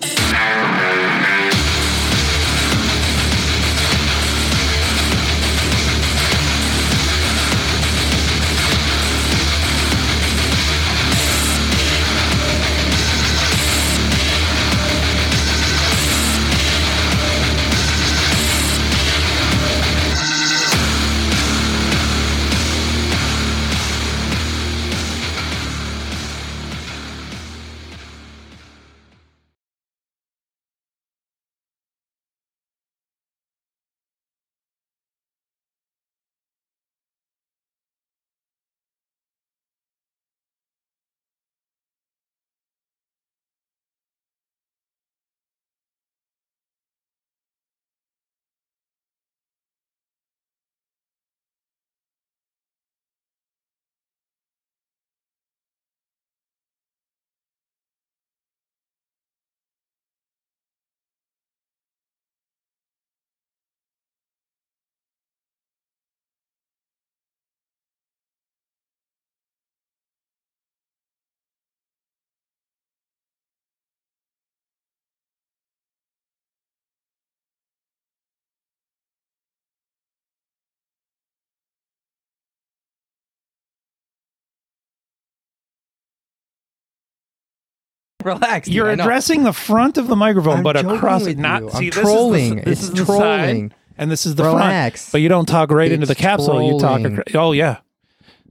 [SPEAKER 19] Relax. dude,
[SPEAKER 4] You're
[SPEAKER 19] I know.
[SPEAKER 4] addressing the front of the microphone,
[SPEAKER 19] I'm
[SPEAKER 4] but
[SPEAKER 19] joking
[SPEAKER 4] across
[SPEAKER 19] with
[SPEAKER 4] it, not
[SPEAKER 19] you.
[SPEAKER 4] see.
[SPEAKER 19] I'm
[SPEAKER 4] this
[SPEAKER 19] trolling.
[SPEAKER 4] Is the, this
[SPEAKER 19] It's
[SPEAKER 4] is the
[SPEAKER 19] trolling.
[SPEAKER 4] side, and this is the
[SPEAKER 19] Relax.
[SPEAKER 4] front. But you don't talk right into
[SPEAKER 19] It's
[SPEAKER 4] the capsule. You talk.
[SPEAKER 19] trolling.
[SPEAKER 4] acro- Oh yeah,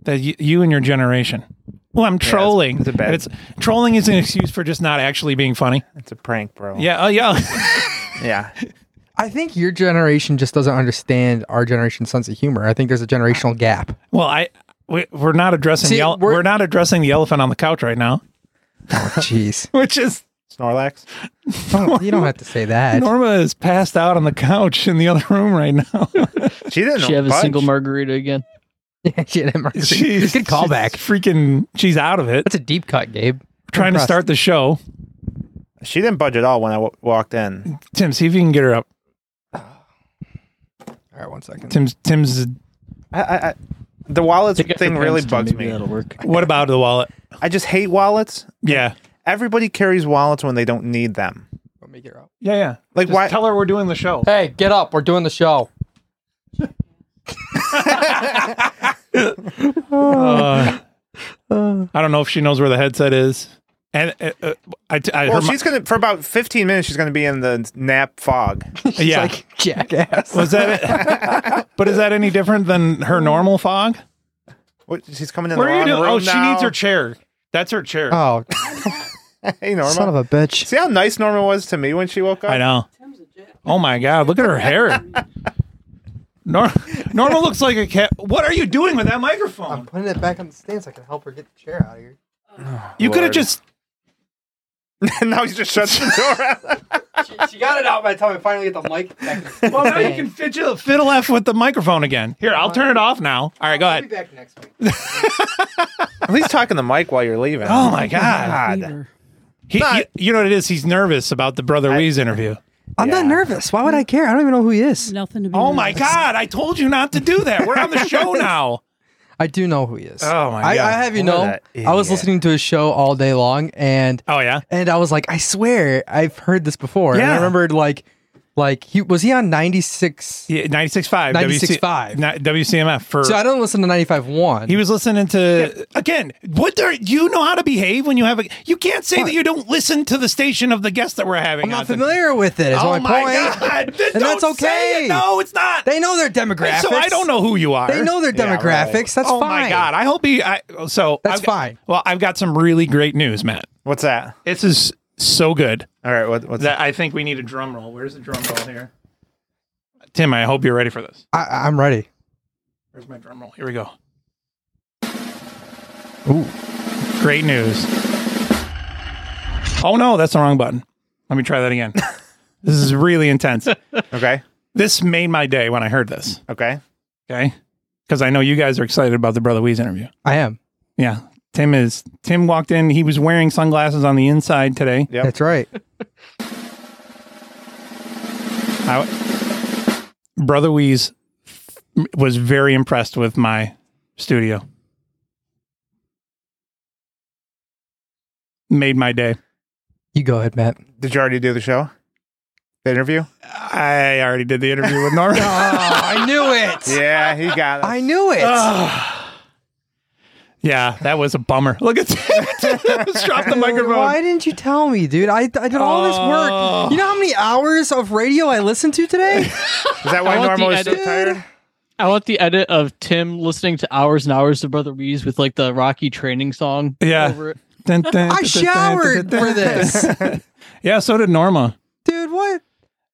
[SPEAKER 4] that you, you and your generation. Well, I'm trolling.
[SPEAKER 19] it's a bad-
[SPEAKER 4] And it's- trolling is an excuse for just not actually being funny.
[SPEAKER 19] It's a prank, bro.
[SPEAKER 4] Yeah. Oh, yeah. [laughs]
[SPEAKER 19] Yeah.
[SPEAKER 20] I think your generation just doesn't understand our generation's sense of humor. I think there's a generational gap.
[SPEAKER 4] well, I we, we're not addressing
[SPEAKER 20] See,
[SPEAKER 4] the ele- we're, not addressing the elephant on the couch right now.
[SPEAKER 20] Oh, Jeez.
[SPEAKER 4] [laughs]
[SPEAKER 20] Oh,
[SPEAKER 4] Which is [laughs]
[SPEAKER 19] Snorlax.
[SPEAKER 20] you don't have to say that.
[SPEAKER 4] Norma is passed out on the couch in the other room right now.
[SPEAKER 20] [laughs]
[SPEAKER 19] she
[SPEAKER 4] didn't
[SPEAKER 21] She have a single margarita again.
[SPEAKER 20] Yeah, she had a margarita. Good callback.
[SPEAKER 4] Freaking, she's out of it.
[SPEAKER 20] That's a deep cut, Gabe.
[SPEAKER 4] trying to start the show.
[SPEAKER 19] She didn't budge at all when I w- walked in.
[SPEAKER 4] Tim, see if you can get her up.
[SPEAKER 20] All right, one second.
[SPEAKER 4] Tim's Tim's.
[SPEAKER 19] I, I, I, the wallets thing really bugs me.
[SPEAKER 4] What about the wallet?
[SPEAKER 19] I just hate wallets.
[SPEAKER 4] Yeah.
[SPEAKER 19] Everybody carries wallets when they don't need them.
[SPEAKER 4] Yeah, yeah.
[SPEAKER 19] Like, why-
[SPEAKER 4] Tell her we're doing the show.
[SPEAKER 20] Hey, get up. We're doing the show.
[SPEAKER 19] [laughs]
[SPEAKER 4] Uh, I don't know if she knows where the headset is. And uh, uh, I, t- I
[SPEAKER 19] Well,
[SPEAKER 4] her mi-
[SPEAKER 19] she's gonna for about fifteen minutes. She's gonna be in the nap fog.
[SPEAKER 4] [laughs] yeah.
[SPEAKER 20] Jackass.
[SPEAKER 4] Was that? It? but is that any different than her normal fog?
[SPEAKER 19] What, she's coming [laughs] in
[SPEAKER 4] What
[SPEAKER 19] the
[SPEAKER 4] are you
[SPEAKER 19] wrong
[SPEAKER 4] doing?
[SPEAKER 19] room
[SPEAKER 4] Oh, she
[SPEAKER 19] now.
[SPEAKER 4] needs her chair. That's her chair.
[SPEAKER 20] Oh,
[SPEAKER 19] [laughs]
[SPEAKER 20] [laughs]
[SPEAKER 19] hey, Norma.
[SPEAKER 20] son of a bitch.
[SPEAKER 19] See how nice Norma was to me when she woke up.
[SPEAKER 4] I know. Oh my god! Look at her hair. Nor- Norma looks like a cat. What are you doing with that microphone?
[SPEAKER 20] Putting it back on the stand so I can help her get the chair out of here.
[SPEAKER 4] You could have
[SPEAKER 19] Oh, Lord.
[SPEAKER 4] just. [laughs]
[SPEAKER 19] now he just shuts the door.
[SPEAKER 20] She got it out by the time I finally get the mic back.
[SPEAKER 4] [laughs] Well, Oh, now you can fidget, fiddle f with the microphone again. Here, I'll turn it off now. All right, go ahead.
[SPEAKER 20] back next week.
[SPEAKER 19] at least talking the mic while you're leaving.
[SPEAKER 4] Oh
[SPEAKER 19] [laughs]
[SPEAKER 4] my god! He, you, you know what it is? He's nervous about the Brother Weeze interview.
[SPEAKER 20] I'm not nervous. Why would I care? I don't even know who he is.
[SPEAKER 5] Nothing to be.
[SPEAKER 4] Oh my god! I told you not to do that. We're on the
[SPEAKER 19] [laughs]
[SPEAKER 4] show now.
[SPEAKER 20] I do know who he is.
[SPEAKER 4] Oh my
[SPEAKER 20] I,
[SPEAKER 4] god!
[SPEAKER 20] I have you
[SPEAKER 19] What
[SPEAKER 20] know,
[SPEAKER 19] a
[SPEAKER 20] I was
[SPEAKER 19] idiot.
[SPEAKER 20] listening to his show all day long, and
[SPEAKER 4] oh yeah.
[SPEAKER 20] and I was like, I swear I've heard this before. And I
[SPEAKER 4] Yeah.
[SPEAKER 20] remembered like, like he was he on ninety six.
[SPEAKER 4] Yeah, 96.5.
[SPEAKER 20] 96.5.
[SPEAKER 4] WC, ni- WCMF for.
[SPEAKER 20] So I don't listen to ninety five one.
[SPEAKER 4] he was listening to [laughs] again. What are, you know how to behave when you have a? You can't say that you don't listen to the station of the guest that we're having.
[SPEAKER 20] I'm
[SPEAKER 4] on
[SPEAKER 20] not
[SPEAKER 4] the-
[SPEAKER 20] familiar with it. Is
[SPEAKER 4] Oh
[SPEAKER 20] my, point.
[SPEAKER 4] god! Then
[SPEAKER 20] [laughs] And that's
[SPEAKER 4] don't say
[SPEAKER 20] okay.
[SPEAKER 4] it. No, it's not.
[SPEAKER 20] They know their demographics.
[SPEAKER 4] So I don't know who you are.
[SPEAKER 20] They know their
[SPEAKER 19] Yeah,
[SPEAKER 20] demographics.
[SPEAKER 19] right.
[SPEAKER 20] That's
[SPEAKER 4] oh
[SPEAKER 20] fine.
[SPEAKER 4] my god! I hope he. I, so
[SPEAKER 20] That's
[SPEAKER 4] I've got-
[SPEAKER 20] fine.
[SPEAKER 4] Well, I've got some really great news, Matt.
[SPEAKER 19] What's that?
[SPEAKER 4] This is so good
[SPEAKER 19] All right. What, what's that?
[SPEAKER 4] that I think we need a drum roll. Where's the drum roll here? Tim, I hope you're ready for this.
[SPEAKER 20] I, I'm ready.
[SPEAKER 4] Where's my drum roll? Here we go. Ooh, great news! Oh no, that's the wrong button. Let me try
[SPEAKER 19] [laughs]
[SPEAKER 4] that again. this is really intense.
[SPEAKER 19] Okay.
[SPEAKER 4] this made my day when I heard this.
[SPEAKER 19] Okay.
[SPEAKER 4] Okay. Because I know you guys are excited about the Brother Weeze interview.
[SPEAKER 20] I am.
[SPEAKER 4] Yeah. Tim is Tim walked in. He was wearing sunglasses on the inside today.
[SPEAKER 19] Yep.
[SPEAKER 20] That's right.
[SPEAKER 4] I- Brother Weeze was very impressed with my studio. Made my day.
[SPEAKER 20] You go ahead, Matt.
[SPEAKER 19] Did you already do the show? The interview?
[SPEAKER 4] I already did the interview with Norman.
[SPEAKER 20] [laughs] Oh, I knew
[SPEAKER 19] [laughs]
[SPEAKER 20] it.
[SPEAKER 19] Yeah, he got it.
[SPEAKER 20] I knew it.
[SPEAKER 4] yeah, that was a bummer. Look at Tim. Tim [laughs] just dropped the microphone.
[SPEAKER 20] [laughs] Why didn't you tell me, dude? I, I did all this
[SPEAKER 4] Oh.
[SPEAKER 20] work. You know how many hours of radio I listened
[SPEAKER 4] [laughs]
[SPEAKER 20] to today?
[SPEAKER 19] Is that why
[SPEAKER 4] [sighs]
[SPEAKER 21] I want
[SPEAKER 19] Norma
[SPEAKER 21] the
[SPEAKER 19] was so
[SPEAKER 20] edit.
[SPEAKER 19] tired?
[SPEAKER 21] I want the edit of Tim listening to hours and hours of Brother Weeze with like the Rocky training song.
[SPEAKER 4] Yeah.
[SPEAKER 21] Over it.
[SPEAKER 4] Dun, dun,
[SPEAKER 20] I
[SPEAKER 4] dun,
[SPEAKER 20] showered
[SPEAKER 4] dun,
[SPEAKER 20] for
[SPEAKER 4] dun, dun, dun.
[SPEAKER 20] this.
[SPEAKER 4] Yeah, so did Norma.
[SPEAKER 20] Dude, what?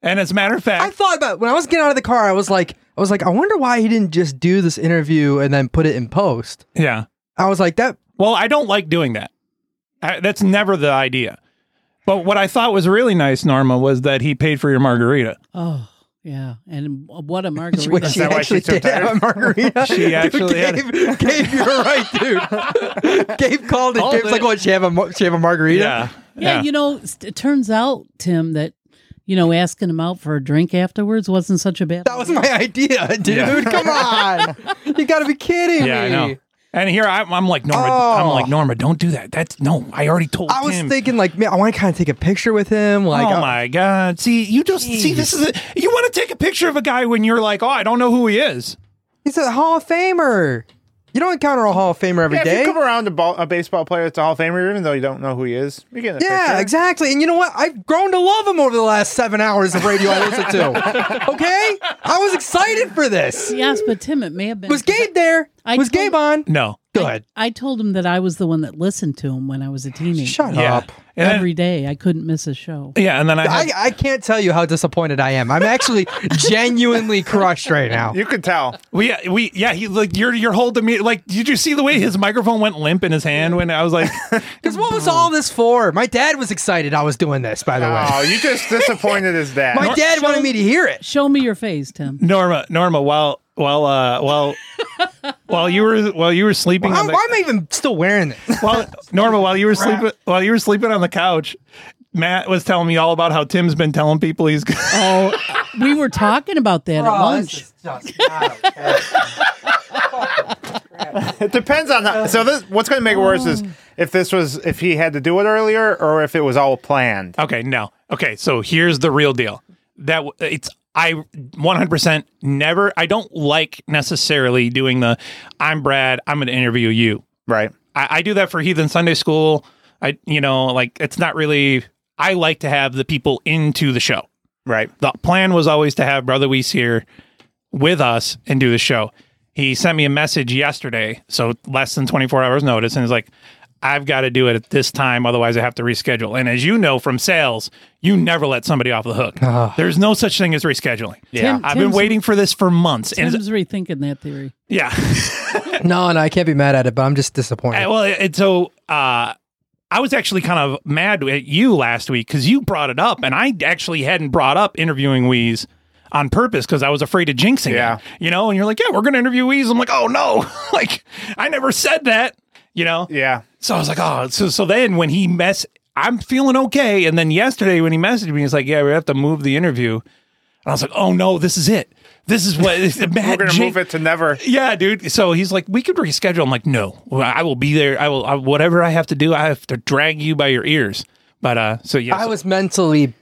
[SPEAKER 4] And as a matter of fact,
[SPEAKER 20] I thought about when I was getting out of the car, I was like, I was like, I wonder why he didn't just do this interview and then put it in post.
[SPEAKER 4] [laughs] yeah.
[SPEAKER 20] I was
[SPEAKER 4] [laughs]
[SPEAKER 20] like, that
[SPEAKER 4] Well, I don't like doing that. I, that's never the idea. But what I thought was really nice, Norma, was that he paid for your margarita.
[SPEAKER 5] Oh yeah, and what a
[SPEAKER 20] Wait,
[SPEAKER 5] margarita!
[SPEAKER 20] she
[SPEAKER 19] that why
[SPEAKER 20] actually
[SPEAKER 19] she's so
[SPEAKER 20] did have a
[SPEAKER 4] [laughs]
[SPEAKER 20] margarita.
[SPEAKER 4] She actually had- [laughs]
[SPEAKER 20] Gabe, Gabe, you're right, dude. Gabe called it.
[SPEAKER 21] Called
[SPEAKER 20] Gabe's like,
[SPEAKER 21] it.
[SPEAKER 20] "What? She have a mar- she have a margarita?"
[SPEAKER 5] Yeah, you know, s- it turns out, Tim, that you know, asking him out for a drink afterwards wasn't such a bad.
[SPEAKER 20] That was my idea, dude.
[SPEAKER 4] Yeah. [laughs]
[SPEAKER 20] Come on, you gotta be kidding
[SPEAKER 4] Yeah, I
[SPEAKER 20] me.
[SPEAKER 4] know. And here I, I'm like Norma. I'm
[SPEAKER 20] Oh.
[SPEAKER 4] like Norma. Don't do that. That's no. I already told.
[SPEAKER 20] I was
[SPEAKER 4] Tim.
[SPEAKER 20] thinking, like, man, I want to kind of take a picture with him. Like,
[SPEAKER 4] oh
[SPEAKER 20] uh,
[SPEAKER 4] my god! See, you just see this is a, you want to take a picture of a guy when you're like, oh, I don't know who he is.
[SPEAKER 20] he's a Hall of Famer. You don't encounter a Hall of Famer every
[SPEAKER 19] Yeah,
[SPEAKER 20] day.
[SPEAKER 19] if you come around a, ball, a baseball player that's a Hall of Famer, even though you don't know who he is, you get a
[SPEAKER 20] Yeah,
[SPEAKER 19] picture.
[SPEAKER 20] exactly. And you know what? I've grown to love him over the last seven hours of radio I
[SPEAKER 4] [laughs]
[SPEAKER 20] listened to. Okay, I was excited for this.
[SPEAKER 5] Yes, but Tim, it may have been
[SPEAKER 20] Was Gabe there?
[SPEAKER 5] I
[SPEAKER 20] was
[SPEAKER 5] told-
[SPEAKER 20] Gabe on?
[SPEAKER 4] No, Good.
[SPEAKER 5] I told him that I was the one that listened to him when I was a teenager.
[SPEAKER 20] Shut Yeah. up.
[SPEAKER 4] And then-
[SPEAKER 5] Every day, I couldn't miss a show.
[SPEAKER 4] Yeah, and then I had-
[SPEAKER 20] I, I can't tell you how disappointed I am.
[SPEAKER 4] [laughs]
[SPEAKER 20] I'm actually genuinely crushed right now.
[SPEAKER 19] You could tell.
[SPEAKER 4] We yeah, we yeah he like your your whole demeanor like did you see the way his microphone went limp in his hand when I
[SPEAKER 19] [laughs]
[SPEAKER 4] was like
[SPEAKER 20] Because what was all this for? My dad was excited I was doing this, by the way.
[SPEAKER 19] Oh, you just disappointed his dad.
[SPEAKER 20] My dad wanted me to hear it.
[SPEAKER 5] Show me your face, Tim.
[SPEAKER 4] Norma Norma while while uh while while you were while you were sleeping
[SPEAKER 20] Why,
[SPEAKER 4] on the,
[SPEAKER 20] why am I even still wearing it?
[SPEAKER 4] [laughs] while Norma while you were sleeping while you were sleeping on the couch Matt was telling me all about how Tim's been telling people he's
[SPEAKER 5] oh we were talking about that at
[SPEAKER 20] Oh,
[SPEAKER 5] lunch.
[SPEAKER 20] this is just not okay.
[SPEAKER 19] It depends on how, [laughs] so this. What's going to make it worse is if this was if he had to do it earlier or if it was all planned.
[SPEAKER 4] Okay,
[SPEAKER 20] [laughs]
[SPEAKER 4] no. Okay, so here's the real deal. That w- it's I 100% never I don't like necessarily doing the I'm Brad, I'm going to interview you.
[SPEAKER 19] Right.
[SPEAKER 4] I, I do that for Heathen Sunday School. I you know, like it's not really I like to have the people into the show.
[SPEAKER 19] Right.
[SPEAKER 4] The plan was always to have Brother Weiss here with us and do the show. He sent me a message yesterday, so less than 24 hours notice, and he's like, I've got to do it at this time, otherwise I have to reschedule. And as you know from sales, you never let somebody off the hook. There's no such thing as rescheduling.
[SPEAKER 5] Tim-
[SPEAKER 4] I've been
[SPEAKER 5] Tim's-
[SPEAKER 4] waiting for this for months. And it's-
[SPEAKER 5] Tim's rethinking that theory.
[SPEAKER 4] yeah.
[SPEAKER 20] no, no, I can't be mad at it, but I'm just disappointed.
[SPEAKER 4] Uh, well, and so uh, I was actually kind of mad at you last week because you brought it up, and I actually hadn't brought up interviewing Wheeze on purpose because I was afraid of jinxing
[SPEAKER 19] Yeah.
[SPEAKER 4] it. You know, and you're like, yeah, we're going to interview Wheeze. I'm like, oh no, [laughs] like I never said that, you know?
[SPEAKER 19] Yeah.
[SPEAKER 4] So I was like, oh, so, so then when he mess, I'm feeling okay. And then yesterday when he messaged me, he's like, yeah, we have to move the interview. And I was like, oh no, this is it. This is what [laughs]
[SPEAKER 19] We're going to move it to never.
[SPEAKER 4] yeah, dude. So he's like, we could reschedule. I'm like, no, Well, I will be there. I will, I, whatever I have to do, I have to drag you by your ears. But, uh, so yeah.
[SPEAKER 20] I was mentally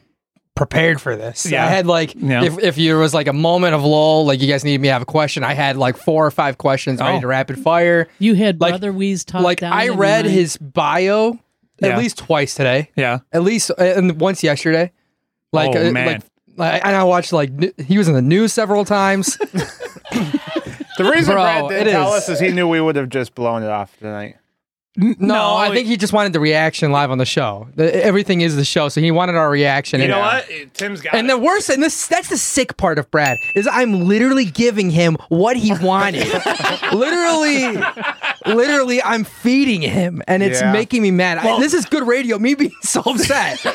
[SPEAKER 20] prepared for this.
[SPEAKER 4] Yeah.
[SPEAKER 20] I had like
[SPEAKER 4] Yeah.
[SPEAKER 20] if if there was like a moment of lull, like you guys needed me to have a question, I had like four or five questions ready
[SPEAKER 5] Oh.
[SPEAKER 20] to rapid fire.
[SPEAKER 5] You had Brother Weeze talk
[SPEAKER 20] like
[SPEAKER 5] down
[SPEAKER 20] I
[SPEAKER 5] in
[SPEAKER 20] read
[SPEAKER 5] line.
[SPEAKER 20] his bio
[SPEAKER 4] Yeah.
[SPEAKER 20] at least twice today.
[SPEAKER 4] Yeah,
[SPEAKER 20] at least uh, and once yesterday. Like,
[SPEAKER 4] Oh,
[SPEAKER 20] uh,
[SPEAKER 4] man.
[SPEAKER 20] like, like, and I watched like n- he was in the news
[SPEAKER 4] [laughs]
[SPEAKER 20] several times.
[SPEAKER 19] The reason
[SPEAKER 20] Bro,
[SPEAKER 19] Brad
[SPEAKER 20] it
[SPEAKER 19] didn't tell
[SPEAKER 20] is-
[SPEAKER 19] us is he knew we would have just blown it off tonight.
[SPEAKER 4] no,
[SPEAKER 20] no, I think he just wanted the reaction live on the show. The, everything is the show, so he wanted our reaction.
[SPEAKER 4] you
[SPEAKER 20] and-
[SPEAKER 4] know what? Tim's got
[SPEAKER 20] And the worst, and this, that's the sick part of Brad, is I'm literally giving him what he
[SPEAKER 19] [laughs]
[SPEAKER 20] wanted. literally, literally, I'm feeding him, and it's
[SPEAKER 19] Yeah.
[SPEAKER 20] making me mad. I-
[SPEAKER 19] Well-
[SPEAKER 20] this is good radio. Me being [laughs] so upset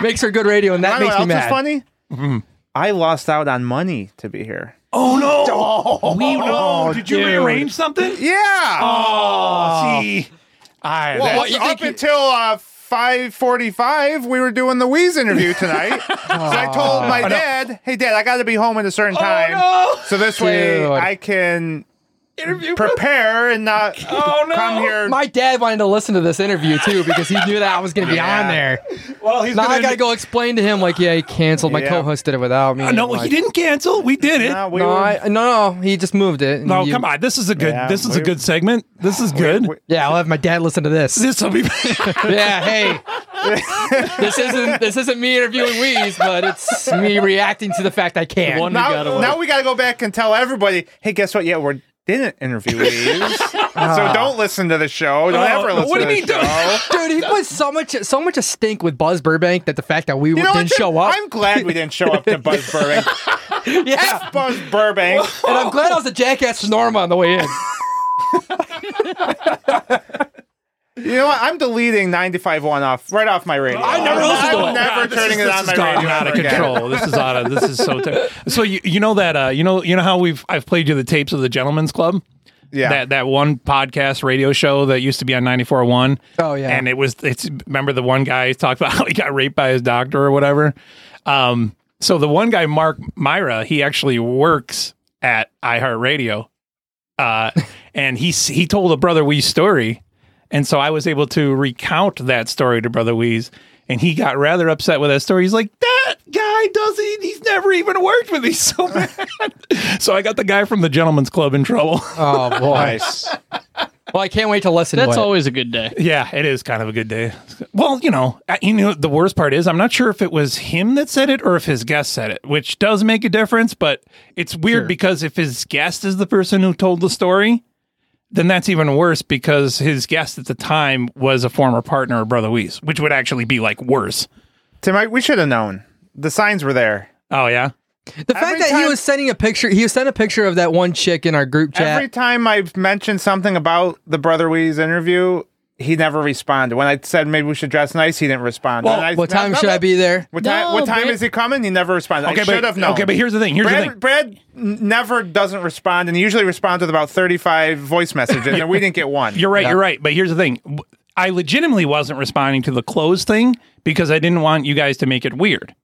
[SPEAKER 20] makes her good radio, and that
[SPEAKER 19] You know
[SPEAKER 20] makes
[SPEAKER 19] what
[SPEAKER 20] me
[SPEAKER 19] else is
[SPEAKER 20] mad.
[SPEAKER 19] funny?
[SPEAKER 20] Mm-hmm.
[SPEAKER 19] I lost out on money to be here.
[SPEAKER 4] Oh no!
[SPEAKER 20] We-
[SPEAKER 4] no! Did you
[SPEAKER 19] dude.
[SPEAKER 4] rearrange something?
[SPEAKER 19] Yeah.
[SPEAKER 4] Oh, see, I.
[SPEAKER 19] Well,
[SPEAKER 4] that's-
[SPEAKER 19] up until uh, five forty-five, we were doing the Wheeze interview
[SPEAKER 4] [laughs]
[SPEAKER 19] tonight. so I told my
[SPEAKER 4] Oh, no. Oh,
[SPEAKER 19] dad, "Hey, Dad, I got to be home at a certain time,
[SPEAKER 4] no.
[SPEAKER 19] so this way
[SPEAKER 20] Dude.
[SPEAKER 19] I can
[SPEAKER 4] Interview
[SPEAKER 19] prepare and
[SPEAKER 20] [laughs]
[SPEAKER 19] not
[SPEAKER 4] Oh, no.
[SPEAKER 19] come here."
[SPEAKER 20] My dad wanted to listen to this interview too because he knew that I was going to be on there.
[SPEAKER 4] well, he's
[SPEAKER 20] now
[SPEAKER 4] gonna
[SPEAKER 20] I got to go explain to him like, yeah, he canceled. My
[SPEAKER 19] Yeah.
[SPEAKER 20] co-host did it without me.
[SPEAKER 4] Uh, no,
[SPEAKER 20] Like,
[SPEAKER 4] he didn't cancel. We did it.
[SPEAKER 19] Nah,
[SPEAKER 4] No,
[SPEAKER 19] we
[SPEAKER 20] no,
[SPEAKER 19] were-
[SPEAKER 20] I, no, no, he just moved it. and you-
[SPEAKER 4] come on. This is a good.
[SPEAKER 19] Yeah,
[SPEAKER 4] this is a
[SPEAKER 19] we-
[SPEAKER 4] good segment. This is good.
[SPEAKER 20] Yeah, I'll have my dad listen to this.
[SPEAKER 4] This will be.
[SPEAKER 20] [laughs]
[SPEAKER 4] [laughs]
[SPEAKER 20] yeah, hey. this isn't this isn't me interviewing Wheeze, but it's me reacting to the fact I can't.
[SPEAKER 21] One-
[SPEAKER 19] now,
[SPEAKER 21] You gotta-
[SPEAKER 19] now we got to go back and tell everybody, "Hey, guess what? Yeah, we didn't
[SPEAKER 4] [laughs]
[SPEAKER 19] interview Wheeze, so don't listen to the show. Don't
[SPEAKER 4] Ah. Oh,
[SPEAKER 19] ever listen
[SPEAKER 4] what do
[SPEAKER 19] to
[SPEAKER 4] you
[SPEAKER 19] the
[SPEAKER 4] mean, [laughs]
[SPEAKER 19] show."
[SPEAKER 20] Dude, he put so much so much a stink with Buzz Burbank that the fact that we
[SPEAKER 19] You know what,
[SPEAKER 20] didn't
[SPEAKER 19] Jim?
[SPEAKER 20] show up.
[SPEAKER 19] I'm glad we didn't show up to Buzz Burbank.
[SPEAKER 20] yeah.
[SPEAKER 19] F Buzz Burbank.
[SPEAKER 20] [laughs] And I'm glad I was a jackass to Norma on the way in.
[SPEAKER 19] [laughs] You know what? I'm deleting 95.1 off right off my radio.
[SPEAKER 4] I never
[SPEAKER 19] I'm
[SPEAKER 4] listened to it.
[SPEAKER 19] never
[SPEAKER 4] God, this
[SPEAKER 19] turning it
[SPEAKER 4] is- this
[SPEAKER 19] on
[SPEAKER 4] is
[SPEAKER 19] my
[SPEAKER 4] gone
[SPEAKER 19] radio.
[SPEAKER 4] out of
[SPEAKER 19] ever again.
[SPEAKER 4] control. This is out of. This
[SPEAKER 19] [laughs]
[SPEAKER 4] is so. Ter- [laughs] so you you know that uh you know you know how we've I've played you the tapes of the Gentlemen's Club.
[SPEAKER 19] Yeah.
[SPEAKER 4] That that one podcast radio show that used to be on 94.1.
[SPEAKER 20] Oh, yeah.
[SPEAKER 4] And it was it's remember the one guy talked about [laughs] how he got raped by his doctor or whatever. Um so the one guy Mark Myra, he actually works at iHeartRadio. Uh and he s- he told a brother Wee story. And so I was able to recount that story to Brother Weeze, and he got rather upset with that story. He's like, "That guy doesn't. He's never even worked with. He's so bad." so I got the guy from the Gentleman's Club in trouble.
[SPEAKER 20] Oh
[SPEAKER 4] [laughs]
[SPEAKER 20] boy.
[SPEAKER 19] Nice.
[SPEAKER 20] [laughs] Well, I can't wait to listen
[SPEAKER 21] That's
[SPEAKER 20] to it.
[SPEAKER 21] always a good day.
[SPEAKER 4] [laughs] yeah, it is kind of a good day. Well, you know, I- you know, the worst part is I'm not sure if it was him that said it or if his guest said it, which does make a difference. But it's weird because if his guest is the person who told the story, then that's even worse because his guest at the time was a former partner of Brother Weeze, which would actually be like worse.
[SPEAKER 19] Tim, I, we should have known. The signs were there.
[SPEAKER 4] Oh yeah.
[SPEAKER 20] The fact that he was sending a picture, he was sent a picture of that one chick in our group chat.
[SPEAKER 19] Every time I've mentioned something about the Brother Weeze interview, he never responded. When I said maybe we should dress nice, he didn't respond.
[SPEAKER 20] Well,
[SPEAKER 19] And I-
[SPEAKER 20] what time
[SPEAKER 19] I-
[SPEAKER 20] should I be there?
[SPEAKER 19] What time?
[SPEAKER 20] No,
[SPEAKER 19] what time
[SPEAKER 20] Brad-
[SPEAKER 19] is he coming? He never responded.
[SPEAKER 4] Okay,
[SPEAKER 19] I
[SPEAKER 4] but-
[SPEAKER 19] should have known.
[SPEAKER 4] okay, but here's the thing, here's the
[SPEAKER 19] Brad,
[SPEAKER 4] thing.
[SPEAKER 19] Brad n- never doesn't respond, and usually responds with about thirty-five voice messages, and we didn't get one.
[SPEAKER 4] [laughs] You're right. You're right. But here's the thing: W- I legitimately wasn't responding to the clothes thing because I didn't want you guys to make it weird.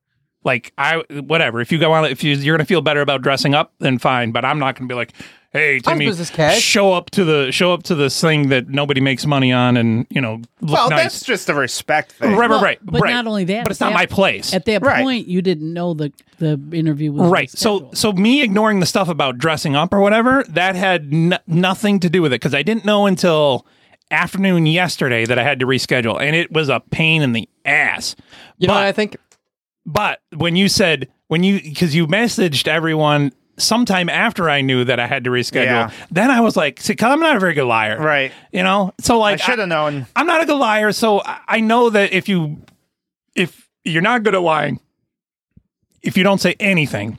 [SPEAKER 4] Like I, whatever. If you go on, if you, you're gonna feel better about dressing up, then fine. But I'm not gonna be like, hey, Timmy,
[SPEAKER 20] business casual."
[SPEAKER 4] show up to the show up to this thing that nobody makes money on, and you know, look
[SPEAKER 19] Well,
[SPEAKER 4] nice.
[SPEAKER 19] that's just a respect thing.
[SPEAKER 4] Right, right, right.
[SPEAKER 5] But
[SPEAKER 4] right.
[SPEAKER 5] not only that,
[SPEAKER 4] but it's not
[SPEAKER 5] that-
[SPEAKER 4] my place.
[SPEAKER 5] At that
[SPEAKER 4] Right.
[SPEAKER 5] point, you didn't know the the interview was
[SPEAKER 4] Right. So, so me ignoring the stuff about dressing up or whatever that had n- nothing to do with it because I didn't know until afternoon yesterday that I had to reschedule, and it was a pain in the ass.
[SPEAKER 20] You know, what I think
[SPEAKER 4] But when you said when you because you messaged everyone sometime after I knew that I had to reschedule,
[SPEAKER 19] Yeah.
[SPEAKER 4] then I was like, see, 'cause I'm not a very good liar,
[SPEAKER 19] right?
[SPEAKER 4] You know, so like
[SPEAKER 19] I should have known.
[SPEAKER 4] I'm not a good liar, so I- I know that if you if you're not good at lying, if you don't say anything,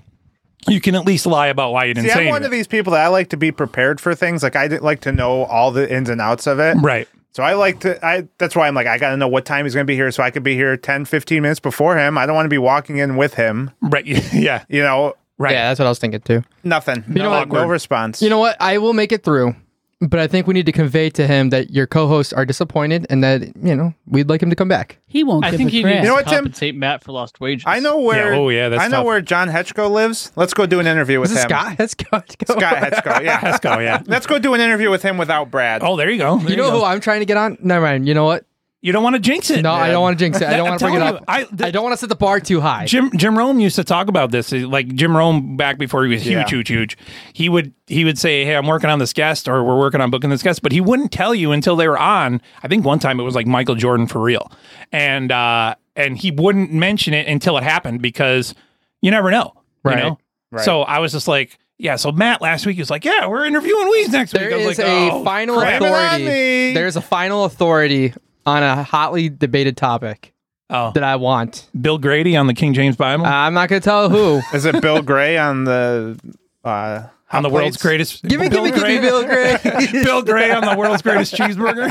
[SPEAKER 4] you can at least lie about why you didn't
[SPEAKER 19] See,
[SPEAKER 4] say
[SPEAKER 19] I'm
[SPEAKER 4] anything.
[SPEAKER 19] one of these people that I like to be prepared for things. Like I d- like to know all the ins and outs of it.
[SPEAKER 4] Right.
[SPEAKER 19] So I like to. I that's why I'm like I got to know what time he's going to be here, so I could be here 10, 15 minutes before him. I don't want to be walking in with him.
[SPEAKER 4] Right. [laughs] Yeah.
[SPEAKER 19] You know.
[SPEAKER 4] Right.
[SPEAKER 20] Yeah, that's what I was thinking too.
[SPEAKER 19] Nothing.
[SPEAKER 20] You know
[SPEAKER 19] no,
[SPEAKER 20] what?
[SPEAKER 19] no response.
[SPEAKER 20] You know what? I will make it through, but I think we need to convey to him that your co-hosts are disappointed and that you know we'd like him to come back.
[SPEAKER 5] He won't.
[SPEAKER 20] I
[SPEAKER 5] give
[SPEAKER 20] think
[SPEAKER 5] a
[SPEAKER 20] he
[SPEAKER 5] crap.
[SPEAKER 20] needs You know what, Tim?
[SPEAKER 21] compensate Matt for lost wages.
[SPEAKER 19] I know where.
[SPEAKER 4] oh,
[SPEAKER 19] I know where John Hetchko lives. Let's go do an interview with
[SPEAKER 20] Is it
[SPEAKER 19] him.
[SPEAKER 20] Scott Hetchko. [laughs]
[SPEAKER 19] Scott Hetchko. Yeah.
[SPEAKER 4] Hetchko. Yeah.
[SPEAKER 19] [laughs] Let's go do an interview with him without Brad.
[SPEAKER 4] Oh, there you go.
[SPEAKER 20] you know who I'm trying to get on? Never mind. You know what?
[SPEAKER 4] You don't want to jinx it.
[SPEAKER 20] No, I
[SPEAKER 4] Yeah.
[SPEAKER 20] don't want to jinx it. I
[SPEAKER 4] That-
[SPEAKER 20] don't
[SPEAKER 4] I'm
[SPEAKER 20] want to bring it
[SPEAKER 4] telling
[SPEAKER 20] up.
[SPEAKER 4] you, I,
[SPEAKER 20] don't want to set the bar too high.
[SPEAKER 4] Jim Jim Rome used to talk about this. eh, Like Jim Rome back before he was huge,
[SPEAKER 20] Yeah.
[SPEAKER 4] huge, huge. He would he would say, "Hey, I'm working on this guest, or we're working on booking this guest," but he wouldn't tell you until they were on. I think one time it was like Michael Jordan for real, and uh, and he wouldn't mention it until it happened because you never know,
[SPEAKER 20] Right.
[SPEAKER 4] You know?
[SPEAKER 20] Right.
[SPEAKER 4] So I was just like. Yeah, so Matt last week he was like, "Yeah, we're interviewing Weeze next
[SPEAKER 20] There
[SPEAKER 4] week." I was
[SPEAKER 20] is
[SPEAKER 4] like,
[SPEAKER 20] a
[SPEAKER 4] "Oh,
[SPEAKER 20] final
[SPEAKER 4] crap."
[SPEAKER 20] authority. There's a final authority on a hotly debated topic.
[SPEAKER 4] Oh.
[SPEAKER 20] That I want. Uh,
[SPEAKER 4] Bill Grady on the King James Bible.
[SPEAKER 20] I'm not going to tell who.
[SPEAKER 19] Is it Bill Gray on the uh,
[SPEAKER 4] on the world's greatest?
[SPEAKER 20] [laughs] Give me, give me, give me, Bill Gray.
[SPEAKER 4] [laughs] Bill Gray on the world's greatest cheeseburger.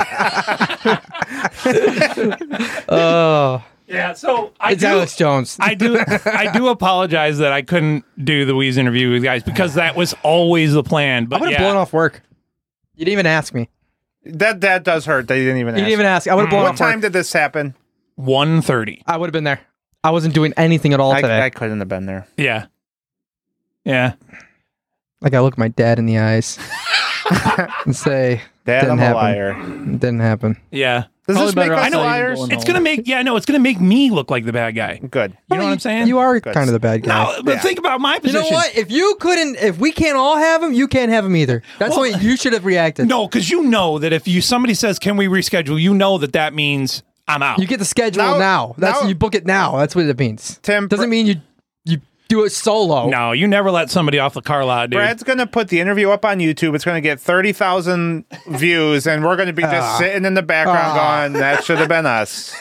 [SPEAKER 20] Oh,
[SPEAKER 4] Yeah, so I
[SPEAKER 20] It's
[SPEAKER 4] do,
[SPEAKER 20] Alex Jones.
[SPEAKER 4] I do I do apologize that I couldn't do the Wheeze interview with you guys because that was always the plan.
[SPEAKER 20] I
[SPEAKER 4] But
[SPEAKER 20] would have
[SPEAKER 4] yeah.
[SPEAKER 20] blown off work. You didn't even ask me.
[SPEAKER 19] That that does hurt. They didn't even.
[SPEAKER 20] You
[SPEAKER 19] ask.
[SPEAKER 20] didn't even ask. I would've blown
[SPEAKER 19] What
[SPEAKER 20] up
[SPEAKER 19] time
[SPEAKER 20] work.
[SPEAKER 19] did this happen?
[SPEAKER 4] One thirty.
[SPEAKER 20] I would have been there. I wasn't doing anything at all
[SPEAKER 19] I,
[SPEAKER 20] today.
[SPEAKER 19] I couldn't have been there.
[SPEAKER 4] Yeah. Yeah.
[SPEAKER 20] like I look my dad in
[SPEAKER 19] [laughs]
[SPEAKER 20] the eyes and say,
[SPEAKER 19] "Dad,
[SPEAKER 20] didn't
[SPEAKER 19] I'm a
[SPEAKER 20] happen.
[SPEAKER 19] liar."
[SPEAKER 20] Didn't happen.
[SPEAKER 4] Yeah.
[SPEAKER 20] Does Probably this make better us off
[SPEAKER 4] I know,
[SPEAKER 20] not even going
[SPEAKER 4] It's
[SPEAKER 20] home.
[SPEAKER 4] gonna make yeah, no, it's gonna make me look like the bad guy.
[SPEAKER 19] Good.
[SPEAKER 4] You know what I'm saying?
[SPEAKER 20] You are kind of the bad guy.
[SPEAKER 4] No, but think about my
[SPEAKER 20] you
[SPEAKER 4] position.
[SPEAKER 20] know what? If you couldn't, if we can't all have him, you can't have him either. That's the way you should have reacted.
[SPEAKER 4] No, because you know that if you somebody says, Can we reschedule? You know that that means I'm out.
[SPEAKER 20] You get the schedule now. That's
[SPEAKER 4] now-
[SPEAKER 20] you book it now. That's what it means.
[SPEAKER 19] Tim
[SPEAKER 20] doesn't mean you you do it solo.
[SPEAKER 4] No, you never let somebody off the car lot, dude.
[SPEAKER 19] Brad's gonna put the interview up on YouTube. It's gonna get thirty
[SPEAKER 20] [laughs]
[SPEAKER 19] thousand views, and we're gonna be just
[SPEAKER 20] Ah.
[SPEAKER 19] sitting in the background
[SPEAKER 20] Ah.
[SPEAKER 19] going, "That should have been
[SPEAKER 20] [laughs]
[SPEAKER 19] us."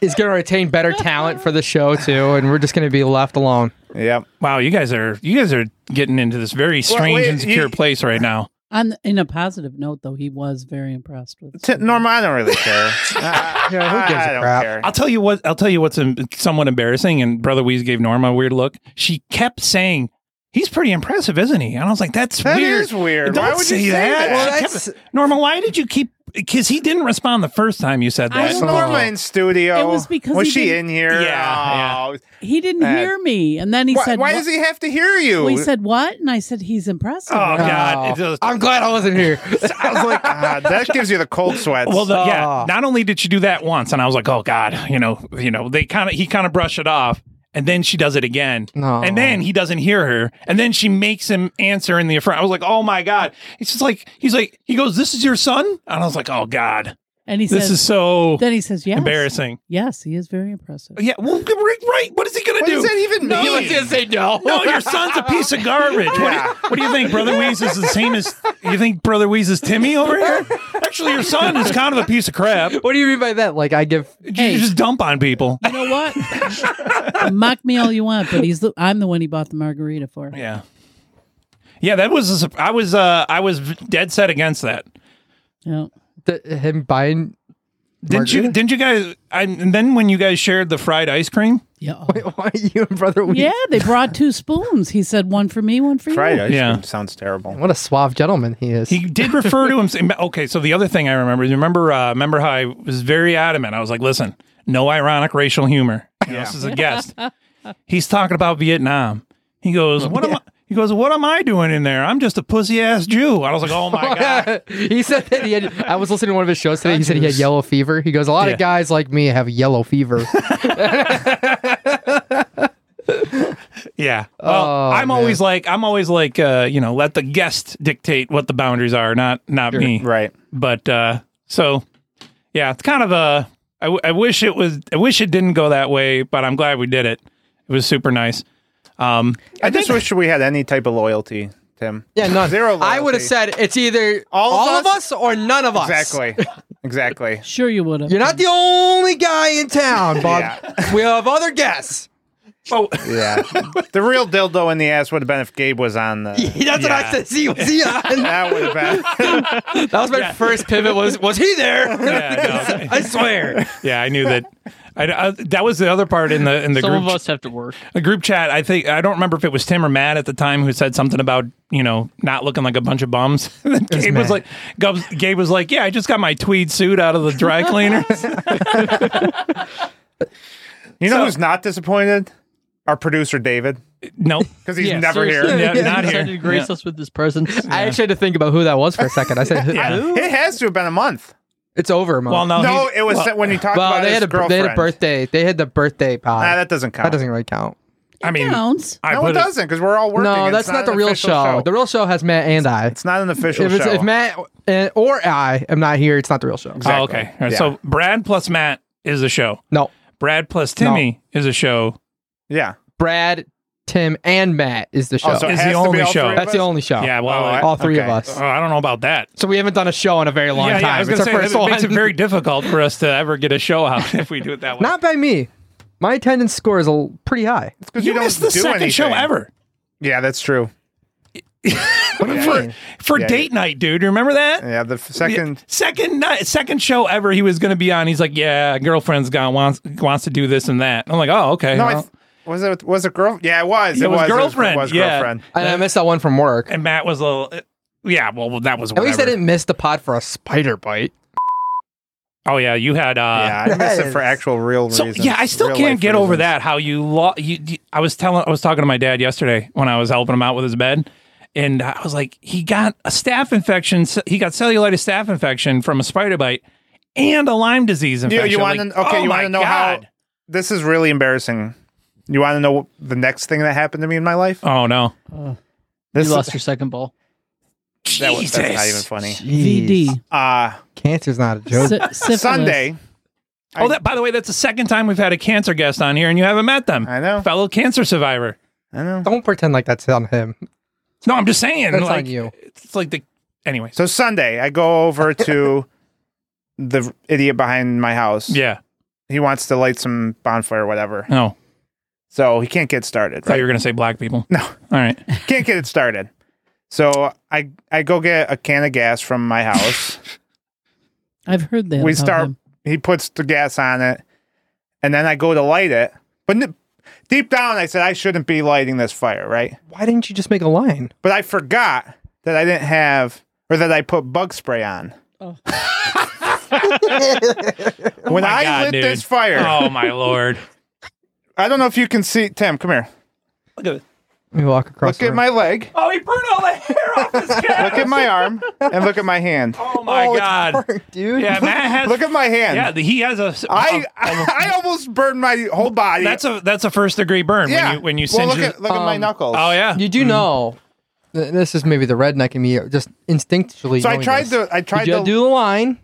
[SPEAKER 20] He's going to retain better talent for the show too, and we're just going to be left alone.
[SPEAKER 19] Yep.
[SPEAKER 4] Wow, you guys are you guys are getting into this very
[SPEAKER 5] Well,
[SPEAKER 4] strange,
[SPEAKER 5] wait,
[SPEAKER 4] insecure
[SPEAKER 5] you-
[SPEAKER 4] place right now.
[SPEAKER 5] On in a positive note, though, he was very impressed
[SPEAKER 20] [laughs]
[SPEAKER 5] with.
[SPEAKER 19] T- Norma, I don't really
[SPEAKER 4] [laughs]
[SPEAKER 19] care.
[SPEAKER 20] who gives
[SPEAKER 19] I
[SPEAKER 20] a
[SPEAKER 19] don't
[SPEAKER 20] crap?
[SPEAKER 19] care.
[SPEAKER 4] I'll tell you what. I'll tell you what's em- somewhat embarrassing. And Brother Weeze gave Norma a weird look. She kept saying, "He's pretty impressive, isn't he?" And I was like, "That's
[SPEAKER 19] That
[SPEAKER 4] weird.
[SPEAKER 19] is weird.
[SPEAKER 4] Don't
[SPEAKER 19] Why would you
[SPEAKER 4] say
[SPEAKER 19] say
[SPEAKER 4] that,
[SPEAKER 19] that? Well,
[SPEAKER 4] She kept-
[SPEAKER 19] that's-
[SPEAKER 4] Norma? Why did you keep?" Because he didn't respond the first time you said that.
[SPEAKER 19] Was Norma in studio?
[SPEAKER 5] It was because he
[SPEAKER 19] she
[SPEAKER 5] didn't-
[SPEAKER 19] in here?
[SPEAKER 4] Yeah,
[SPEAKER 19] Oh.
[SPEAKER 5] He didn't
[SPEAKER 19] Uh,
[SPEAKER 5] hear me, and then he
[SPEAKER 19] why-
[SPEAKER 5] said,
[SPEAKER 19] why
[SPEAKER 5] "What?"
[SPEAKER 19] does he have to hear you?
[SPEAKER 5] Well, he said what, and I said, "He's impressive."
[SPEAKER 4] Oh God! It just-
[SPEAKER 20] I'm glad I wasn't here.
[SPEAKER 19] [laughs] I was like, ah, that gives you the cold sweats.
[SPEAKER 4] Well, the,
[SPEAKER 20] Ah.
[SPEAKER 19] Ah.
[SPEAKER 4] yeah. Not only did she do that once, and I was like, "Oh God," you know, you know, they kind of he kind of brushed it off, and then she does it again,
[SPEAKER 20] No.
[SPEAKER 4] and then he doesn't hear her, and then she makes him answer in the affirmative. I was like, "Oh my God!" It's just like he's like he goes, "This is your son," and I was like, "Oh God."
[SPEAKER 5] And he
[SPEAKER 4] This
[SPEAKER 5] says,
[SPEAKER 4] is so
[SPEAKER 5] Then he says, "Yes."
[SPEAKER 4] embarrassing.
[SPEAKER 5] Yes, he is very impressive.
[SPEAKER 4] Yeah, well, right. right. What is he gonna
[SPEAKER 5] What
[SPEAKER 4] do?
[SPEAKER 5] does that even
[SPEAKER 4] No,
[SPEAKER 5] mean?
[SPEAKER 4] he was gonna say no. [laughs] No, your son's a piece of garbage. What, do you, what do you think, brother Weeze is the same as you think, brother Weeze is Timmy over here? Actually, your son is kind of a piece of crap.
[SPEAKER 20] What do you mean by that? Like I give
[SPEAKER 4] you just dump on people.
[SPEAKER 5] You know what? [laughs] Mock me all you want, but he's the, I'm the one he bought the margarita for.
[SPEAKER 4] Yeah. Yeah, that was a sup- I was uh I was dead set against that.
[SPEAKER 5] Yeah.
[SPEAKER 20] him buying.
[SPEAKER 4] Didn't you? Didn't you guys? I, and then when you guys shared the fried ice
[SPEAKER 20] [laughs]
[SPEAKER 4] cream,
[SPEAKER 5] yeah,
[SPEAKER 20] why you
[SPEAKER 19] [laughs]
[SPEAKER 20] and brother? Weeze?
[SPEAKER 5] Yeah, they brought two spoons. He said one for me, one for you.
[SPEAKER 4] Yeah.
[SPEAKER 19] sounds terrible.
[SPEAKER 20] What a suave gentleman he is.
[SPEAKER 4] He did refer to him. Okay, so the other thing I remember is remember uh, remember how I was very adamant. I was like, listen, no ironic racial humor. You know, This is a
[SPEAKER 20] [laughs]
[SPEAKER 4] guest. He's talking about Vietnam. He goes, what am I? He goes, what am I doing in there? I'm just a pussy ass Jew. I was like, oh
[SPEAKER 20] [laughs]
[SPEAKER 4] my god.
[SPEAKER 20] he said that he had. I was listening to one of his shows today. He said he had yellow fever. He goes, a lot
[SPEAKER 4] Yeah.
[SPEAKER 20] of guys like me have yellow fever.
[SPEAKER 4] Yeah. Well,
[SPEAKER 20] Oh,
[SPEAKER 4] I'm
[SPEAKER 20] man.
[SPEAKER 4] always like I'm always like uh, you know, let the guest dictate what the boundaries are, not not me.
[SPEAKER 19] Right.
[SPEAKER 4] But uh so yeah, it's kind of a I, w- I wish it was I wish it didn't go that way, but I'm glad we did it. It was super nice. Um
[SPEAKER 19] I just wish we had any type of loyalty, Tim.
[SPEAKER 20] Yeah, none.
[SPEAKER 19] Zero. Loyalty.
[SPEAKER 20] I would have said it's either all, of, us? or none of us. [laughs]
[SPEAKER 19] Exactly. exactly.
[SPEAKER 5] Sure, you would have.
[SPEAKER 20] You're not the only guy in town, Bob. We have other guests. [laughs]
[SPEAKER 4] Oh,
[SPEAKER 19] Yeah. [laughs] the real dildo in the ass would have been if Gabe was on the.
[SPEAKER 20] [laughs] That's what I said. See, was he on?
[SPEAKER 19] that would have
[SPEAKER 20] [laughs]
[SPEAKER 19] been.
[SPEAKER 20] that was my first pivot. Was was he there?
[SPEAKER 4] Yeah,
[SPEAKER 20] [laughs] I swear.
[SPEAKER 4] yeah, I knew that. I, I- that was the other part in the in the
[SPEAKER 21] Some
[SPEAKER 4] group
[SPEAKER 21] of us have to work.
[SPEAKER 4] a group chat. I think I don't remember if it was Tim or Matt at the time who said something about you know not looking like a bunch of bums. [laughs] And then Gabe was
[SPEAKER 20] Matt.
[SPEAKER 4] like, Gubs, Gabe was like, yeah, I just got my tweed suit out of the
[SPEAKER 19] [laughs]
[SPEAKER 4] dry
[SPEAKER 20] [laughs]
[SPEAKER 4] cleaners.
[SPEAKER 19] You know who's not disappointed? Our producer David.
[SPEAKER 4] No,
[SPEAKER 19] because he's never here.
[SPEAKER 4] Yeah, not here.
[SPEAKER 21] to grace
[SPEAKER 4] Yeah.
[SPEAKER 21] us with this presence.
[SPEAKER 20] I actually had to think about who that was for a second. I said,
[SPEAKER 19] Yeah. It has to have been a month.
[SPEAKER 20] It's over a month.
[SPEAKER 4] Well, no,
[SPEAKER 19] No,
[SPEAKER 4] he's-
[SPEAKER 19] it was
[SPEAKER 4] well-
[SPEAKER 19] when you talked
[SPEAKER 20] Well,
[SPEAKER 19] about
[SPEAKER 20] they
[SPEAKER 19] his
[SPEAKER 20] had a
[SPEAKER 19] girlfriend.
[SPEAKER 20] they had a birthday. They had the birthday pod.
[SPEAKER 19] Nah, that doesn't count.
[SPEAKER 20] That doesn't really count.
[SPEAKER 4] I mean,
[SPEAKER 5] Counts.
[SPEAKER 4] I
[SPEAKER 19] no, it
[SPEAKER 4] put
[SPEAKER 19] doesn't because we're all working.
[SPEAKER 20] no,
[SPEAKER 19] It's
[SPEAKER 20] that's not,
[SPEAKER 19] an
[SPEAKER 20] the real
[SPEAKER 19] official
[SPEAKER 20] show. The real show has Matt and I.
[SPEAKER 19] It's not an official
[SPEAKER 20] if, it's-
[SPEAKER 19] show.
[SPEAKER 20] if Matt and, or I am not here, it's not the real show.
[SPEAKER 4] Oh, okay. All right,
[SPEAKER 19] Yeah.
[SPEAKER 4] So Brad plus Matt is a show.
[SPEAKER 20] No,
[SPEAKER 4] Brad plus Timmy is a show.
[SPEAKER 19] yeah.
[SPEAKER 20] Brad, Tim, and Matt is the show.
[SPEAKER 19] Oh, so it
[SPEAKER 4] Is
[SPEAKER 19] has to
[SPEAKER 4] the
[SPEAKER 19] be
[SPEAKER 4] only
[SPEAKER 19] all
[SPEAKER 4] show.
[SPEAKER 19] three of
[SPEAKER 20] that's the
[SPEAKER 19] us?
[SPEAKER 20] only show.
[SPEAKER 4] Yeah. Well, I-
[SPEAKER 20] all three of
[SPEAKER 19] okay.
[SPEAKER 4] oh,
[SPEAKER 20] us.
[SPEAKER 4] I don't know about that.
[SPEAKER 20] So we haven't done a show in a very long
[SPEAKER 4] yeah,
[SPEAKER 20] time.
[SPEAKER 4] yeah, I was
[SPEAKER 20] it's
[SPEAKER 4] gonna
[SPEAKER 20] our
[SPEAKER 4] say
[SPEAKER 20] first
[SPEAKER 4] it
[SPEAKER 20] one.
[SPEAKER 4] makes it very difficult for us to ever get a show out if we do it that way.
[SPEAKER 20] not by me. My attendance score is a l- pretty high.
[SPEAKER 19] because
[SPEAKER 4] you missed the second show ever.
[SPEAKER 19] Yeah, that's true.
[SPEAKER 4] for for
[SPEAKER 19] Yeah,
[SPEAKER 4] date night, dude. Remember that?
[SPEAKER 19] Yeah, the f- second.
[SPEAKER 4] Second night, second show ever he was going to be on. He's like, yeah, girlfriend's gone wants wants to do this and that. I'm like, oh, okay.
[SPEAKER 19] No, I
[SPEAKER 4] well."
[SPEAKER 19] th- was it was it girl? Yeah, it was.
[SPEAKER 4] It was
[SPEAKER 19] It
[SPEAKER 4] girlfriend,
[SPEAKER 19] was,
[SPEAKER 4] yeah.
[SPEAKER 19] girlfriend.
[SPEAKER 20] And I missed that one from work.
[SPEAKER 4] and Matt was a little, uh, yeah. Well, that was
[SPEAKER 20] At
[SPEAKER 4] whatever.
[SPEAKER 20] least I didn't miss the pod for a spider bite.
[SPEAKER 4] Oh yeah, you had.
[SPEAKER 19] yeah,
[SPEAKER 4] uh
[SPEAKER 19] I missed it for actual real
[SPEAKER 4] So
[SPEAKER 19] reasons.
[SPEAKER 4] yeah, I still
[SPEAKER 19] real
[SPEAKER 4] can't
[SPEAKER 19] life
[SPEAKER 4] get over
[SPEAKER 19] reasons.
[SPEAKER 4] that. How you, lo- you, you- I was telling, I was talking to my dad yesterday when I was helping him out with his bed, and I was like, he got a staph infection. s- He got cellulitis staph infection from a spider bite and a Lyme disease
[SPEAKER 19] You,
[SPEAKER 4] infection.
[SPEAKER 19] you want
[SPEAKER 4] Like,
[SPEAKER 19] to? Okay,
[SPEAKER 4] oh
[SPEAKER 19] you want
[SPEAKER 4] my
[SPEAKER 19] to know
[SPEAKER 4] God.
[SPEAKER 19] how? This is really embarrassing. You want to know the next thing that happened to me in my life?
[SPEAKER 4] Oh no.
[SPEAKER 19] This
[SPEAKER 21] you lost your second ball.
[SPEAKER 19] that was, that's not even
[SPEAKER 4] Jesus.
[SPEAKER 19] funny.
[SPEAKER 5] VD.
[SPEAKER 19] Uh
[SPEAKER 20] Cancer's not a
[SPEAKER 4] [laughs]
[SPEAKER 20] joke.
[SPEAKER 5] Sy- syphilis.
[SPEAKER 19] Sunday.
[SPEAKER 4] Oh, that by the way, that's the second time we've had a cancer guest on here, and you haven't met them.
[SPEAKER 19] I know.
[SPEAKER 4] Fellow cancer survivor.
[SPEAKER 19] I know.
[SPEAKER 20] Don't pretend like that's on him.
[SPEAKER 4] No, I'm just saying.
[SPEAKER 20] That's
[SPEAKER 4] like,
[SPEAKER 20] on you.
[SPEAKER 4] It's like the. Anyway.
[SPEAKER 19] So Sunday, I go
[SPEAKER 20] [laughs]
[SPEAKER 19] over to the idiot behind my house.
[SPEAKER 4] Yeah.
[SPEAKER 19] He wants to light some bonfire or whatever.
[SPEAKER 4] No.
[SPEAKER 19] So he can't get started.
[SPEAKER 4] Thought
[SPEAKER 19] Right?
[SPEAKER 4] you were gonna say black people.
[SPEAKER 19] No.
[SPEAKER 4] [laughs] All right.
[SPEAKER 19] can't get it started. So I I go get a can of gas from my
[SPEAKER 4] [laughs]
[SPEAKER 19] house.
[SPEAKER 5] I've heard that.
[SPEAKER 19] we
[SPEAKER 5] about
[SPEAKER 19] start
[SPEAKER 5] him.
[SPEAKER 19] he puts the gas on it and then i go to light it but n- deep down i said i shouldn't be lighting this fire right
[SPEAKER 20] Why didn't you just make a line?
[SPEAKER 19] but i forgot that i didn't have or that i put bug spray on
[SPEAKER 4] Oh.
[SPEAKER 19] [laughs] when
[SPEAKER 4] My
[SPEAKER 19] i
[SPEAKER 4] God,
[SPEAKER 19] lit
[SPEAKER 4] dude.
[SPEAKER 19] this fire
[SPEAKER 4] Oh my lord.
[SPEAKER 19] [laughs] i don't know if you can see tim come here
[SPEAKER 4] Look at it.
[SPEAKER 20] Let me walk across.
[SPEAKER 19] look at my leg
[SPEAKER 4] [laughs] Oh, he burned all the hair off his
[SPEAKER 19] [laughs]
[SPEAKER 4] head.
[SPEAKER 19] look at my arm and look at my hand
[SPEAKER 4] Oh my god.
[SPEAKER 19] [laughs]
[SPEAKER 20] dude.
[SPEAKER 4] Yeah, Matt has.
[SPEAKER 19] look at my hand
[SPEAKER 4] yeah, he has a.
[SPEAKER 19] I, [laughs] I almost burned my whole body
[SPEAKER 4] that's a that's a first degree burn
[SPEAKER 19] yeah
[SPEAKER 4] when you when you
[SPEAKER 19] well,
[SPEAKER 4] singe.
[SPEAKER 19] look
[SPEAKER 4] your-
[SPEAKER 19] at, look at my
[SPEAKER 20] Um,
[SPEAKER 19] knuckles
[SPEAKER 4] oh yeah.
[SPEAKER 20] You do know. th- This is maybe the redneck in me, just instinctually.
[SPEAKER 19] so i
[SPEAKER 20] knowing
[SPEAKER 19] tried
[SPEAKER 20] this.
[SPEAKER 19] to i tried
[SPEAKER 20] Did you
[SPEAKER 19] to
[SPEAKER 20] do the line?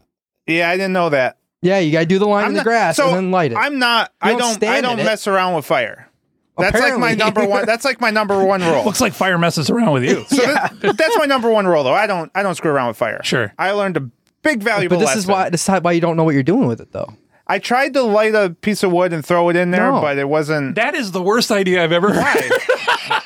[SPEAKER 19] Yeah, I didn't know that.
[SPEAKER 20] Yeah, you gotta do the line in the
[SPEAKER 19] not-
[SPEAKER 20] grass
[SPEAKER 19] so
[SPEAKER 20] and then light it.
[SPEAKER 19] I'm not.
[SPEAKER 20] You
[SPEAKER 19] I don't. I
[SPEAKER 20] stand
[SPEAKER 19] don't
[SPEAKER 20] in it.
[SPEAKER 19] mess around with fire. That's like my
[SPEAKER 20] Apparently.
[SPEAKER 19] number one. That's like my number one rule.
[SPEAKER 4] [laughs] Looks like fire messes around with you.
[SPEAKER 19] [laughs]
[SPEAKER 20] [laughs]
[SPEAKER 19] So that- that's my number one rule, though. I don't. I don't screw around with fire.
[SPEAKER 4] Sure.
[SPEAKER 19] I learned a big valuable
[SPEAKER 20] But this
[SPEAKER 19] lesson.
[SPEAKER 20] is why this is why you don't know what you're doing with it though.
[SPEAKER 19] I tried to light a piece of wood and throw it in there,
[SPEAKER 20] No.
[SPEAKER 19] but it wasn't.
[SPEAKER 4] That is the worst idea I've ever heard.
[SPEAKER 19] [laughs]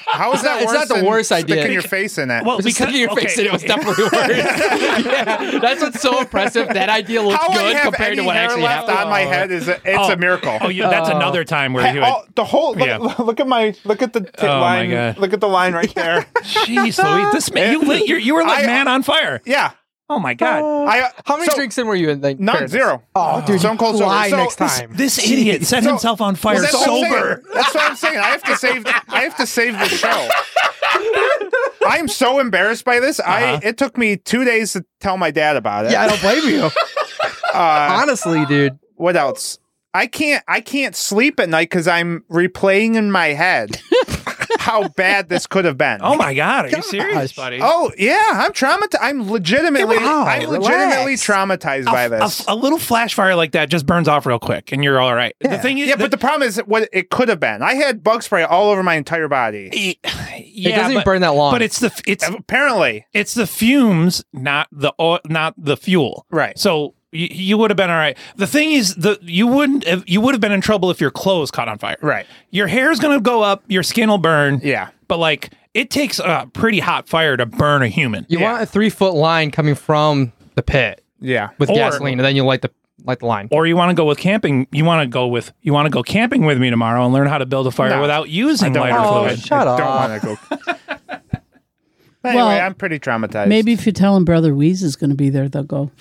[SPEAKER 19] How is that?
[SPEAKER 20] It's not- it's
[SPEAKER 19] worse
[SPEAKER 20] not the
[SPEAKER 19] than
[SPEAKER 20] worst idea.
[SPEAKER 19] Sticking your face in it.
[SPEAKER 4] Well,
[SPEAKER 20] Just
[SPEAKER 4] because
[SPEAKER 20] sticking your face in it was definitely worse.
[SPEAKER 4] [laughs]
[SPEAKER 21] yeah, that's what's so impressive. That idea looks
[SPEAKER 19] How I
[SPEAKER 21] good
[SPEAKER 19] have
[SPEAKER 21] compared
[SPEAKER 19] any
[SPEAKER 21] to what
[SPEAKER 19] hair
[SPEAKER 21] actually
[SPEAKER 19] left
[SPEAKER 21] happened.
[SPEAKER 19] on my head is a, it's
[SPEAKER 4] Oh.
[SPEAKER 19] a miracle.
[SPEAKER 4] Oh, yeah, that's another time where he would.
[SPEAKER 19] Oh, the whole look,
[SPEAKER 4] Yeah.
[SPEAKER 19] look at my look at the t-
[SPEAKER 4] Oh, my
[SPEAKER 19] line.
[SPEAKER 4] God.
[SPEAKER 19] Look at the line right there.
[SPEAKER 4] [laughs] Jeez, Louis, this man, you lit, you, you were like
[SPEAKER 19] I-
[SPEAKER 4] man on fire.
[SPEAKER 19] yeah.
[SPEAKER 4] Oh my god,
[SPEAKER 19] I
[SPEAKER 20] How many
[SPEAKER 19] so-
[SPEAKER 20] drinks in were you in? Like,
[SPEAKER 19] None,
[SPEAKER 20] fairness?
[SPEAKER 19] zero.
[SPEAKER 20] Oh, dude,
[SPEAKER 19] Stone Cold sober.
[SPEAKER 20] lie
[SPEAKER 19] So-
[SPEAKER 20] next time.
[SPEAKER 4] this idiot set
[SPEAKER 19] So-
[SPEAKER 4] himself on fire
[SPEAKER 19] Well, that's what I'm saying.
[SPEAKER 4] sober.
[SPEAKER 19] That's what I'm saying. I have to save. I have to save the show. [laughs] I am so embarrassed by this.
[SPEAKER 4] Uh-huh.
[SPEAKER 19] I it took me two days to tell my dad about it.
[SPEAKER 20] Yeah, I don't blame you.
[SPEAKER 19] [laughs] Uh,
[SPEAKER 20] Honestly, dude.
[SPEAKER 19] what else? I can't. I can't sleep at night because I'm replaying in my
[SPEAKER 4] [laughs]
[SPEAKER 19] head how bad this could have been.
[SPEAKER 4] Oh my god, are you serious, buddy?
[SPEAKER 19] Oh yeah, I'm traumatized. I'm legitimately,
[SPEAKER 20] Wow,
[SPEAKER 19] I'm legitimately traumatized by
[SPEAKER 4] a,
[SPEAKER 19] this.
[SPEAKER 4] a little flash fire like that just burns off real quick, and you're all right. The thing is,
[SPEAKER 19] yeah, but the problem is what it could have been. I had bug spray all over my entire body.
[SPEAKER 4] [sighs] the,
[SPEAKER 20] It doesn't even burn that long.
[SPEAKER 4] But it's the f- it's
[SPEAKER 19] Apparently,
[SPEAKER 4] it's the fumes, not the oil, not the fuel.
[SPEAKER 19] Right.
[SPEAKER 4] So you, you would have been all right. The thing is, the you wouldn't have, you would have been in trouble if your clothes caught on fire.
[SPEAKER 19] Right.
[SPEAKER 4] Your hair's gonna go up. Your skin will burn.
[SPEAKER 19] Yeah.
[SPEAKER 4] But like, it takes a pretty hot fire to burn a human.
[SPEAKER 20] You want a three foot line coming from the pit
[SPEAKER 19] yeah.
[SPEAKER 20] with
[SPEAKER 4] Or-
[SPEAKER 20] gasoline, and then you light the light the line.
[SPEAKER 4] Or you want to go with camping? You want to go with you want to go camping with me tomorrow and learn how to build a fire
[SPEAKER 19] No.
[SPEAKER 4] without using
[SPEAKER 19] don't
[SPEAKER 4] lighter
[SPEAKER 19] wanna
[SPEAKER 20] oh,
[SPEAKER 19] do
[SPEAKER 4] fluid.
[SPEAKER 19] it.
[SPEAKER 20] shut
[SPEAKER 19] I don't
[SPEAKER 20] up.
[SPEAKER 19] want to go. But anyway,
[SPEAKER 5] Well,
[SPEAKER 19] I'm pretty traumatized.
[SPEAKER 5] Maybe if you tell him Brother Weeze is going to be there, they'll
[SPEAKER 19] [laughs]
[SPEAKER 5] go.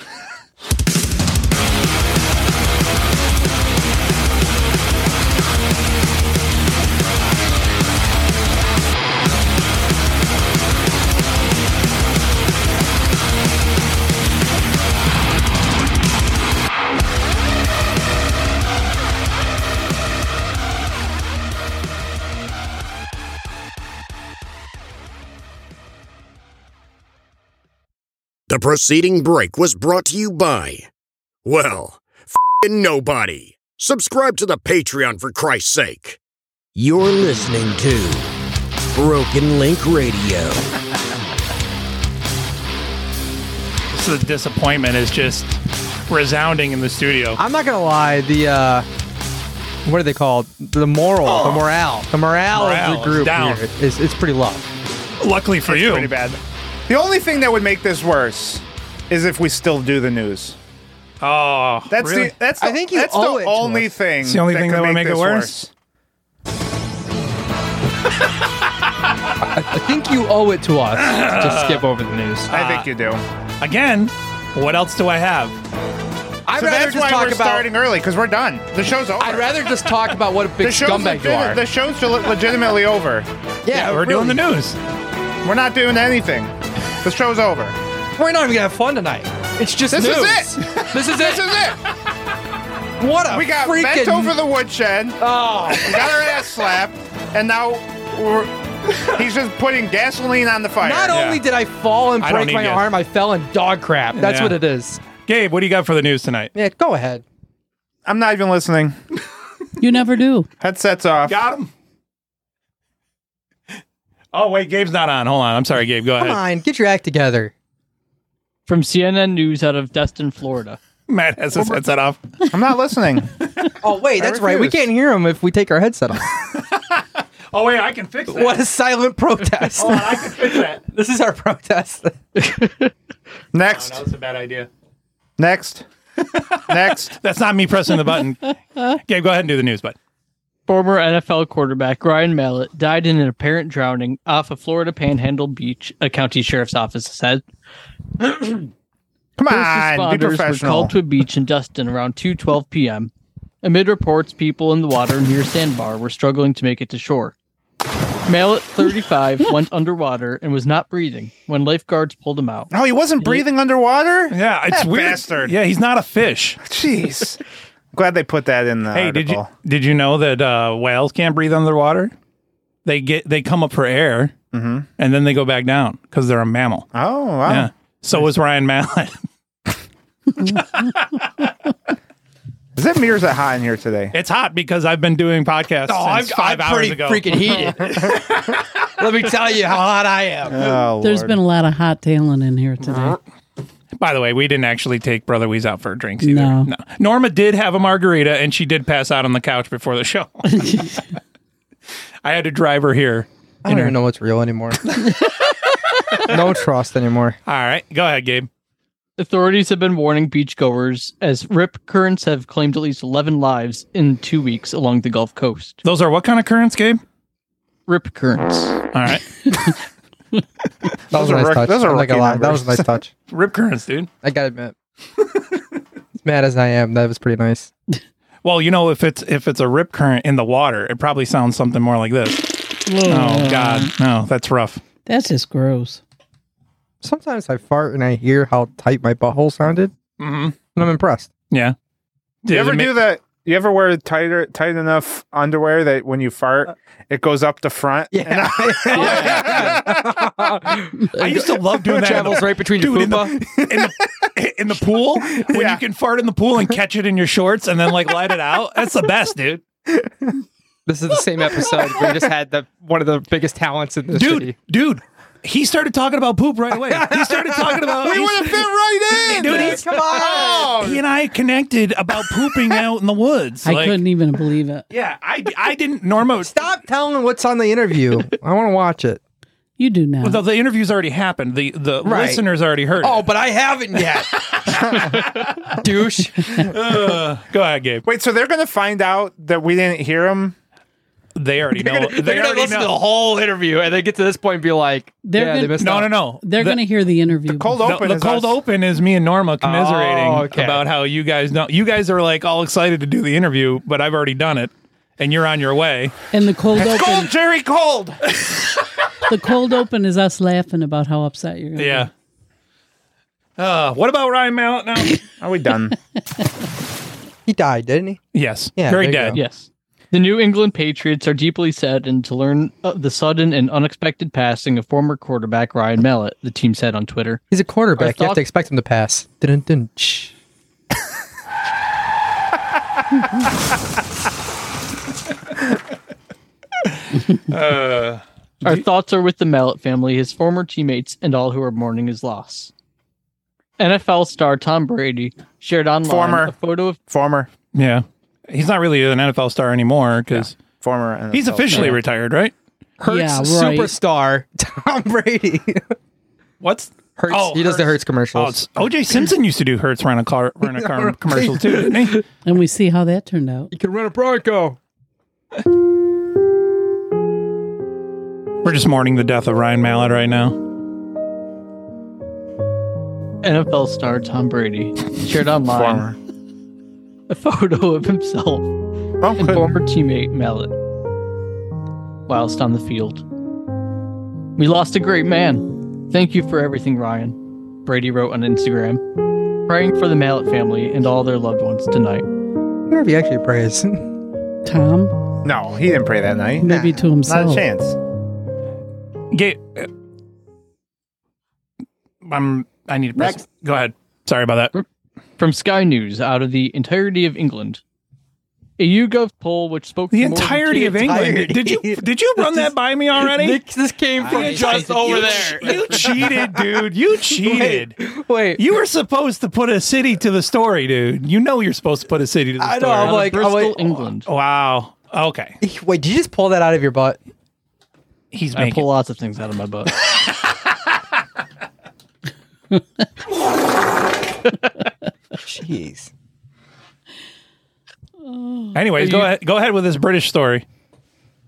[SPEAKER 18] The preceding break was brought to you by, well, fing nobody. Subscribe to the Patreon for Christ's sake. You're listening to Broken Link Radio.
[SPEAKER 4] So the disappointment is just resounding in the studio.
[SPEAKER 20] I'm not gonna lie. The uh, what are they called? The moral, the morale, the morale,
[SPEAKER 4] Oh. Morale
[SPEAKER 20] of
[SPEAKER 4] is
[SPEAKER 20] the group
[SPEAKER 4] down.
[SPEAKER 20] here is it's pretty low.
[SPEAKER 4] Luckily for you,
[SPEAKER 19] pretty bad. The only thing that would make this worse is if we still do the news.
[SPEAKER 4] Oh,
[SPEAKER 19] That's
[SPEAKER 4] really?
[SPEAKER 19] the that's the,
[SPEAKER 20] I think you
[SPEAKER 19] that's
[SPEAKER 20] owe
[SPEAKER 19] the
[SPEAKER 20] it to
[SPEAKER 19] only
[SPEAKER 20] us.
[SPEAKER 19] thing.
[SPEAKER 4] It's the only thing
[SPEAKER 19] could
[SPEAKER 4] that would make it
[SPEAKER 19] this
[SPEAKER 4] worse?
[SPEAKER 20] I think you owe it to us
[SPEAKER 4] [laughs]
[SPEAKER 20] to skip over the news.
[SPEAKER 19] I think you do.
[SPEAKER 4] Uh, again. What else do I have?
[SPEAKER 20] I'd
[SPEAKER 19] So
[SPEAKER 20] rather
[SPEAKER 19] that's
[SPEAKER 20] just
[SPEAKER 19] why
[SPEAKER 20] talk
[SPEAKER 19] we're
[SPEAKER 20] about.
[SPEAKER 19] starting early because we're done. The show's over.
[SPEAKER 20] I'd rather just talk about what a big
[SPEAKER 19] the show's
[SPEAKER 20] scumbag you
[SPEAKER 19] legit-
[SPEAKER 20] are.
[SPEAKER 19] The show's le- legitimately over.
[SPEAKER 4] Yeah, we're doing the news.
[SPEAKER 19] We're not doing anything. The show's over.
[SPEAKER 20] We're not even gonna have fun tonight. It's just
[SPEAKER 19] This is
[SPEAKER 20] news.
[SPEAKER 19] it. [laughs]
[SPEAKER 20] This is
[SPEAKER 19] This
[SPEAKER 20] it.
[SPEAKER 19] is it.
[SPEAKER 20] What a
[SPEAKER 19] We got
[SPEAKER 20] freaking
[SPEAKER 19] bent over the woodshed.
[SPEAKER 20] Oh,
[SPEAKER 19] We got our ass slapped, and now we're, he's just putting gasoline on the fire.
[SPEAKER 20] not
[SPEAKER 19] Yeah.
[SPEAKER 20] only did I fall and
[SPEAKER 4] I don't
[SPEAKER 20] break
[SPEAKER 4] need
[SPEAKER 20] my
[SPEAKER 4] you.
[SPEAKER 20] arm, I fell in dog crap. That's
[SPEAKER 4] Yeah.
[SPEAKER 20] what it is.
[SPEAKER 4] Gabe, what do you got for the news tonight?
[SPEAKER 20] Yeah, go ahead.
[SPEAKER 19] I'm not even listening.
[SPEAKER 5] You never do.
[SPEAKER 19] Headsets off.
[SPEAKER 4] Got him. Oh wait, Gabe's not on. Hold on. I'm sorry, Gabe. Go
[SPEAKER 20] Come
[SPEAKER 4] ahead.
[SPEAKER 20] on, get your act together.
[SPEAKER 21] From CNN News out of Destin, Florida.
[SPEAKER 4] [laughs] Matt has his headset off.
[SPEAKER 19] I'm not listening.
[SPEAKER 20] Oh [laughs] wait,
[SPEAKER 19] I
[SPEAKER 20] that's right. We
[SPEAKER 19] refuse.
[SPEAKER 20] can't hear him if we take our headset off.
[SPEAKER 4] Oh wait, I can fix that.
[SPEAKER 20] what a silent protest.
[SPEAKER 4] Oh, I can fix [laughs] that.
[SPEAKER 20] this is our protest.
[SPEAKER 19] [laughs] Next.
[SPEAKER 4] Oh, That was a bad idea. [laughs]
[SPEAKER 19] Next. Next.
[SPEAKER 4] That's not me pressing the button. Gabe, go ahead and do the news, bud.
[SPEAKER 21] Former NFL quarterback Ryan Mallett died in an apparent drowning off a Florida Panhandle beach, a county sheriff's office said.
[SPEAKER 19] [clears throat] Come on.
[SPEAKER 21] First
[SPEAKER 19] Be
[SPEAKER 21] responders were
[SPEAKER 19] professional.
[SPEAKER 21] called to a beach in Destin around 2:12 p.m. Amid reports, people in the water near Sandbar were struggling to make it to shore.
[SPEAKER 19] [laughs]
[SPEAKER 21] Mallet, 35, went underwater and was not breathing when lifeguards pulled him out.
[SPEAKER 19] Oh, he wasn't breathing underwater?
[SPEAKER 4] Yeah, it's
[SPEAKER 19] That
[SPEAKER 4] weird.
[SPEAKER 19] bastard.
[SPEAKER 4] Yeah, he's [laughs] not a fish.
[SPEAKER 19] Jeez. Glad they put that in the
[SPEAKER 4] Hey, did you
[SPEAKER 19] article.
[SPEAKER 4] did you know that uh, whales can't breathe underwater? They get they come up for air
[SPEAKER 19] Mm-hmm.
[SPEAKER 4] and then they go back down because they're a mammal.
[SPEAKER 19] Oh, wow.
[SPEAKER 4] [laughs] Yeah. So was Ryan Mallett.
[SPEAKER 19] Is it me or is it hot in here today?
[SPEAKER 4] It's hot because I've been doing podcasts
[SPEAKER 19] Oh,
[SPEAKER 4] since
[SPEAKER 19] I'm-
[SPEAKER 4] 5
[SPEAKER 19] I'm
[SPEAKER 4] hours
[SPEAKER 19] pretty
[SPEAKER 4] ago.
[SPEAKER 19] freaking heated.
[SPEAKER 4] [laughs]
[SPEAKER 20] Let me tell you how hot I am.
[SPEAKER 19] Oh,
[SPEAKER 5] There's
[SPEAKER 4] Lord.
[SPEAKER 5] been a lot of hot talent in here
[SPEAKER 4] Uh-huh.
[SPEAKER 5] today.
[SPEAKER 4] By the way, we didn't actually take Brother Weeze out for drinks either.
[SPEAKER 5] Uh-huh. No.
[SPEAKER 4] Norma did have a margarita and she did pass out on the couch before the show. [laughs] [laughs] I had to drive her here.
[SPEAKER 20] I don't even know what's
[SPEAKER 4] [laughs]
[SPEAKER 20] real anymore. [laughs] no trust anymore.
[SPEAKER 4] All right, go ahead, Gabe.
[SPEAKER 21] Authorities have been warning beachgoers as rip currents have claimed at least 11 lives in two weeks along the Gulf Coast.
[SPEAKER 4] Those are what kind of currents, Gabe?
[SPEAKER 21] Rip currents.
[SPEAKER 4] All right.
[SPEAKER 20] That was a nice touch. I'm not gonna lie. That was a nice touch.
[SPEAKER 4] [laughs] Rip currents, dude.
[SPEAKER 20] I gotta admit. as mad as I am, that was pretty nice.
[SPEAKER 4] Well, you know, if it's if it's a rip current in the water, it probably sounds something more like this. Oh
[SPEAKER 5] Ugh.
[SPEAKER 4] God, no, that's rough. [laughs]
[SPEAKER 5] That's just gross.
[SPEAKER 20] Sometimes I fart and I hear how tight my butthole sounded,
[SPEAKER 4] Mm-hmm.
[SPEAKER 20] and I'm impressed.
[SPEAKER 4] Yeah.
[SPEAKER 19] you ever do that? You ever wear tighter, tight enough underwear that when you
[SPEAKER 4] Uh,
[SPEAKER 19] fart, it goes up the front? [laughs] Yeah.
[SPEAKER 4] I used to love
[SPEAKER 20] [laughs]
[SPEAKER 4] doing that. in the- [laughs]
[SPEAKER 20] Travels right between your
[SPEAKER 4] Dude, in the-
[SPEAKER 20] fupa.
[SPEAKER 4] in the [laughs] pool when you can fart in the pool and catch it in your shorts and then like light it out. That's the best, dude.
[SPEAKER 20] This is the same episode we just had the one of the biggest talents in the
[SPEAKER 4] Dude,
[SPEAKER 20] city.
[SPEAKER 4] dude. He started talking about poop right away. He started talking about.
[SPEAKER 20] [laughs] We
[SPEAKER 4] he-
[SPEAKER 20] would've fit
[SPEAKER 19] right
[SPEAKER 20] in!
[SPEAKER 4] dude. he-
[SPEAKER 20] Come on!
[SPEAKER 4] He and I connected about pooping out in the woods.
[SPEAKER 5] I
[SPEAKER 4] like-
[SPEAKER 5] couldn't even believe it.
[SPEAKER 4] Yeah, I, I didn't. Norma,
[SPEAKER 20] Stop telling what's on the interview. I want to watch it.
[SPEAKER 5] You do now.
[SPEAKER 4] well, the, the interview's already happened. The the
[SPEAKER 20] Right.
[SPEAKER 4] listeners already heard.
[SPEAKER 20] Oh, but I haven't yet.
[SPEAKER 4] [laughs]
[SPEAKER 20] Douche.
[SPEAKER 4] it. Ugh. go ahead, Gabe.
[SPEAKER 19] Wait, so they're gonna find out that we didn't hear him?
[SPEAKER 4] They already know.
[SPEAKER 20] They're
[SPEAKER 4] they
[SPEAKER 20] gonna
[SPEAKER 4] already
[SPEAKER 20] listen to the
[SPEAKER 4] know.
[SPEAKER 20] whole interview and they get to this point and be like,
[SPEAKER 5] They're
[SPEAKER 20] yeah,
[SPEAKER 5] gonna-
[SPEAKER 20] they missed
[SPEAKER 4] No,
[SPEAKER 20] out.
[SPEAKER 4] no, no.
[SPEAKER 5] They're
[SPEAKER 4] The-
[SPEAKER 5] going to hear the interview.
[SPEAKER 19] Cold
[SPEAKER 4] The,
[SPEAKER 19] open.
[SPEAKER 4] the
[SPEAKER 19] is
[SPEAKER 4] cold
[SPEAKER 19] us.
[SPEAKER 4] open is me and Norma commiserating
[SPEAKER 20] Oh, okay.
[SPEAKER 4] about how you guys know. You guys are like all excited to do the interview, but I've already done it, and you're on your way.
[SPEAKER 5] And the cold
[SPEAKER 19] It's
[SPEAKER 5] open,
[SPEAKER 19] cold, Jerry. Cold.
[SPEAKER 5] [laughs] the cold open is us laughing about how upset you're. Gonna be.
[SPEAKER 4] Yeah. Uh, what about Ryan Mallett now?
[SPEAKER 19] Are we
[SPEAKER 4] [laughs]
[SPEAKER 19] done?
[SPEAKER 20] He died, didn't he?
[SPEAKER 4] yes.
[SPEAKER 20] Yeah,
[SPEAKER 4] Very
[SPEAKER 20] there you
[SPEAKER 4] dead.
[SPEAKER 20] go.
[SPEAKER 21] Yes. [laughs] The New England Patriots are deeply saddened to learn uh, the sudden and unexpected passing of former quarterback Ryan Mallett, the team said on Twitter.
[SPEAKER 20] He's a quarterback.
[SPEAKER 21] Our
[SPEAKER 20] You have
[SPEAKER 21] thoughts-
[SPEAKER 20] to expect him to pass. Dun, dun, shh.
[SPEAKER 21] [laughs]
[SPEAKER 4] [laughs] Uh,
[SPEAKER 21] Our thoughts are with the Mallett family, his former teammates, and all who are mourning his loss. NFL star Tom Brady shared online
[SPEAKER 19] Former.
[SPEAKER 21] a photo of
[SPEAKER 19] Former.
[SPEAKER 4] Yeah. He's not really an NFL star anymore because
[SPEAKER 19] Former.
[SPEAKER 4] he's
[SPEAKER 19] NFL
[SPEAKER 4] officially
[SPEAKER 19] player.
[SPEAKER 4] retired, right?
[SPEAKER 20] Hurts
[SPEAKER 5] Yeah, right.
[SPEAKER 20] superstar [laughs] Tom Brady.
[SPEAKER 4] What's
[SPEAKER 20] Hurts. he does the Hurts
[SPEAKER 4] Oh,
[SPEAKER 20] commercials.
[SPEAKER 4] it's- OJ Simpson used to do Hertz rent a
[SPEAKER 20] [laughs]
[SPEAKER 4] car rent a car commercial too, didn't he?
[SPEAKER 5] And we see how that turned out.
[SPEAKER 20] you can run a Bronco.
[SPEAKER 4] We're just mourning the death of Ryan Mallett right now.
[SPEAKER 21] NFL star Tom Brady shared online
[SPEAKER 19] Former.
[SPEAKER 21] a photo of himself
[SPEAKER 19] Oh,
[SPEAKER 21] and
[SPEAKER 19] good.
[SPEAKER 21] former teammate Mallet whilst on the field. We lost a great man. Thank you for everything, Ryan. Brady wrote on Instagram, praying for the Mallet family and all their loved ones tonight.
[SPEAKER 20] I wonder if he actually prays. [laughs]
[SPEAKER 5] Tom,
[SPEAKER 19] No, he didn't pray that night.
[SPEAKER 5] maybe to
[SPEAKER 19] Not
[SPEAKER 5] himself.
[SPEAKER 19] a [laughs] chance.
[SPEAKER 4] Ga- uh, I'm I need to press. Go ahead. Sorry about that.
[SPEAKER 21] From Sky News, out of the entirety of England, a YouGov poll which spoke
[SPEAKER 4] The
[SPEAKER 21] to more than
[SPEAKER 4] entirety
[SPEAKER 21] two-
[SPEAKER 4] of England. Did you did you run that by
[SPEAKER 21] [laughs]
[SPEAKER 4] me already?
[SPEAKER 20] Nick, this came from just over there.
[SPEAKER 4] You cheated, dude.
[SPEAKER 20] [laughs]
[SPEAKER 4] You cheated.
[SPEAKER 20] Wait.
[SPEAKER 4] You were supposed to put a city to the story, dude. You know you're supposed to put a city to the
[SPEAKER 20] I know,
[SPEAKER 4] story.
[SPEAKER 20] I'm like, I'm
[SPEAKER 21] Bristol,
[SPEAKER 20] like,
[SPEAKER 21] England.
[SPEAKER 4] wow. Okay.
[SPEAKER 20] wait, did you just pull that out of your butt?
[SPEAKER 4] He's
[SPEAKER 21] I
[SPEAKER 4] making
[SPEAKER 21] pull lots of things out of
[SPEAKER 4] [laughs]
[SPEAKER 21] my butt.
[SPEAKER 20] Jeez.
[SPEAKER 4] Anyways, go
[SPEAKER 21] You-
[SPEAKER 4] ahead go ahead with this British story.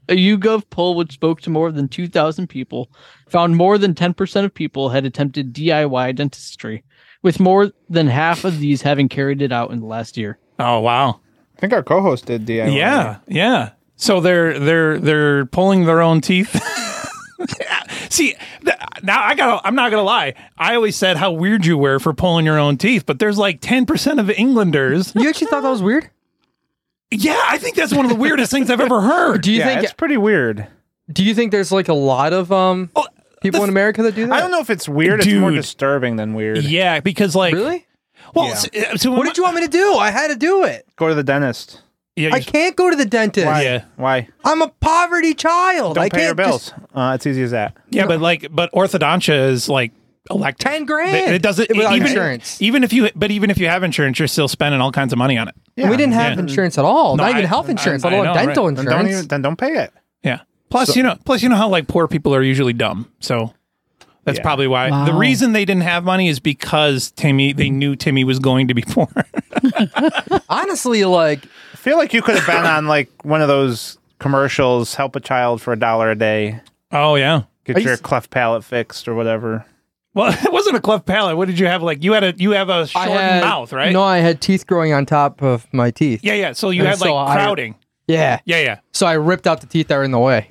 [SPEAKER 21] A YouGov poll which spoke to more than 2,000 people found more than 10% of people had attempted DIY dentistry, with more than half of these having carried it out in the last year.
[SPEAKER 4] Oh wow.
[SPEAKER 19] I think our co-host did DIY.
[SPEAKER 4] Yeah, yeah. So they're they're they're pulling their own teeth. [laughs] See, th- now I got. to I'm not gonna lie. I always said how weird you were for pulling your own teeth, but there's like 10 percent of Englanders.
[SPEAKER 20] You actually thought that was weird?
[SPEAKER 4] yeah, I think that's one of the weirdest things I've ever heard.
[SPEAKER 20] Do you
[SPEAKER 19] Yeah,
[SPEAKER 20] think
[SPEAKER 19] it's pretty weird.
[SPEAKER 20] do you think there's like a lot of um people in America that do that?
[SPEAKER 19] I don't know if it's weird. It's more
[SPEAKER 4] Dude.
[SPEAKER 19] disturbing than weird.
[SPEAKER 4] yeah, because like
[SPEAKER 20] Really?
[SPEAKER 4] Well,
[SPEAKER 20] Yeah. what did you want me to do? I had to do it.
[SPEAKER 19] Go to the dentist.
[SPEAKER 4] Yeah,
[SPEAKER 20] I can't go to the dentist.
[SPEAKER 19] Why? Why?
[SPEAKER 20] I'm a poverty child.
[SPEAKER 19] Don't
[SPEAKER 20] I
[SPEAKER 19] pay your
[SPEAKER 20] can't
[SPEAKER 19] bills.
[SPEAKER 20] just-
[SPEAKER 19] Uh, it's easy as that.
[SPEAKER 4] Yeah, but like, but orthodontia is like elect
[SPEAKER 20] ten grand.
[SPEAKER 4] It, it doesn't
[SPEAKER 20] Without
[SPEAKER 4] even,
[SPEAKER 20] insurance.
[SPEAKER 4] Even if you, but even if you have insurance, you're still spending all kinds of money on it.
[SPEAKER 20] And we didn't have
[SPEAKER 4] Yeah.
[SPEAKER 20] insurance at all.
[SPEAKER 4] No,
[SPEAKER 20] not even
[SPEAKER 4] I-
[SPEAKER 20] health insurance.
[SPEAKER 4] I-
[SPEAKER 20] let
[SPEAKER 4] I
[SPEAKER 20] alone
[SPEAKER 4] know,
[SPEAKER 20] dental
[SPEAKER 4] right. Then
[SPEAKER 20] insurance.
[SPEAKER 4] don't even-
[SPEAKER 19] then don't pay it.
[SPEAKER 4] Yeah. Plus, you know, plus you know how like poor people are usually dumb. So that's
[SPEAKER 19] Yeah.
[SPEAKER 4] probably why the
[SPEAKER 20] Wow.
[SPEAKER 4] reason they didn't have money is because Timmy. They knew Timmy was going to be [laughs] poor.
[SPEAKER 20] [laughs] Honestly, like
[SPEAKER 19] I feel like you could have been on like one of those commercials, help a child for a dollar a day.
[SPEAKER 4] Oh yeah.
[SPEAKER 19] Get your cleft palate fixed or whatever.
[SPEAKER 4] well, it wasn't a cleft palate. What did you have? Like you had a you have a shortened
[SPEAKER 20] had-
[SPEAKER 4] mouth, right?
[SPEAKER 20] No, I had teeth growing on top of my teeth.
[SPEAKER 4] Yeah, yeah. So you
[SPEAKER 20] And
[SPEAKER 4] had
[SPEAKER 20] so
[SPEAKER 4] like
[SPEAKER 20] I-
[SPEAKER 4] crowding.
[SPEAKER 20] Yeah.
[SPEAKER 4] Yeah, yeah.
[SPEAKER 20] So I ripped out the teeth that were in the way.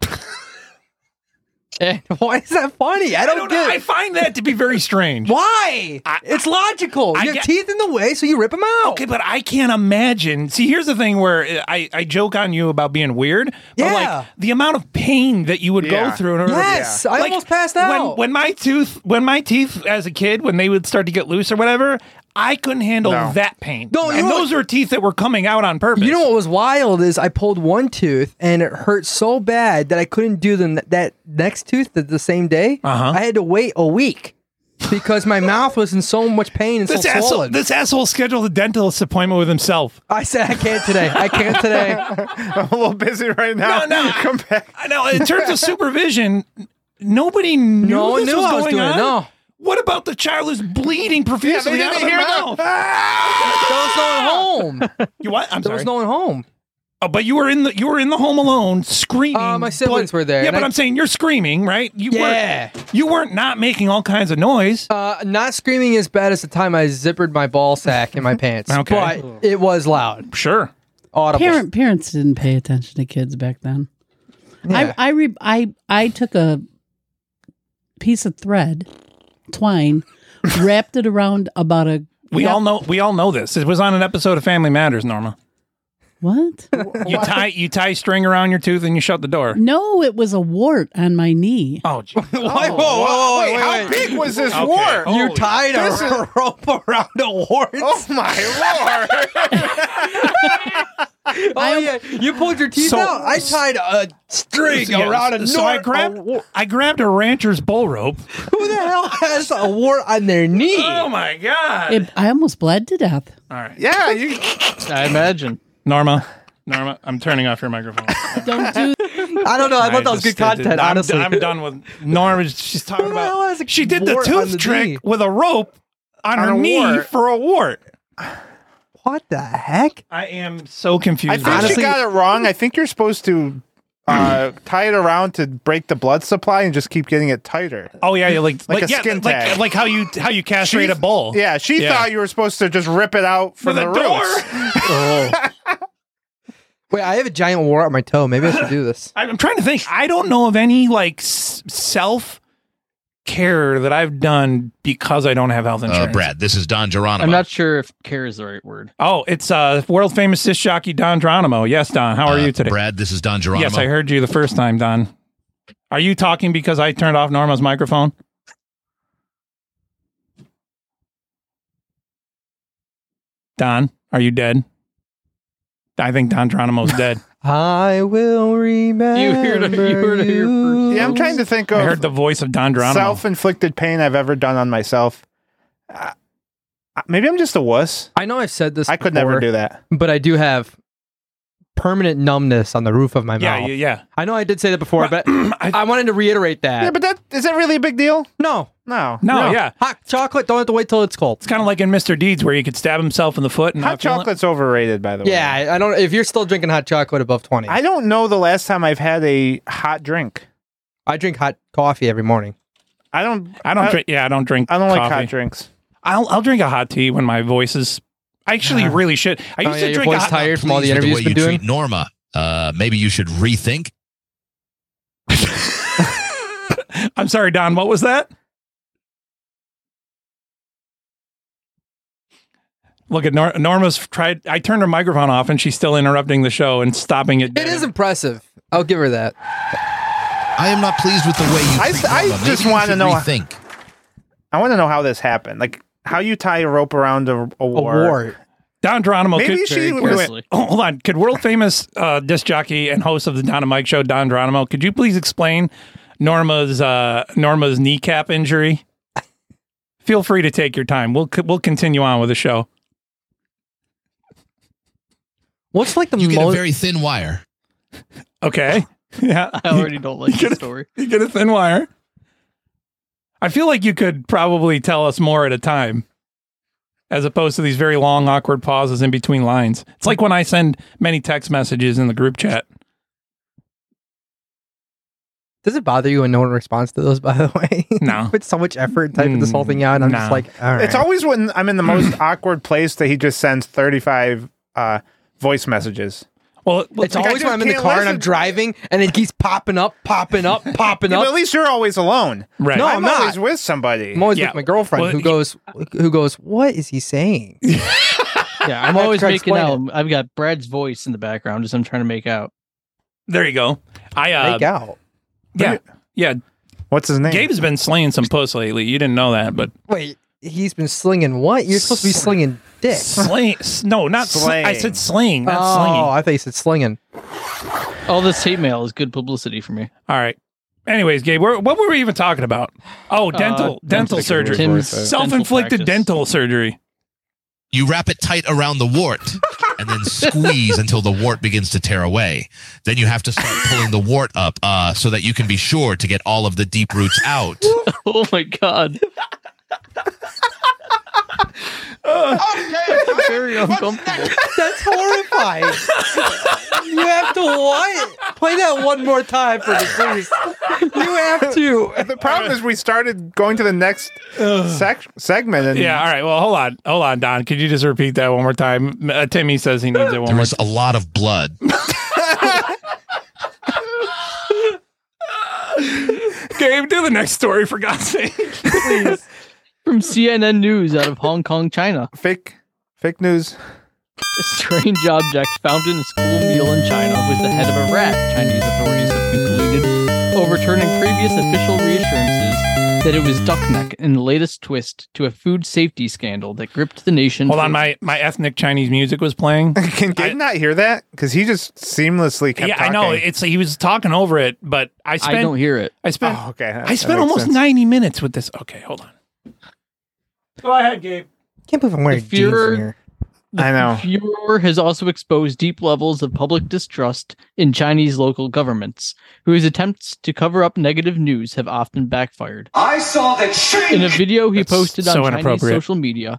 [SPEAKER 20] [laughs] and why is that funny? I don't,
[SPEAKER 4] know.
[SPEAKER 20] get
[SPEAKER 4] I find that to be very strange.
[SPEAKER 20] why. [laughs] it's logical.
[SPEAKER 4] I
[SPEAKER 20] you have
[SPEAKER 4] get-
[SPEAKER 20] teeth in the way, so you rip them out.
[SPEAKER 4] Okay, but I can't imagine. See, here's the thing where uh, I, I joke on you about being weird, but
[SPEAKER 20] Yeah.
[SPEAKER 4] like the amount of pain that you would
[SPEAKER 20] Yeah.
[SPEAKER 4] go through in order
[SPEAKER 20] Yes,
[SPEAKER 4] to
[SPEAKER 20] I
[SPEAKER 4] Like,
[SPEAKER 20] almost passed out.
[SPEAKER 4] When, when my tooth when my teeth as a kid when they would start to get loose or whatever, I couldn't handle
[SPEAKER 20] No.
[SPEAKER 4] that pain.
[SPEAKER 20] No, you
[SPEAKER 4] and
[SPEAKER 20] know-
[SPEAKER 4] those are teeth that were coming out on purpose.
[SPEAKER 20] You know what was wild is I pulled one tooth and it hurt so bad that I couldn't do the, that next tooth the, the same day. Uh-huh. I had to wait a week because my mouth was in so much pain and
[SPEAKER 4] this
[SPEAKER 20] so
[SPEAKER 4] asshole
[SPEAKER 20] swollen.
[SPEAKER 4] this asshole scheduled a dentist appointment with himself.
[SPEAKER 20] I said I can't today. I can't today.
[SPEAKER 19] [laughs] I'm a little busy right now.
[SPEAKER 4] No, no.
[SPEAKER 19] Come back.
[SPEAKER 4] I know. In terms of supervision, n- nobody knew
[SPEAKER 20] No one
[SPEAKER 4] this
[SPEAKER 20] knew
[SPEAKER 4] was
[SPEAKER 20] I
[SPEAKER 4] going
[SPEAKER 20] was doing it,
[SPEAKER 4] on.
[SPEAKER 20] no.
[SPEAKER 4] What about the child who's bleeding profusely
[SPEAKER 19] didn't
[SPEAKER 4] out of their
[SPEAKER 19] hear that.
[SPEAKER 4] [laughs] mouth? Ah!
[SPEAKER 20] There was no one home.
[SPEAKER 4] [laughs] You what? I'm
[SPEAKER 20] There
[SPEAKER 4] sorry.
[SPEAKER 20] was no one home.
[SPEAKER 4] Oh, but you were in the you were in the home alone screaming.
[SPEAKER 20] Uh, my siblings
[SPEAKER 4] but-
[SPEAKER 20] were there,
[SPEAKER 4] Yeah,
[SPEAKER 20] and
[SPEAKER 4] but
[SPEAKER 20] I-
[SPEAKER 4] I, am saying you're screaming, right? You
[SPEAKER 20] Yeah.
[SPEAKER 4] weren't you weren't not making all kinds of noise.
[SPEAKER 20] Uh, not screaming as bad as the time I zippered my ball sack in my pants.
[SPEAKER 4] [laughs] Okay.
[SPEAKER 20] But it was loud.
[SPEAKER 4] Sure.
[SPEAKER 20] Audible.
[SPEAKER 5] Parent parents didn't pay attention to kids back then.
[SPEAKER 20] Yeah.
[SPEAKER 5] I I re, I I took a piece of thread, twine, wrapped it around about a.
[SPEAKER 4] We all know we all know this. It was on an episode of Family Matters, Norma.
[SPEAKER 5] what?
[SPEAKER 4] You tie you tie string around your tooth and you shut the door.
[SPEAKER 5] No, it was a wart on my knee.
[SPEAKER 4] Oh, gee.
[SPEAKER 20] Whoa, whoa, whoa, wait,
[SPEAKER 19] How
[SPEAKER 20] wait.
[SPEAKER 19] big was this
[SPEAKER 4] Okay.
[SPEAKER 19] war?
[SPEAKER 4] Oh,
[SPEAKER 20] You tied a
[SPEAKER 19] This is-
[SPEAKER 20] [laughs] rope around a wart.
[SPEAKER 19] Oh my lord!
[SPEAKER 20] Oh yeah, you pulled your teeth
[SPEAKER 4] So-
[SPEAKER 20] out. I tied a string
[SPEAKER 4] Yeah,
[SPEAKER 20] around a
[SPEAKER 4] so I
[SPEAKER 20] nor- a
[SPEAKER 4] grabbed
[SPEAKER 20] wart.
[SPEAKER 4] I grabbed a rancher's bull rope.
[SPEAKER 20] Who the hell has a wart on their knee?
[SPEAKER 4] [laughs] Oh my god!
[SPEAKER 5] It, I almost bled to
[SPEAKER 20] [laughs]
[SPEAKER 5] death.
[SPEAKER 4] all right,
[SPEAKER 19] yeah, you.
[SPEAKER 21] I imagine.
[SPEAKER 4] Norma, Norma, I'm turning off
[SPEAKER 19] [laughs]
[SPEAKER 4] your microphone.
[SPEAKER 5] Don't do.
[SPEAKER 20] [laughs] I don't know. I thought that was
[SPEAKER 4] just-
[SPEAKER 20] good
[SPEAKER 4] it did-
[SPEAKER 20] content.
[SPEAKER 4] I'm,
[SPEAKER 20] honestly,
[SPEAKER 4] I'm done with
[SPEAKER 19] [laughs]
[SPEAKER 4] Norma. She's talking
[SPEAKER 20] Who the hell
[SPEAKER 4] about.
[SPEAKER 20] has a
[SPEAKER 4] She did the
[SPEAKER 20] wart on
[SPEAKER 4] tooth
[SPEAKER 20] the
[SPEAKER 4] trick
[SPEAKER 20] knee?
[SPEAKER 4] with a rope on,
[SPEAKER 19] On
[SPEAKER 4] her
[SPEAKER 19] a
[SPEAKER 4] knee
[SPEAKER 19] wart.
[SPEAKER 4] for a wart.
[SPEAKER 20] What the heck?
[SPEAKER 4] I am so confused.
[SPEAKER 19] I think
[SPEAKER 4] Honestly,
[SPEAKER 19] she got it wrong. I think you're supposed to
[SPEAKER 4] [clears throat]
[SPEAKER 19] uh, tie it around to break the blood supply and just keep getting it tighter.
[SPEAKER 4] oh yeah, yeah, like
[SPEAKER 19] Like
[SPEAKER 4] like,
[SPEAKER 19] a
[SPEAKER 4] yeah,
[SPEAKER 19] skin
[SPEAKER 4] like-
[SPEAKER 19] tag.
[SPEAKER 4] like how you how you castrate a bull.
[SPEAKER 19] Yeah, she
[SPEAKER 4] Yeah.
[SPEAKER 19] thought you were supposed to just rip it out from
[SPEAKER 4] With
[SPEAKER 19] the
[SPEAKER 4] a door?
[SPEAKER 19] roots.
[SPEAKER 20] Oh. Wait, I have a giant wart on my toe. Maybe I should do this.
[SPEAKER 4] I'm I'm trying to think. I don't know of any like s- self care that I've done because I don't have health
[SPEAKER 22] Uh,
[SPEAKER 4] insurance.
[SPEAKER 22] Brad, this is Don Geronimo.
[SPEAKER 21] I'm not sure if care is the right word.
[SPEAKER 4] Oh, it's uh, world famous disc jockey Don Geronimo. Yes, Don. How are
[SPEAKER 22] Uh,
[SPEAKER 4] you today?
[SPEAKER 22] Brad, this is Don Geronimo.
[SPEAKER 4] Yes, I heard you the first time, Don. Are you talking because I turned off Norma's microphone? Don, are you dead? I think Don Geronimo's
[SPEAKER 21] [laughs]
[SPEAKER 4] dead.
[SPEAKER 20] I will remember you.
[SPEAKER 21] heard- you heard it here first.
[SPEAKER 19] Yeah, I'm trying to think
[SPEAKER 4] I heard
[SPEAKER 19] of
[SPEAKER 4] the voice of Don Geronimo.
[SPEAKER 19] self-inflicted pain I've ever done on myself. Uh, maybe I'm just a wuss.
[SPEAKER 20] I know I've said this.
[SPEAKER 19] I could
[SPEAKER 20] before,
[SPEAKER 19] never do that.
[SPEAKER 20] but I do have permanent numbness on the roof of my
[SPEAKER 4] yeah,
[SPEAKER 20] mouth.
[SPEAKER 4] yeah, yeah.
[SPEAKER 20] I know I did say that before, but
[SPEAKER 4] [clears throat] I-
[SPEAKER 20] I wanted to reiterate that.
[SPEAKER 19] Yeah, but that is that really a big deal?
[SPEAKER 20] no,
[SPEAKER 19] No,
[SPEAKER 4] No, yeah.
[SPEAKER 20] hot chocolate. Don't have to wait till it's cold.
[SPEAKER 4] It's kind of like in Mr. Deeds where he could stab himself in the foot and
[SPEAKER 19] Hot
[SPEAKER 4] not feel it.
[SPEAKER 19] chocolate's overrated, by the way.
[SPEAKER 20] Yeah, I- I don't. If you're still drinking hot chocolate above twenty,
[SPEAKER 19] I
[SPEAKER 20] I,
[SPEAKER 19] don't know the last time I've had a hot drink.
[SPEAKER 20] drink hot coffee every morning.
[SPEAKER 19] I don't.
[SPEAKER 4] I don't drink. Yeah, I don't drink.
[SPEAKER 19] I don't like
[SPEAKER 4] coffee.
[SPEAKER 19] hot drinks.
[SPEAKER 4] I'll I'll drink a hot tea when my voice is. [laughs] I actually really should. I
[SPEAKER 20] Oh,
[SPEAKER 4] used to
[SPEAKER 20] yeah, your
[SPEAKER 4] drink. a
[SPEAKER 20] voice
[SPEAKER 4] hot-
[SPEAKER 20] tired from all the
[SPEAKER 22] Pleased with
[SPEAKER 20] interviews
[SPEAKER 22] way
[SPEAKER 20] been
[SPEAKER 22] you
[SPEAKER 20] doing?
[SPEAKER 22] treat Norma. Uh, maybe you should rethink.
[SPEAKER 4] I'm sorry, Don. What was that? Look at Nor- Norma's tried. I turned her microphone off, and she's still interrupting the show and stopping it.
[SPEAKER 20] It is impressive. I'll give her that.
[SPEAKER 22] I am not pleased with the way you
[SPEAKER 19] I-
[SPEAKER 22] treat
[SPEAKER 19] I
[SPEAKER 22] Norma. Maybe
[SPEAKER 19] just
[SPEAKER 22] you
[SPEAKER 19] wanna
[SPEAKER 22] should
[SPEAKER 19] know-
[SPEAKER 22] Rethink.
[SPEAKER 19] I want to know how this happened. Like, how you tie a rope around a, a war.
[SPEAKER 4] Don Geronimo.
[SPEAKER 19] Maybe
[SPEAKER 4] could,
[SPEAKER 19] she
[SPEAKER 4] could-
[SPEAKER 19] wait,
[SPEAKER 4] wait,
[SPEAKER 19] wait.
[SPEAKER 4] oh, [laughs] hold on. Could world famous uh, disc jockey and host of the Don and Mike Show, Don Geronimo, could you please explain Norma's uh, Norma's kneecap injury? Feel free to take your time. We'll c- we'll continue on with the show.
[SPEAKER 20] What's like the
[SPEAKER 22] you get a
[SPEAKER 4] most-
[SPEAKER 22] very thin wire.
[SPEAKER 4] Okay. [laughs] Yeah.
[SPEAKER 22] I already don't like
[SPEAKER 4] [laughs] You
[SPEAKER 22] this
[SPEAKER 4] get a-
[SPEAKER 22] story.
[SPEAKER 4] You get a thin wire. I feel like you could probably tell us more at a time as opposed to these very long, awkward pauses in between lines. It's like when I send many text messages in the group chat.
[SPEAKER 20] Does it bother you when no one responds to those? [laughs] By the way, [laughs]
[SPEAKER 4] no. Mm,
[SPEAKER 20] Put so much effort typing this whole thing out, and I'm just
[SPEAKER 19] no.
[SPEAKER 20] like, all right.
[SPEAKER 19] It's always when I'm in the most
[SPEAKER 4] [clears throat]
[SPEAKER 19] awkward place that he just sends 35 uh, voice messages.
[SPEAKER 4] Well,
[SPEAKER 20] it's always when I'm in the car and I'm driving, and it keeps popping up, popping
[SPEAKER 19] [laughs]
[SPEAKER 20] up, popping up.
[SPEAKER 19] At least you're always alone.
[SPEAKER 20] Right. No,
[SPEAKER 19] I'm,
[SPEAKER 20] I'm not.
[SPEAKER 19] always with somebody.
[SPEAKER 20] I'm always
[SPEAKER 19] Yeah.
[SPEAKER 20] with my girlfriend
[SPEAKER 19] Well,
[SPEAKER 20] who goes, who goes, what is
[SPEAKER 4] [laughs]
[SPEAKER 20] he saying?
[SPEAKER 21] Yeah, I'm
[SPEAKER 20] I
[SPEAKER 21] always
[SPEAKER 20] tried to
[SPEAKER 21] making out.
[SPEAKER 20] explain
[SPEAKER 21] I've got Brad's voice in the background as I'm trying to make out.
[SPEAKER 4] There you go. I uh,
[SPEAKER 20] Make out.
[SPEAKER 4] Yeah. Yeah.
[SPEAKER 19] What's his name?
[SPEAKER 4] Gabe's been slaying some puss lately. You didn't know that, but
[SPEAKER 20] Wait, he's been slinging what? You're supposed to be slinging dick.
[SPEAKER 4] slaying. s- No, not slaying. I said slaying, not
[SPEAKER 20] oh,
[SPEAKER 4] slinging.
[SPEAKER 20] I thought you said slinging.
[SPEAKER 21] All this hate mail is good publicity for me.
[SPEAKER 4] All right. Anyways, Gabe, where, what were we even talking about? Oh,
[SPEAKER 21] Uh,
[SPEAKER 4] dental dental
[SPEAKER 21] dental
[SPEAKER 4] surgery,
[SPEAKER 21] Tim's
[SPEAKER 4] self-inflicted dental surgery.
[SPEAKER 22] You wrap it tight around the wart and
[SPEAKER 4] [laughs]
[SPEAKER 22] then squeeze until the wart begins to tear away. Then you have to start pulling the wart up uh, so that you can be sure to get all of the deep roots out.
[SPEAKER 21] [laughs] Oh
[SPEAKER 19] [laughs]
[SPEAKER 21] my god. very uncomfortable.
[SPEAKER 4] [laughs]
[SPEAKER 20] That's horrifying. you have to what? Play that one more time for me, please. You have to.
[SPEAKER 19] The problem is we started going to the next sec- segment. And
[SPEAKER 4] Yeah. All right. Well, hold on, hold on, Don. Could you just repeat that one more time? Uh, Timmy says he needs it one more.
[SPEAKER 22] There's a lot of
[SPEAKER 4] [laughs]
[SPEAKER 22] blood.
[SPEAKER 4] Gabe, do the next story for God's sake.
[SPEAKER 21] From CNN News out of Hong Kong, China.
[SPEAKER 19] Fake, fake news.
[SPEAKER 21] A strange object found in a school meal in China was the head of a rat. Chinese authorities have concluded, overturning previous official reassurances that it was duck neck in the latest twist to a food safety scandal that gripped the nation.
[SPEAKER 4] Hold on,
[SPEAKER 21] for-
[SPEAKER 4] my my ethnic Chinese music was
[SPEAKER 19] [laughs]
[SPEAKER 4] playing.
[SPEAKER 19] Can Gabe not hear that? Because he just seamlessly kept
[SPEAKER 4] [laughs] yeah,
[SPEAKER 19] talking.
[SPEAKER 4] I know. It's he was talking over it, but I spent
[SPEAKER 21] I don't hear it.
[SPEAKER 4] I spent
[SPEAKER 19] Oh, okay. That-
[SPEAKER 4] I
[SPEAKER 19] that
[SPEAKER 4] spent
[SPEAKER 19] makes
[SPEAKER 4] almost
[SPEAKER 19] sense.
[SPEAKER 4] ninety minutes with this. Okay, hold on. Go ahead, Gabe.
[SPEAKER 20] Can't believe I'm
[SPEAKER 21] The
[SPEAKER 20] wearing jeans in
[SPEAKER 21] Fuhrer,
[SPEAKER 20] here.
[SPEAKER 19] I know.
[SPEAKER 21] Furor has also exposed deep levels of public distrust in Chinese local governments, whose attempts to cover up negative news have often backfired.
[SPEAKER 13] I saw that shit.
[SPEAKER 21] In a video he
[SPEAKER 4] That's
[SPEAKER 21] posted
[SPEAKER 4] so
[SPEAKER 21] on Chinese
[SPEAKER 4] inappropriate.
[SPEAKER 21] social media,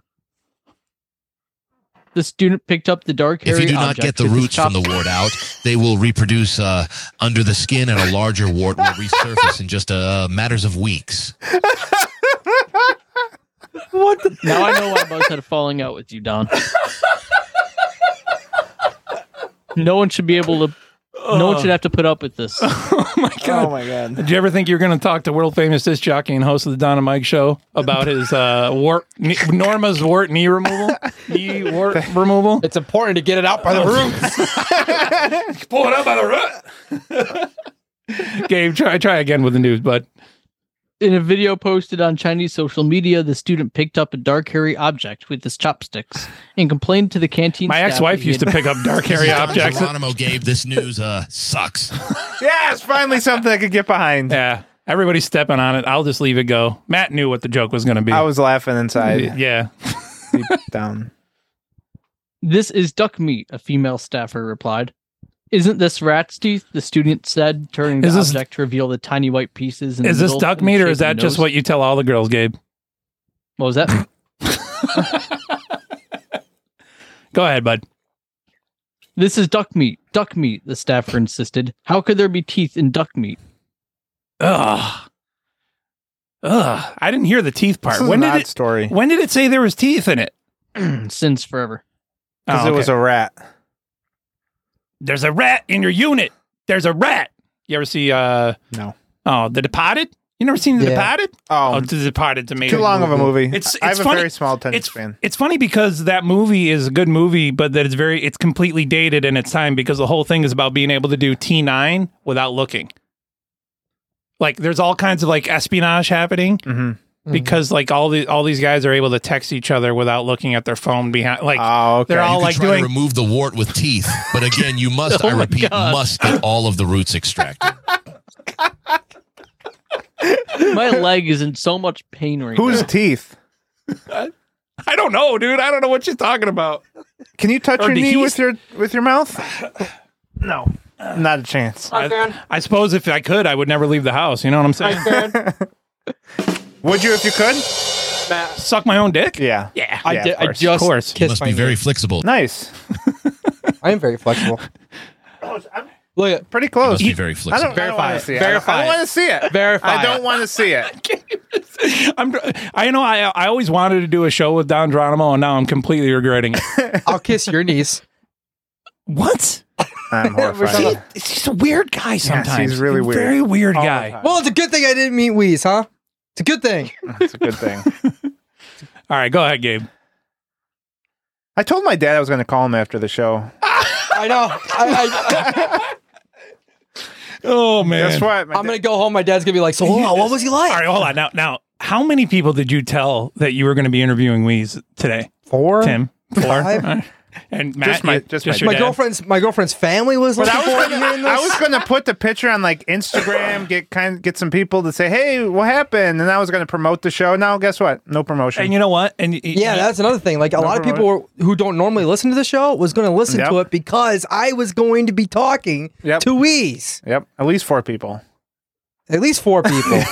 [SPEAKER 21] the student picked up the dark hairy
[SPEAKER 22] If you do not get
[SPEAKER 21] object
[SPEAKER 22] the
[SPEAKER 21] with his
[SPEAKER 22] roots from the
[SPEAKER 21] chopped-
[SPEAKER 22] wart out, they will reproduce uh, under the skin, and a larger wart will resurface in just uh, matters of weeks.
[SPEAKER 20] What the?
[SPEAKER 21] Now I know why Bugs had a falling out with you, Don. no one should be able to. No one should have to put up with this.
[SPEAKER 19] Oh my god.
[SPEAKER 4] Did you ever think you were going to talk to world famous disc jockey and host of the Don and Mike show about his uh, wart, knee, Norma's wart knee removal? knee wart removal?
[SPEAKER 20] It's important to get it out by the roots.
[SPEAKER 19] [laughs]
[SPEAKER 4] Pull it up by the root. [laughs] Gabe, try try again with the news, bud.
[SPEAKER 21] In a video posted on Chinese social media, the student picked up a dark hairy object with his chopsticks and complained to the canteen.
[SPEAKER 4] My
[SPEAKER 21] staff
[SPEAKER 4] ex wife
[SPEAKER 21] that he
[SPEAKER 4] used to
[SPEAKER 21] had-
[SPEAKER 4] pick up dark
[SPEAKER 22] This is
[SPEAKER 4] hairy
[SPEAKER 22] Don
[SPEAKER 4] objects.
[SPEAKER 22] Geronimo Gabe, this news uh, sucks.
[SPEAKER 19] Yeah, it's finally something I could get behind.
[SPEAKER 4] Yeah, everybody's stepping on it. I'll just leave it go. Matt knew what the joke was going to be.
[SPEAKER 19] I was laughing inside,
[SPEAKER 4] yeah.
[SPEAKER 19] deep down.
[SPEAKER 21] This is duck meat, a female staffer replied. Isn't this rat's teeth? The student said, turning the
[SPEAKER 4] Is this-
[SPEAKER 21] object to reveal the tiny white pieces. In
[SPEAKER 4] Is
[SPEAKER 21] the
[SPEAKER 4] this
[SPEAKER 21] middle
[SPEAKER 4] duck
[SPEAKER 21] and the
[SPEAKER 4] meat or
[SPEAKER 21] shape
[SPEAKER 4] is
[SPEAKER 21] of
[SPEAKER 4] that
[SPEAKER 21] the
[SPEAKER 4] just
[SPEAKER 21] nose.
[SPEAKER 4] what you tell all the girls, Gabe?
[SPEAKER 21] What was that?
[SPEAKER 4] Go ahead, bud.
[SPEAKER 21] this is duck meat. Duck meat, the staffer insisted. How could there be teeth in duck meat?
[SPEAKER 4] Ugh. Ugh. I [laughs]
[SPEAKER 19] [clears throat]
[SPEAKER 4] didn't hear the teeth part.
[SPEAKER 19] This is
[SPEAKER 4] when
[SPEAKER 19] an
[SPEAKER 4] did
[SPEAKER 19] odd
[SPEAKER 4] it
[SPEAKER 19] story.
[SPEAKER 4] When did it say there was teeth in it?
[SPEAKER 21] [clears throat] Since forever.
[SPEAKER 19] Because
[SPEAKER 4] Oh,
[SPEAKER 19] it was
[SPEAKER 4] okay.
[SPEAKER 19] a rat.
[SPEAKER 4] There's a rat in your unit. There's a rat. You ever see uh
[SPEAKER 19] No.
[SPEAKER 4] oh, The Departed? You never seen The
[SPEAKER 20] Yeah.
[SPEAKER 4] Departed?
[SPEAKER 19] Oh,
[SPEAKER 4] Oh, The Departed to me.
[SPEAKER 19] too long of a movie.
[SPEAKER 4] It's, it's
[SPEAKER 19] I have
[SPEAKER 4] funny.
[SPEAKER 19] a very small attention
[SPEAKER 4] it's,
[SPEAKER 19] span.
[SPEAKER 4] it's funny because that movie is a good movie, but that it's very it's completely dated in its time because the whole thing is about being able to do T nine without looking. Like there's all kinds of like espionage happening,
[SPEAKER 19] Mhm.
[SPEAKER 4] because like all the all these guys are able to text each other without looking at their phone behind. Like
[SPEAKER 19] Oh,
[SPEAKER 22] You
[SPEAKER 4] they're all
[SPEAKER 22] could
[SPEAKER 4] like
[SPEAKER 22] try
[SPEAKER 4] doing
[SPEAKER 22] to remove the wart with teeth, but again,
[SPEAKER 4] [laughs]
[SPEAKER 22] you must.
[SPEAKER 4] Oh
[SPEAKER 22] I
[SPEAKER 4] my
[SPEAKER 22] repeat,
[SPEAKER 4] God.
[SPEAKER 22] must get all of the roots
[SPEAKER 4] [laughs]
[SPEAKER 22] extracted.
[SPEAKER 21] [laughs] My leg is in so much pain right
[SPEAKER 19] Whose
[SPEAKER 21] now.
[SPEAKER 19] teeth?
[SPEAKER 4] [laughs] I don't know, "Oh, dude. I don't know what you're talking about.
[SPEAKER 19] Can you touch
[SPEAKER 4] Or
[SPEAKER 19] your
[SPEAKER 4] Oh, did
[SPEAKER 19] knee
[SPEAKER 4] he-
[SPEAKER 19] with your with your mouth? No, [sighs] not a chance.
[SPEAKER 4] I, I suppose if I could, I would never leave the house. You know what I'm saying? [laughs]
[SPEAKER 19] Would you if you could?
[SPEAKER 4] Suck my own dick?
[SPEAKER 19] Yeah.
[SPEAKER 4] Yeah.
[SPEAKER 21] I
[SPEAKER 19] Yeah,
[SPEAKER 21] di-
[SPEAKER 19] of
[SPEAKER 21] I
[SPEAKER 19] course.
[SPEAKER 21] just
[SPEAKER 19] Of course.
[SPEAKER 22] You
[SPEAKER 21] kissed
[SPEAKER 22] must
[SPEAKER 21] my
[SPEAKER 22] be very
[SPEAKER 21] knee.
[SPEAKER 22] flexible.
[SPEAKER 20] [laughs]
[SPEAKER 19] Nice.
[SPEAKER 20] I'm very flexible.
[SPEAKER 21] Look at
[SPEAKER 19] Pretty close.
[SPEAKER 22] Must be very
[SPEAKER 19] I don't,
[SPEAKER 22] flexible.
[SPEAKER 19] I don't
[SPEAKER 21] Verify
[SPEAKER 19] want
[SPEAKER 21] it.
[SPEAKER 19] to see it.
[SPEAKER 21] Verify
[SPEAKER 19] I don't
[SPEAKER 21] it.
[SPEAKER 19] want to see it.
[SPEAKER 21] Verify
[SPEAKER 19] I don't
[SPEAKER 21] it.
[SPEAKER 19] want to see it.
[SPEAKER 4] I'm. I know. I I always wanted to do a show with Don Geronimo, and now I'm completely regretting it.
[SPEAKER 19] [laughs]
[SPEAKER 20] I'll kiss your niece.
[SPEAKER 4] what?
[SPEAKER 20] [laughs]
[SPEAKER 19] I'm
[SPEAKER 20] He-
[SPEAKER 19] horrified.
[SPEAKER 4] It's just a weird guy. Sometimes
[SPEAKER 19] he's really
[SPEAKER 4] A
[SPEAKER 19] weird.
[SPEAKER 4] Very weird
[SPEAKER 19] All the
[SPEAKER 4] guy.
[SPEAKER 19] time.
[SPEAKER 20] Well, it's a good thing I didn't meet Wheeze, huh? It's a good thing.
[SPEAKER 19] That's a good thing.
[SPEAKER 4] All right, go ahead, Gabe.
[SPEAKER 19] I told my dad I was going to call him after the show.
[SPEAKER 20] I know. I,
[SPEAKER 4] [laughs] Oh man.
[SPEAKER 19] Guess what? My
[SPEAKER 20] I, I'm gonna go home. My dad's gonna be like, "So,
[SPEAKER 4] You
[SPEAKER 20] wow, what
[SPEAKER 4] just-
[SPEAKER 20] was he like?"
[SPEAKER 4] All right, hold on. Now, now, how many people did you tell that you were going to be interviewing Wheeze today?
[SPEAKER 20] Four.
[SPEAKER 4] Tim, four,
[SPEAKER 20] Five?
[SPEAKER 4] All right. and Matt,
[SPEAKER 19] Just my-
[SPEAKER 4] you-
[SPEAKER 19] just my-
[SPEAKER 4] your
[SPEAKER 20] My
[SPEAKER 4] dad.
[SPEAKER 20] girlfriend's my girlfriend's family was
[SPEAKER 19] But
[SPEAKER 20] looking
[SPEAKER 19] I was
[SPEAKER 20] forward to hearing
[SPEAKER 19] gonna, I
[SPEAKER 20] this.
[SPEAKER 19] was
[SPEAKER 21] [laughs]
[SPEAKER 19] gonna put the picture on like Instagram, get kind, get some people to say, "Hey, what happened?" And I was gonna promote the show. Now, guess what? No promotion.
[SPEAKER 4] And you know what? And y- y-
[SPEAKER 20] yeah, that's another thing. Like a lot of
[SPEAKER 19] promote
[SPEAKER 20] people were, who don't normally listen to the show was going to listen to
[SPEAKER 19] Yep.
[SPEAKER 20] it because I was going to be talking
[SPEAKER 19] Yep.
[SPEAKER 20] to Wheeze.
[SPEAKER 19] yep, at least four people.
[SPEAKER 20] At least
[SPEAKER 19] [laughs]
[SPEAKER 20] four people.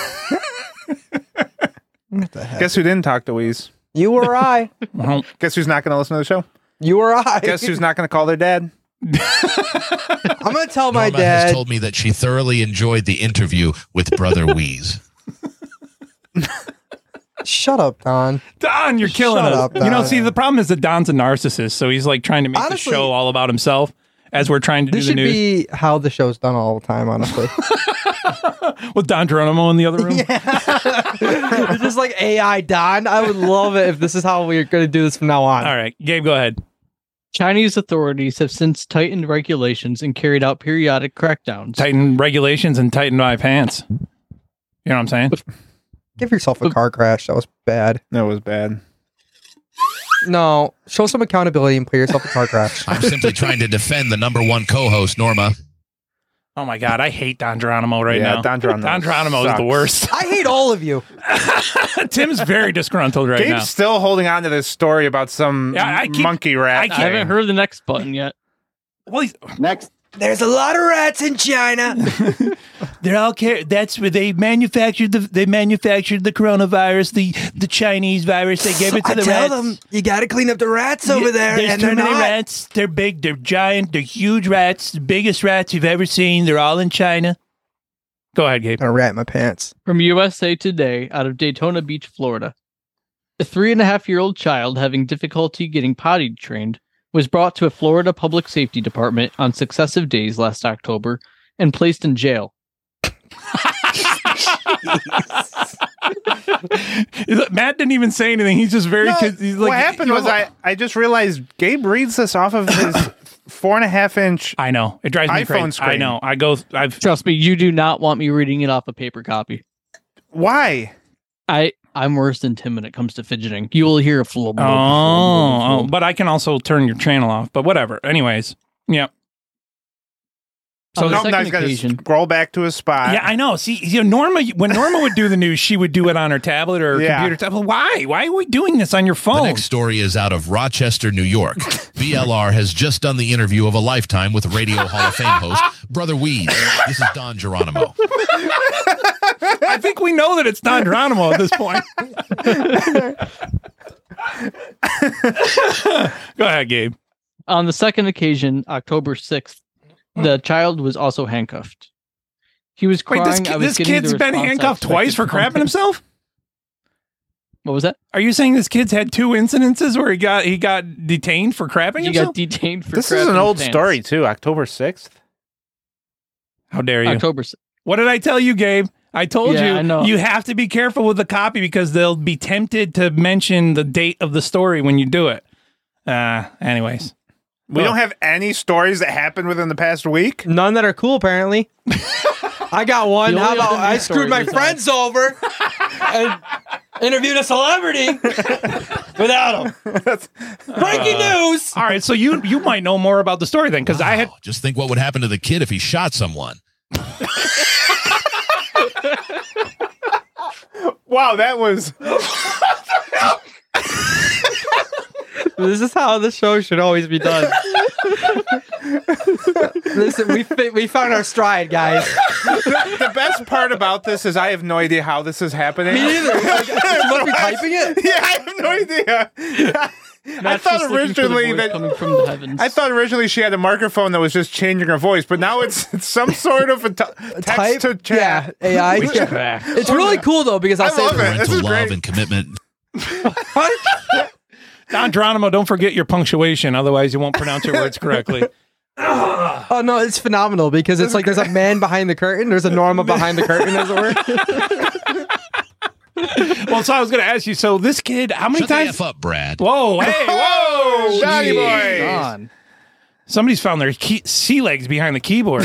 [SPEAKER 19] Guess who didn't talk to Wheeze?
[SPEAKER 20] you or I.
[SPEAKER 4] Well,
[SPEAKER 19] Guess who's not gonna listen to the show?
[SPEAKER 20] You or I.
[SPEAKER 19] Guess who's not gonna call their dad?
[SPEAKER 20] [laughs] I'm
[SPEAKER 4] Oh
[SPEAKER 20] going to tell my
[SPEAKER 22] Norma has
[SPEAKER 20] dad.
[SPEAKER 22] told me that she thoroughly enjoyed the interview with Brother Wheeze.
[SPEAKER 20] Shut up, Don.
[SPEAKER 4] Don, you're killing
[SPEAKER 20] Shut
[SPEAKER 4] us.
[SPEAKER 20] up,
[SPEAKER 4] You know,
[SPEAKER 20] Don.
[SPEAKER 4] see, the problem is that Don's a narcissist, so he's like trying to make
[SPEAKER 20] Honestly-
[SPEAKER 4] the show all about himself as we're trying to do
[SPEAKER 20] This
[SPEAKER 4] the
[SPEAKER 20] should
[SPEAKER 4] news
[SPEAKER 20] be how the show's done all the time, honestly.
[SPEAKER 4] [laughs] with Don Geronimo in the other
[SPEAKER 20] [laughs]
[SPEAKER 4] room.
[SPEAKER 20] it's just like AI Don. I would love it if this is how we're going to do this from now on.
[SPEAKER 4] All right, Gabe, go ahead.
[SPEAKER 21] Chinese authorities have since tightened regulations and carried out periodic crackdowns.
[SPEAKER 4] Tighten regulations and tighten my pants. You know what I'm saying?
[SPEAKER 20] Give yourself a car crash. That was bad.
[SPEAKER 19] That was bad.
[SPEAKER 20] No, show some accountability and play yourself a
[SPEAKER 4] [laughs]
[SPEAKER 20] car crash.
[SPEAKER 22] I'm simply trying to defend the number one co-host, Norma.
[SPEAKER 4] Oh my God, I hate Don Geronimo right
[SPEAKER 19] Yeah,
[SPEAKER 4] now.
[SPEAKER 19] Don Geronimo
[SPEAKER 4] Don Geronimo is
[SPEAKER 19] sucks.
[SPEAKER 4] the worst.
[SPEAKER 20] I hate all
[SPEAKER 4] [laughs]
[SPEAKER 20] of you.
[SPEAKER 4] Tim's very disgruntled right
[SPEAKER 19] Gabe's
[SPEAKER 4] now.
[SPEAKER 19] still holding on to this story about some
[SPEAKER 4] Yeah, I keep-
[SPEAKER 19] monkey rat.
[SPEAKER 4] I keep-
[SPEAKER 21] I haven't
[SPEAKER 19] thing.
[SPEAKER 21] heard the next button yet.
[SPEAKER 4] Well, he's-
[SPEAKER 20] There's a lot of rats in China.
[SPEAKER 4] [laughs] They're all care. That's where they manufactured the. They manufactured the coronavirus, the the Chinese virus. They gave it to
[SPEAKER 20] I
[SPEAKER 4] the
[SPEAKER 20] tell
[SPEAKER 4] rats.
[SPEAKER 20] them you got to clean up the rats over
[SPEAKER 4] Yeah,
[SPEAKER 20] there,
[SPEAKER 4] there's
[SPEAKER 20] and
[SPEAKER 4] too
[SPEAKER 20] they're
[SPEAKER 4] many
[SPEAKER 20] not.
[SPEAKER 4] rats. They're big. They're giant. They're huge rats. The biggest rats you've ever seen. They're all in China. Go ahead, Gabe.
[SPEAKER 20] I'm gonna rat my pants.
[SPEAKER 21] From USA Today out of Daytona Beach, Florida. A three and a half year old child having difficulty getting potty trained was brought to a Florida public safety department on successive days last October and placed in jail.
[SPEAKER 4] Matt didn't even say anything. He's just very.
[SPEAKER 19] No,
[SPEAKER 4] he's like,
[SPEAKER 19] what happened
[SPEAKER 4] you
[SPEAKER 19] was
[SPEAKER 4] know-
[SPEAKER 19] I, I just realized Gabe reads this off of
[SPEAKER 21] [coughs]
[SPEAKER 19] his four and a half inch.
[SPEAKER 4] I know it drives me
[SPEAKER 19] iPhone
[SPEAKER 4] crazy. I
[SPEAKER 19] screen.
[SPEAKER 4] know. I go. I've.
[SPEAKER 21] Trust me, you do not want me reading it off a paper copy.
[SPEAKER 19] Why?
[SPEAKER 21] I I'm worse than Tim when it comes to fidgeting. You will hear a full.
[SPEAKER 4] Oh, oh, but I can also turn your channel off. But whatever. Anyways, yeah.
[SPEAKER 21] so
[SPEAKER 19] Nope,
[SPEAKER 21] the
[SPEAKER 19] now
[SPEAKER 21] second
[SPEAKER 19] he's got to
[SPEAKER 21] occasion,
[SPEAKER 19] scroll back to his spot.
[SPEAKER 4] Yeah, I know. See, you know, Norma, when Norma would do the news, she would do it on her tablet or her
[SPEAKER 19] Yeah.
[SPEAKER 4] computer
[SPEAKER 19] [laughs]
[SPEAKER 4] tablet. Why? Why are we doing this on your
[SPEAKER 22] The
[SPEAKER 4] phone?
[SPEAKER 22] next story is out of Rochester, New
[SPEAKER 4] [laughs]
[SPEAKER 22] York. BLR has just done the interview of a lifetime with Radio
[SPEAKER 4] [laughs]
[SPEAKER 22] Hall of Fame host Brother Wheeze. This is Don Geronimo.
[SPEAKER 4] I think we know that it's Don Geronimo at this point. Go ahead, Gabe.
[SPEAKER 21] on the second occasion, October sixth, the child was also handcuffed. He was
[SPEAKER 4] Wait,
[SPEAKER 21] crying.
[SPEAKER 4] this,
[SPEAKER 21] I
[SPEAKER 4] ki-
[SPEAKER 21] was
[SPEAKER 4] this
[SPEAKER 21] getting the
[SPEAKER 4] kid's been
[SPEAKER 21] response I
[SPEAKER 4] handcuffed twice for
[SPEAKER 21] expected from
[SPEAKER 4] crapping
[SPEAKER 21] him.
[SPEAKER 4] himself.
[SPEAKER 21] What was that?
[SPEAKER 4] Are you saying this kid's had two incidences where he got he got detained for crapping
[SPEAKER 21] You
[SPEAKER 4] himself?
[SPEAKER 21] got detained for.
[SPEAKER 19] this is
[SPEAKER 21] crapping
[SPEAKER 19] an old
[SPEAKER 21] pants.
[SPEAKER 19] story too. October sixth.
[SPEAKER 4] How dare you?
[SPEAKER 21] October. s-
[SPEAKER 4] What did I tell you, Gabe? I told
[SPEAKER 21] Yeah,
[SPEAKER 4] you
[SPEAKER 21] I know.
[SPEAKER 4] you have to be careful with the copy because they'll be tempted to mention the date of the story when you do it. Uh, anyways,
[SPEAKER 19] We
[SPEAKER 4] Oh.
[SPEAKER 19] don't have any stories that happened within the past week.
[SPEAKER 20] None that are
[SPEAKER 19] [laughs]
[SPEAKER 20] cool, apparently. I got one.
[SPEAKER 21] The
[SPEAKER 20] How
[SPEAKER 21] only
[SPEAKER 20] about
[SPEAKER 21] other
[SPEAKER 20] I
[SPEAKER 21] news
[SPEAKER 20] screwed
[SPEAKER 21] story
[SPEAKER 20] my
[SPEAKER 21] was
[SPEAKER 20] friends over? and
[SPEAKER 21] interviewed a
[SPEAKER 20] [laughs]
[SPEAKER 21] celebrity
[SPEAKER 4] [laughs]
[SPEAKER 21] without him. Breaking news.
[SPEAKER 4] Uh, All right, so you you might know more about the story then, because I had
[SPEAKER 22] Just think what would happen to the kid if he shot someone.
[SPEAKER 19] Wow, that
[SPEAKER 20] [laughs]
[SPEAKER 19] was.
[SPEAKER 20] This is how the show should always
[SPEAKER 2] [laughs]
[SPEAKER 4] [laughs]
[SPEAKER 20] be done. Listen, we fi- we found our stride, guys.
[SPEAKER 19] the, the best part about this is I have no idea how this is happening. [laughs]
[SPEAKER 20] Me neither. Like, must be typing it.
[SPEAKER 19] Yeah, I have no idea. I
[SPEAKER 21] Matt's
[SPEAKER 19] thought
[SPEAKER 21] just looking for the
[SPEAKER 19] originally
[SPEAKER 21] voice
[SPEAKER 19] that
[SPEAKER 21] coming from the heavens.
[SPEAKER 19] I thought originally she had a microphone that was just changing her voice, but now it's, it's
[SPEAKER 20] [laughs]
[SPEAKER 19] some sort of a t- text to chat
[SPEAKER 20] Yeah, AI.
[SPEAKER 19] [laughs]
[SPEAKER 20] It's really cool though because I'll
[SPEAKER 19] I
[SPEAKER 20] say
[SPEAKER 19] love
[SPEAKER 20] the-
[SPEAKER 19] it. This
[SPEAKER 22] Mental
[SPEAKER 19] is
[SPEAKER 22] love
[SPEAKER 19] great.
[SPEAKER 22] and commitment.
[SPEAKER 4] Don Geronimo. Don't forget your punctuation, otherwise you won't pronounce your
[SPEAKER 19] [laughs]
[SPEAKER 4] words correctly.
[SPEAKER 20] Oh no, it's phenomenal because it's like there's a man behind the curtain, there's a Norma behind the curtain, as it
[SPEAKER 4] [laughs]
[SPEAKER 20] were.
[SPEAKER 4] Well, so I was going to ask you. So this kid, how many
[SPEAKER 22] Shut the
[SPEAKER 4] times?
[SPEAKER 22] F up, Brad.
[SPEAKER 4] Whoa, hey,
[SPEAKER 19] Whoa,
[SPEAKER 4] whoa,
[SPEAKER 19] Johnny
[SPEAKER 4] jeez.
[SPEAKER 19] boys.
[SPEAKER 4] Don. Somebody's found their key- sea legs behind
[SPEAKER 19] [laughs]
[SPEAKER 4] the keyboard.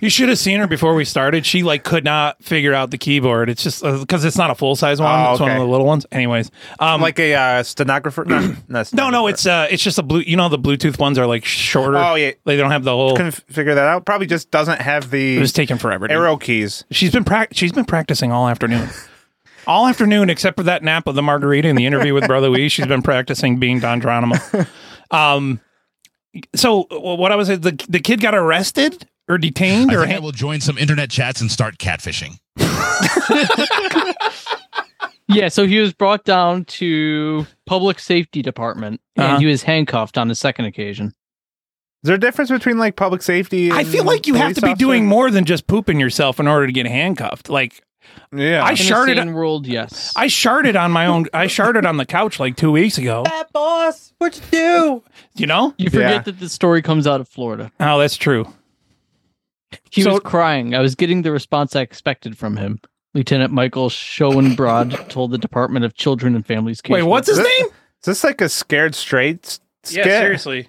[SPEAKER 4] you should have seen her before we started. She like could not figure out the keyboard. It's just because it's not a full size one.
[SPEAKER 19] Oh,
[SPEAKER 4] It's one of
[SPEAKER 19] okay.
[SPEAKER 4] the little ones. Anyways, um,
[SPEAKER 19] like a uh, stenographer. No, no,
[SPEAKER 4] no, no, it's uh, it's just a blue. You know, the Bluetooth ones are like shorter.
[SPEAKER 19] Oh, yeah.
[SPEAKER 4] they don't have the whole.
[SPEAKER 19] couldn't f- figure that out. Probably just doesn't have the
[SPEAKER 4] It was taking forever. dude.
[SPEAKER 19] arrow keys.
[SPEAKER 4] She's been prac she's been practicing all afternoon. all afternoon except for that nap of the margarita and the interview with Brother Wee, she's been practicing being Don Geronimo. Um so wh- what I was the the kid got arrested or detained
[SPEAKER 22] I
[SPEAKER 4] or
[SPEAKER 22] think I will join some internet chats and start catfishing.
[SPEAKER 21] Yeah, so he was brought down to public safety department and
[SPEAKER 4] Uh-huh.
[SPEAKER 21] he was handcuffed on the second occasion.
[SPEAKER 19] Is there a difference between like public safety?
[SPEAKER 4] I feel
[SPEAKER 19] and
[SPEAKER 4] like you have
[SPEAKER 19] police
[SPEAKER 4] to be
[SPEAKER 19] officer?
[SPEAKER 4] doing more than just pooping yourself in order to get handcuffed. Like
[SPEAKER 19] Yeah,
[SPEAKER 4] I
[SPEAKER 19] In the
[SPEAKER 4] sharded
[SPEAKER 21] In world, yes.
[SPEAKER 4] I sharded on my own I sharded on the couch like 2 weeks ago,
[SPEAKER 20] Fat boss, what you do?
[SPEAKER 4] you know?
[SPEAKER 21] You forget
[SPEAKER 19] Yeah.
[SPEAKER 21] that the story comes out of Florida.
[SPEAKER 4] Oh, that's true.
[SPEAKER 21] He
[SPEAKER 4] So-
[SPEAKER 21] was crying. I was getting the response I expected from him. Lieutenant Michael
[SPEAKER 4] [laughs]
[SPEAKER 21] Schoenbrod told the Department of Children and Families.
[SPEAKER 4] Wait,
[SPEAKER 21] caseworker-
[SPEAKER 4] what's his
[SPEAKER 19] Is
[SPEAKER 4] name?
[SPEAKER 19] Is this like a scared straight s- skit?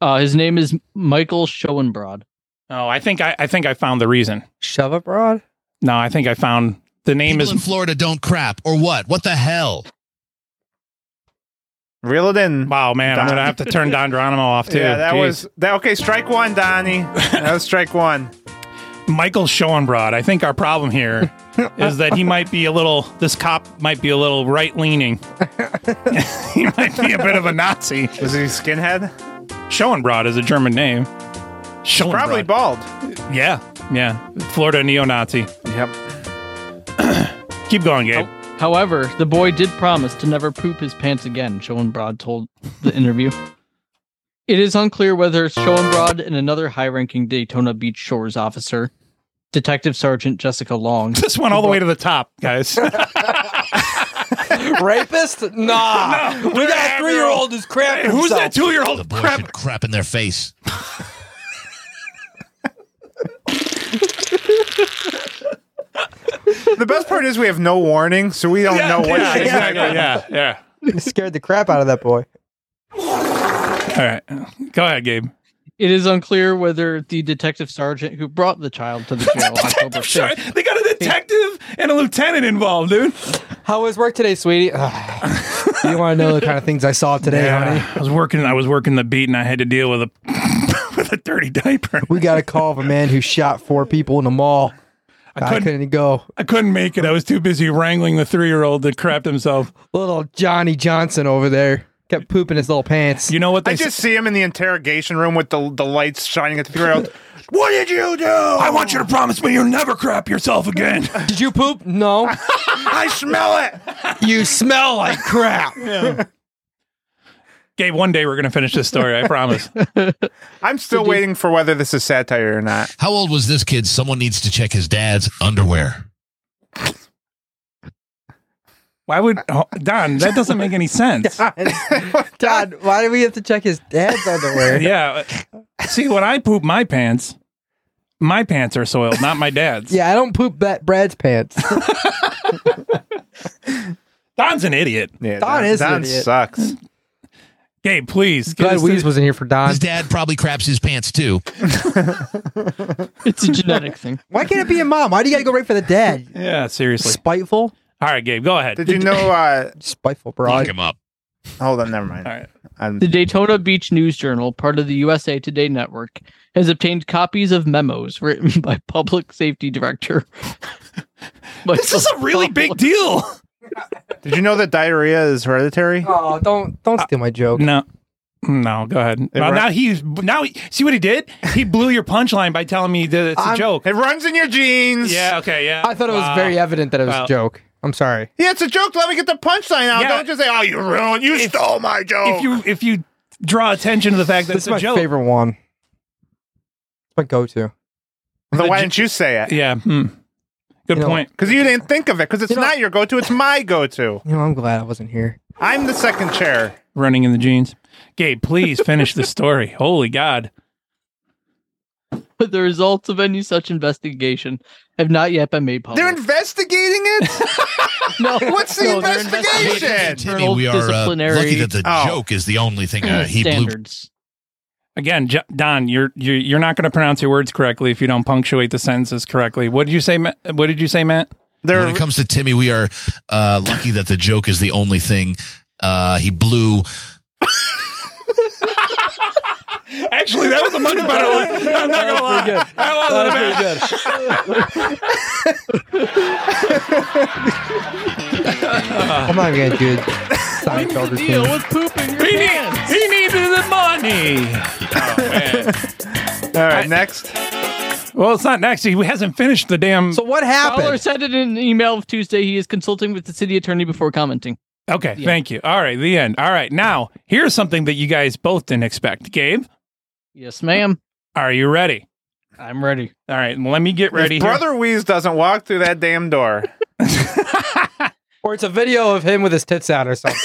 [SPEAKER 21] Uh, his name is Michael Schoenbrod.
[SPEAKER 4] Oh, I think I, I think I found the reason.
[SPEAKER 20] Shove abroad?
[SPEAKER 4] No, I think I found the name
[SPEAKER 22] People in
[SPEAKER 4] is
[SPEAKER 22] Florida don't crap or what? What the hell?
[SPEAKER 19] Reel it in.
[SPEAKER 4] Wow, Oh, man, I'm
[SPEAKER 19] Don.
[SPEAKER 4] gonna have to turn Don [laughs] Geronimo off too.
[SPEAKER 19] [laughs] Yeah, that
[SPEAKER 4] Jeez.
[SPEAKER 19] was that. Okay, strike one, Donnie. That was strike
[SPEAKER 4] [laughs]
[SPEAKER 19] one.
[SPEAKER 4] Michael Schoenbrod. I think our problem
[SPEAKER 19] [laughs]
[SPEAKER 4] here is that he might be a little. This cop might be a little right leaning. he might be a bit of a Nazi.
[SPEAKER 19] Was he skinhead?
[SPEAKER 4] Schoenbrod is a German name. Schoenbrod.
[SPEAKER 19] Probably bald. [laughs]
[SPEAKER 4] Yeah, yeah. Florida neo-Nazi.
[SPEAKER 19] Yep.
[SPEAKER 4] Keep going, Gabe.
[SPEAKER 21] However, the boy did promise to never poop his pants again, Schoenbrod told the interview. It is unclear whether Schoenbrod and another high ranking Daytona Beach Shores officer, Detective Sergeant Jessica
[SPEAKER 4] [laughs]
[SPEAKER 21] Long,
[SPEAKER 4] This went all the way to the top, guys.
[SPEAKER 20] Rapist?
[SPEAKER 4] [laughs]
[SPEAKER 20] Nah. we got a three year old who's crapping.
[SPEAKER 4] Who's that
[SPEAKER 20] himself.
[SPEAKER 22] The
[SPEAKER 4] two-year-old
[SPEAKER 22] boy
[SPEAKER 4] crap?
[SPEAKER 22] should crap in their face.
[SPEAKER 19] The best part is we have no warning, so we don't know what.
[SPEAKER 4] yeah,
[SPEAKER 19] she's
[SPEAKER 4] exactly.
[SPEAKER 19] gonna-
[SPEAKER 4] Yeah, yeah.
[SPEAKER 20] Scared the crap out of that boy.
[SPEAKER 4] All right, go ahead, Gabe.
[SPEAKER 21] It is unclear whether the detective sergeant who brought the child
[SPEAKER 4] [laughs]
[SPEAKER 21] to the jail October 5th.
[SPEAKER 4] Sure, they got a detective and a lieutenant involved, dude.
[SPEAKER 20] How was work today, sweetie?
[SPEAKER 19] [laughs]
[SPEAKER 20] Ugh. you want to know the kind of things I saw today, honey?
[SPEAKER 4] I was working. I was working the beat, and I had to deal with a [laughs] with a dirty diaper.
[SPEAKER 20] We got a call of a man who shot four people in the mall. I couldn't,
[SPEAKER 4] couldn't-
[SPEAKER 20] go.
[SPEAKER 4] I couldn't make it. I was too busy wrangling the three year old that crapped himself.
[SPEAKER 20] Little Johnny Johnson over there kept pooping his little pants.
[SPEAKER 4] You know what they
[SPEAKER 19] I just see him in the interrogation room with the the lights shining at the
[SPEAKER 4] [laughs]
[SPEAKER 19] three-year-old. What did you do?
[SPEAKER 4] I want you to promise me you'll never crap yourself again.
[SPEAKER 20] Did you
[SPEAKER 19] [laughs]
[SPEAKER 20] poop? No.
[SPEAKER 19] I smell it.
[SPEAKER 20] you smell like crap.
[SPEAKER 4] Gabe, one day we're gonna finish this story. I promise.
[SPEAKER 20] [laughs]
[SPEAKER 19] I'm still waiting for whether this is satire or not.
[SPEAKER 22] How old was this kid? Someone needs to check his dad's underwear.
[SPEAKER 4] Why would oh, Don? That doesn't make any sense.
[SPEAKER 20] [laughs] Todd, why do we have to check his [laughs] dad's
[SPEAKER 4] [laughs]
[SPEAKER 20] underwear?
[SPEAKER 4] Yeah. uh, See, when I poop my pants, my pants are soiled, not my dad's.
[SPEAKER 20] [laughs] Yeah, I don't poop that Brad's pants.
[SPEAKER 4] [laughs]
[SPEAKER 20] [laughs]
[SPEAKER 4] Don's an idiot.
[SPEAKER 19] Yeah,
[SPEAKER 20] Don is an
[SPEAKER 19] Don
[SPEAKER 20] idiot.
[SPEAKER 19] sucks.
[SPEAKER 4] Gabe, please. get
[SPEAKER 20] Glad
[SPEAKER 4] us
[SPEAKER 20] Weez
[SPEAKER 4] through-
[SPEAKER 20] wasn't here for Don.
[SPEAKER 22] His dad probably craps his pants too.
[SPEAKER 21] It's a genetic thing.
[SPEAKER 20] Why can't it be a mom? Why do you gotta go right for the dad?
[SPEAKER 4] yeah, seriously.
[SPEAKER 20] Spiteful.
[SPEAKER 4] All right, Gabe, go ahead.
[SPEAKER 19] Did you know? Uh,
[SPEAKER 20] Spiteful broad.
[SPEAKER 22] him up.
[SPEAKER 19] Hold on, never mind. All
[SPEAKER 4] right.
[SPEAKER 19] I'm,
[SPEAKER 21] The Daytona Beach News Journal, part of the USA Today network, has obtained copies of memos written [laughs] by Public Safety Director.
[SPEAKER 4] [laughs] This is a
[SPEAKER 20] [laughs]
[SPEAKER 4] really big deal.
[SPEAKER 19] did you know that diarrhea is hereditary?
[SPEAKER 20] [laughs] Oh, don't don't steal my joke.
[SPEAKER 4] No. No, go ahead. Now,
[SPEAKER 19] run-
[SPEAKER 4] now he's now he- see what he did. He blew your punchline by telling me that it's a
[SPEAKER 20] I'm-
[SPEAKER 4] joke.
[SPEAKER 19] It runs in your jeans.
[SPEAKER 4] Yeah. Okay. Yeah.
[SPEAKER 20] I thought it was
[SPEAKER 4] Wow.
[SPEAKER 20] very evident that it was
[SPEAKER 4] Wow.
[SPEAKER 20] a joke. I'm sorry.
[SPEAKER 19] Yeah, it's a joke. Let me get the punchline out.
[SPEAKER 4] Yeah.
[SPEAKER 19] Don't just say, "Oh, you ruined. You stole my joke."
[SPEAKER 4] If you if you draw attention to the fact that
[SPEAKER 20] This
[SPEAKER 4] it's
[SPEAKER 20] is my
[SPEAKER 4] a joke,
[SPEAKER 20] favorite one. It's my go-to.
[SPEAKER 19] then why didn't you say it?
[SPEAKER 4] yeah. hmm. Good
[SPEAKER 20] You know-
[SPEAKER 4] point.
[SPEAKER 19] Because you didn't think of it. Because it's not your go-to. It's my go-to.
[SPEAKER 20] You know, I'm glad I wasn't here.
[SPEAKER 19] I'm the second chair.
[SPEAKER 4] Running in the jeans. Gabe, please finish the story. [laughs] Holy God.
[SPEAKER 21] But [laughs] the results of any such investigation have not yet been made public.
[SPEAKER 19] They're investigating
[SPEAKER 4] [laughs]
[SPEAKER 19] it.
[SPEAKER 21] no,
[SPEAKER 19] What's the
[SPEAKER 21] no, they're
[SPEAKER 19] investigation?
[SPEAKER 21] investigating
[SPEAKER 22] Timmy, we are uh,
[SPEAKER 21] disciplinary
[SPEAKER 22] lucky that the
[SPEAKER 19] Oh.
[SPEAKER 22] joke is the only thing
[SPEAKER 20] [clears throat]
[SPEAKER 22] uh, he blew.
[SPEAKER 21] standards.
[SPEAKER 4] Again, J- Don, you're you're you're not going to pronounce your words correctly if you don't punctuate the sentences correctly. What did you say? Ma- What did you say, Matt?
[SPEAKER 19] They're
[SPEAKER 22] When it comes to Timmy, we are uh, lucky that the joke is the only thing uh, he blew.
[SPEAKER 4] Actually, that was a much better [laughs] one. [laughs] I'm not gonna lie.
[SPEAKER 20] Pretty good.
[SPEAKER 4] That wasn't
[SPEAKER 20] That
[SPEAKER 4] bad.
[SPEAKER 20] was pretty good. [laughs] I'm not gonna do it. Seinfeld routine.
[SPEAKER 21] with pooping your
[SPEAKER 4] He, need, he needed the money. Oh, [laughs]
[SPEAKER 19] All right, next.
[SPEAKER 4] Well, it's not next. He hasn't finished the damn.
[SPEAKER 20] So what
[SPEAKER 21] Fowler
[SPEAKER 20] happened?
[SPEAKER 21] said it in an email of Tuesday. He is consulting with the city attorney before commenting.
[SPEAKER 4] okay, thank you. All right, the end. All right, now here's something that you guys both didn't expect. Gabe,
[SPEAKER 21] Yes, ma'am.
[SPEAKER 4] are you ready?
[SPEAKER 21] I'm ready.
[SPEAKER 4] All right, let me get ready.
[SPEAKER 19] If
[SPEAKER 4] here.
[SPEAKER 19] Brother [laughs] Wheeze doesn't walk through that damn door. [laughs]
[SPEAKER 20] Or it's a video of him with his tits out
[SPEAKER 4] [laughs]
[SPEAKER 20] or something.